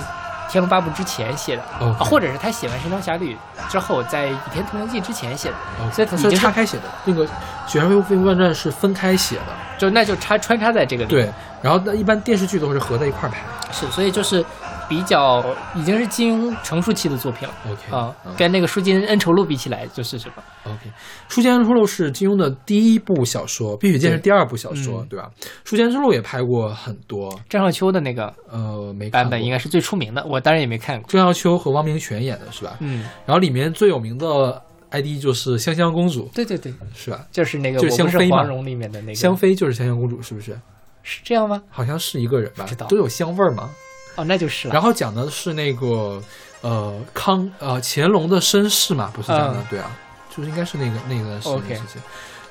Speaker 2: 天龙八部》之前写的，
Speaker 3: 哦
Speaker 2: 啊，或者是他写完《神雕侠侣》之后，在《倚天屠龙记》之前写的，所以哦它已
Speaker 3: 是
Speaker 2: 经
Speaker 3: 岔开写的。哦那个《雪山飞狐飞狐外传》是分开写的，
Speaker 2: 就那就插穿插在这个里。，
Speaker 3: 对。然后那一般电视剧都是合在一块儿拍。
Speaker 2: 是，所以就是比较已经是金庸成熟期的作品了。
Speaker 3: OK
Speaker 2: 啊
Speaker 3: 嗯，
Speaker 2: 跟那个《书剑恩仇录》比起来，就是什么？
Speaker 3: OK，《书剑恩仇录》是金庸的第一部小说，《碧血剑》是第二部小说，
Speaker 2: 嗯
Speaker 3: 对吧？《书剑恩仇录》也拍过很多，
Speaker 2: 郑少秋的那个
Speaker 3: 呃，没看
Speaker 2: 版本应
Speaker 3: 该。
Speaker 2: 该是最出名的，我当然也没看过。
Speaker 3: 郑少秋和汪明荃演的是吧？
Speaker 2: 嗯，
Speaker 3: 然后里面最有名的 ID 就是香香公主，
Speaker 2: 对对对，
Speaker 3: 是吧？
Speaker 2: 就是那个
Speaker 3: 就是
Speaker 2: 我不
Speaker 3: 香妃
Speaker 2: 是
Speaker 3: 嘛
Speaker 2: 黄蓉里面的那个
Speaker 3: 香妃就是香香公主，是不是？
Speaker 2: 是这样吗？
Speaker 3: 好像是一个人
Speaker 2: 不
Speaker 3: 吧
Speaker 2: 知道，
Speaker 3: 都有香味儿嘛。
Speaker 2: 哦，那就是了。
Speaker 3: 然后讲的是那个呃康呃乾隆的身世嘛，不是讲的、
Speaker 2: 嗯
Speaker 3: 对啊，就是应该是那个那个是
Speaker 2: OK
Speaker 3: 那个事情。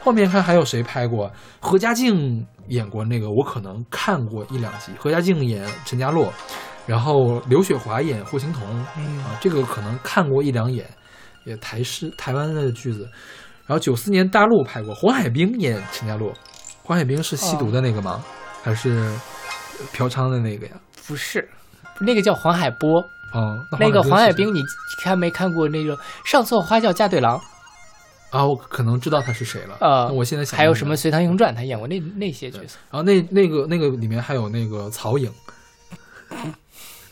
Speaker 3: 后面看还有谁拍过？何家劲演过那个，我可能看过一两集。何家劲演陈家洛，然后刘雪华演霍青桐，
Speaker 2: 嗯
Speaker 3: 啊，这个可能看过一两眼，也台式台湾的剧子。然后九四年大陆拍过，黄海冰演陈家洛，黄海冰是吸
Speaker 2: 哦
Speaker 3: 毒的那个吗？还是嫖娼的那个呀？
Speaker 2: 不是，那个叫黄海波，
Speaker 3: 哦，
Speaker 2: 那个黄海
Speaker 3: 海
Speaker 2: 冰，你看没看过那个《上错花轿嫁对郎》？
Speaker 3: 啊，我可能知道他是谁了。
Speaker 2: 呃
Speaker 3: 那我现在想
Speaker 2: 还有
Speaker 3: 不起
Speaker 2: 什
Speaker 3: 来
Speaker 2: 么《
Speaker 3: 了？
Speaker 2: 隋唐英传》？他演过那那些角色。
Speaker 3: 然后那那个那个里面还有那个曹颖，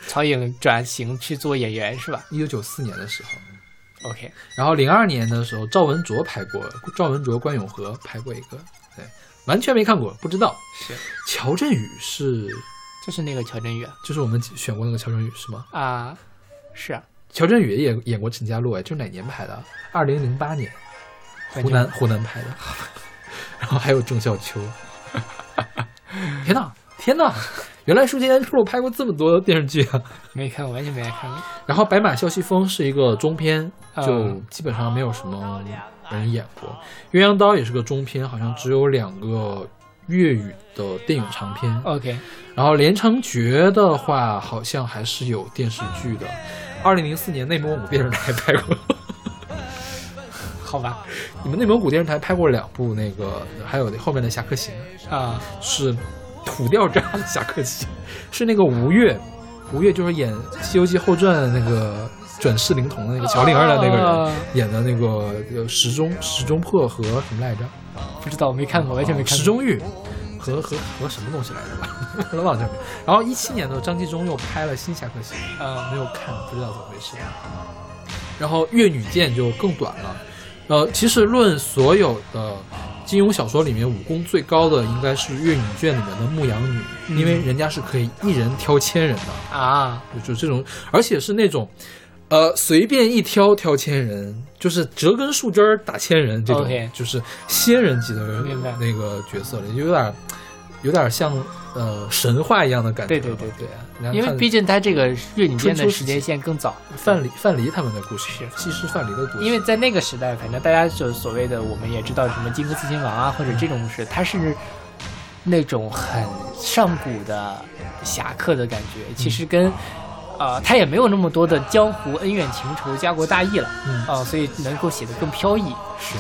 Speaker 2: 曹颖转型去做演员是吧
Speaker 3: 一九九四年的时候，
Speaker 2: ？OK，
Speaker 3: 然后零二年的时候赵文卓拍过，赵文卓、关咏荷拍过一个，对，完全没看过，不知道。
Speaker 2: 是，
Speaker 3: 乔振宇是
Speaker 2: 就是那个乔振宇啊
Speaker 3: 就是我们选过那个乔振宇是吗？
Speaker 2: 啊，是啊，
Speaker 3: 乔振宇也演演过陈家洛，哎，这是哪年拍的？二零零八年，湖南湖南拍的。 <laughs> 然后还有郑少秋， <laughs> 天哪天哪！原来《书剑恩仇录》拍过这么多电视剧啊！
Speaker 2: 没看过，完全没看过。
Speaker 3: 然后《白马啸西风》是一个中篇，
Speaker 2: 嗯
Speaker 3: 就基本上没有什么人演过。鸳鸯刀》也是个中篇，好像只有两个粤语的电影长篇。
Speaker 2: OK，
Speaker 3: 然后《连城诀》的话，好像还是有电视剧的。二零零四年内蒙古电视台 <laughs> 拍过，
Speaker 2: 好吧，
Speaker 3: 你们内蒙古电视台拍过两部那个，还有后面的《侠客行
Speaker 2: 啊》
Speaker 3: 是土掉渣的《侠客行》，是那个吴越，吴越就是演《西游记后传》那个转世灵童的那个乔灵儿的那个人、
Speaker 2: 哦
Speaker 3: 演的那个呃石钟石钟破和什么来着？
Speaker 2: 不知道，没看过，完全没看过。
Speaker 3: 石钟玉和和和什么东西来着 <laughs> 吧？我都忘记了。然后一七年的时候，张纪中又拍了《新侠客行》。呃
Speaker 2: 啊
Speaker 3: 没有看，不知道怎么回事。然后《越女剑》就更短了。呃，其实论所有的金庸小说里面武功最高的，应该是《越女剑》里面的牧羊女，因为人家是可以一人挑千人的，
Speaker 2: 啊，
Speaker 3: 就就这种，而且是那种，呃，随便一挑挑千人，就是折根树枝儿打千人这种
Speaker 2: OK
Speaker 3: 就是仙人级的
Speaker 2: 明白
Speaker 3: 那个角色了，有点有点像呃神话一样的感觉
Speaker 2: 对
Speaker 3: 了。
Speaker 2: 对对对
Speaker 3: 对，啊
Speaker 2: 因为毕竟他这个越女间
Speaker 3: 春秋
Speaker 2: 的
Speaker 3: 时
Speaker 2: 时间
Speaker 3: 期
Speaker 2: 线更早，
Speaker 3: 范蠡范蠡他们的故事
Speaker 2: 是，
Speaker 3: 西施范蠡的故事。
Speaker 2: 因为在那个时代，
Speaker 3: 嗯
Speaker 2: 反正大家就所谓的我们也知道什么金戈刺秦王啊，或者这种事，它是那种很上古的侠客的感觉，
Speaker 3: 嗯
Speaker 2: 其实跟。啊、他也没有那么多的江湖恩怨情仇、家国大义了，
Speaker 3: 嗯
Speaker 2: 啊、所以能够写得更飘逸。是，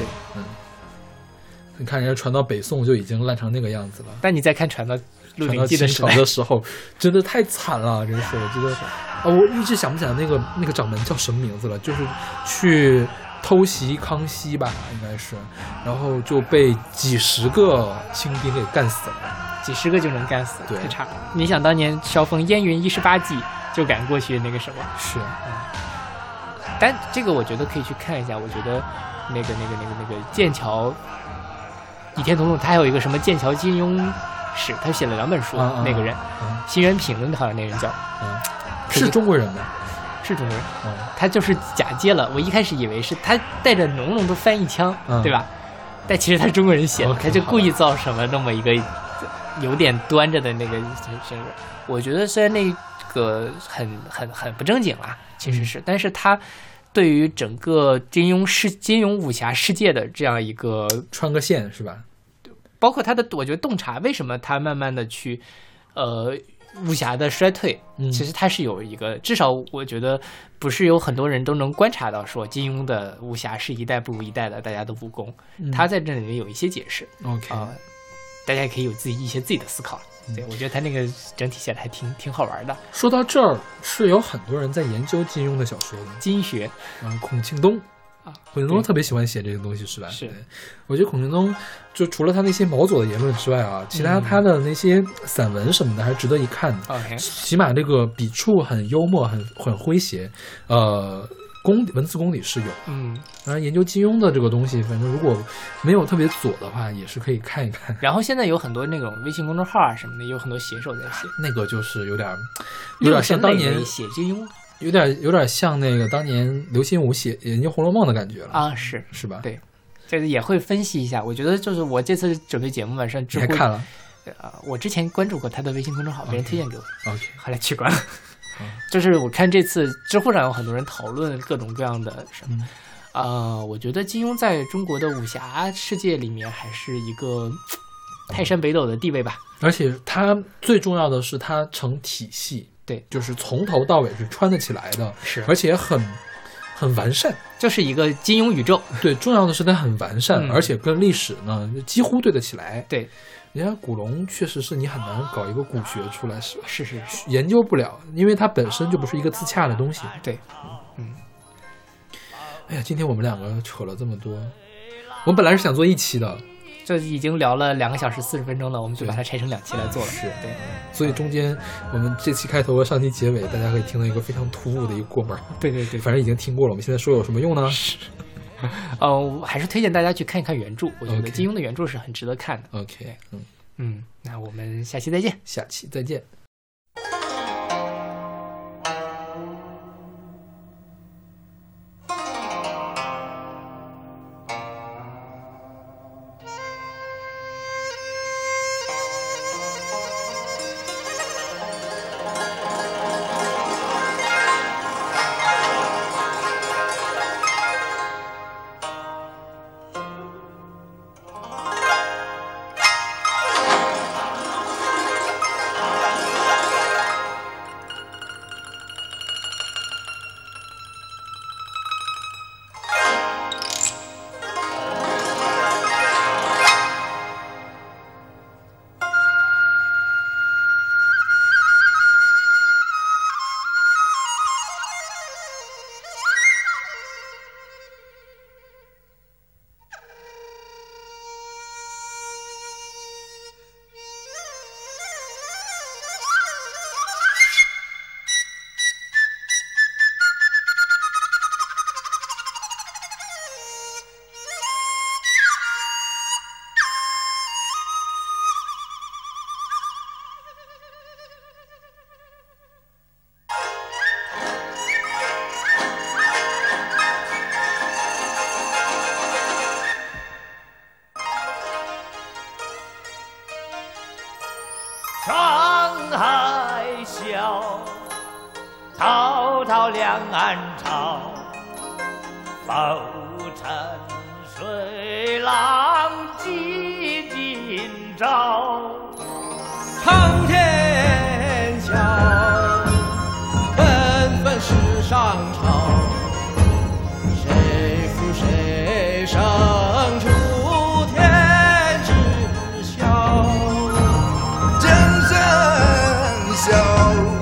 Speaker 3: 你看人家传到北宋就已经烂成那个样子了。
Speaker 2: 但你再看传到《鹿
Speaker 3: 传
Speaker 2: 鼎
Speaker 3: 到
Speaker 2: 记》的
Speaker 3: 清
Speaker 2: 时
Speaker 3: 朝
Speaker 2: 候，
Speaker 3: 的时候， <laughs> 真的太惨了，真是我觉得，啊，我一直想不起来那个那个掌门叫什么名字了，就是去偷袭康熙吧，应该是，然后就被几十个清兵给干死了。
Speaker 2: 几十个就能干死，
Speaker 3: 对
Speaker 2: 太差了。你想当年萧峰烟云一十八计就赶过去那个什么，
Speaker 3: 是，
Speaker 2: 但这个我觉得可以去看一下。我觉得那个那个那个那个剑桥，倚天屠龙，他还有一个什么剑桥金庸史，他写了两本书。
Speaker 3: 嗯嗯
Speaker 2: 那个人
Speaker 3: 嗯
Speaker 2: 辛元平好像那人叫
Speaker 3: 嗯，
Speaker 2: 可
Speaker 3: 是中国人吗？
Speaker 2: 是中国人，
Speaker 3: 嗯
Speaker 2: 他就是假借了。我一开始以为是他带着浓浓的翻译腔，
Speaker 3: 嗯
Speaker 2: 对吧？但其实他是中国人写的
Speaker 3: OK，
Speaker 2: 他就故意造成了那么一个有点端着的那个身份。我觉得虽然那个很很很不正经啦，其实是，但是他对于整个金庸世金庸武侠世界的这样一个，
Speaker 3: 穿个线是吧？
Speaker 2: 包括他的，我觉得洞察为什么他慢慢的去，呃。武侠的衰退，
Speaker 3: 嗯
Speaker 2: 其实它是有一个，至少我觉得不是有很多人都能观察到，说金庸的武侠是一代不如一代的，大家的武功，他在这里面有一些解释。
Speaker 3: 嗯 OK，、嗯
Speaker 2: 啊、大家也可以有自己一些自己的思考。对，我觉得他那个整体写的还挺挺好玩的。
Speaker 3: 说到这儿，是有很多人在研究金庸的小说的。
Speaker 2: 金
Speaker 3: <laughs>
Speaker 2: 学
Speaker 3: 嗯，孔庆东
Speaker 2: 啊，
Speaker 3: 孔庆东
Speaker 2: 对
Speaker 3: 特别喜欢写这个东西，是吧？
Speaker 2: 是
Speaker 3: 对，我觉得孔庆东就除了他那些毛左的言论之外啊，其
Speaker 2: 嗯
Speaker 3: 他他的那些散文什么的还是值得一看的。
Speaker 2: ，OK，
Speaker 3: 起码这个笔触很幽默，很很诙谐，呃，功文字功底是有。
Speaker 2: 嗯，
Speaker 3: 当然，研究金庸的这个东西，反正如果没有特别左的话，也是可以看一看。 <laughs>
Speaker 2: 然后现在有很多那种微信公众号啊什么的，有很多写手在写，
Speaker 3: 那个就是有点儿，有点像当年啊
Speaker 2: 六神磊磊，写金庸
Speaker 3: 有点有点像那个当年刘心武写研究《红楼梦》的感觉了，
Speaker 2: 啊，是，
Speaker 3: 是吧？
Speaker 2: 对就是也会分析一下。我觉得就是我这次准备节目晚上
Speaker 3: 你
Speaker 2: 之
Speaker 3: 还
Speaker 2: 后，
Speaker 3: 看了
Speaker 2: 呃，我之前关注过他的微信公众号，别人推荐给我。
Speaker 3: ？OK，
Speaker 2: 后来取关了。 <laughs> 就是我看这次知乎上有很多人讨论各种各样的什
Speaker 3: 嗯
Speaker 2: 么，呃，我觉得金庸在中国的武侠世界里面还是一
Speaker 3: 嗯
Speaker 2: 个嘖泰山北斗的地位吧。
Speaker 3: 而且它最重要的是它成体系，
Speaker 2: 对，
Speaker 3: 就是从头到尾是穿得起来的，
Speaker 2: 是
Speaker 3: 而且很很完善。
Speaker 2: 就是一个金庸宇宙。
Speaker 3: 对，重要的是它很完善，
Speaker 2: 嗯
Speaker 3: 而且跟历史呢几乎对得起来。
Speaker 2: 对，
Speaker 3: 人家古龙确实是你很难搞一个古学出来，是吧？
Speaker 2: 是是是，
Speaker 3: 研究不了，因为它本身就不是一个自洽的东西。嗯
Speaker 2: 对，嗯
Speaker 3: 哎呀，今天我们两个扯了这么多，我本来是想做一期的，
Speaker 2: 这已经聊了两个小时四十分钟了，我们就
Speaker 3: 对
Speaker 2: 把它拆成两期来做了。
Speaker 3: 是
Speaker 2: 对
Speaker 3: 所以中间我们这期开头和上期结尾，大家可以听到一个非常突兀的一个过门儿。
Speaker 2: 对对
Speaker 3: <laughs>
Speaker 2: 对，
Speaker 3: 反正已经听过了，我们现在说有什么用呢？
Speaker 2: 呃，我还是推荐大家去看一看原著，我觉得
Speaker 3: OK
Speaker 2: 金庸的原著是很值得看的。
Speaker 3: OK，嗯，
Speaker 2: 嗯，那我们下期再见。
Speaker 3: 下期再见。
Speaker 6: 沧海笑，滔滔两岸潮。浮沉水浪几今朝。苍天笑，纷纷世上潮，谁负谁胜出天知晓。
Speaker 4: 真正笑。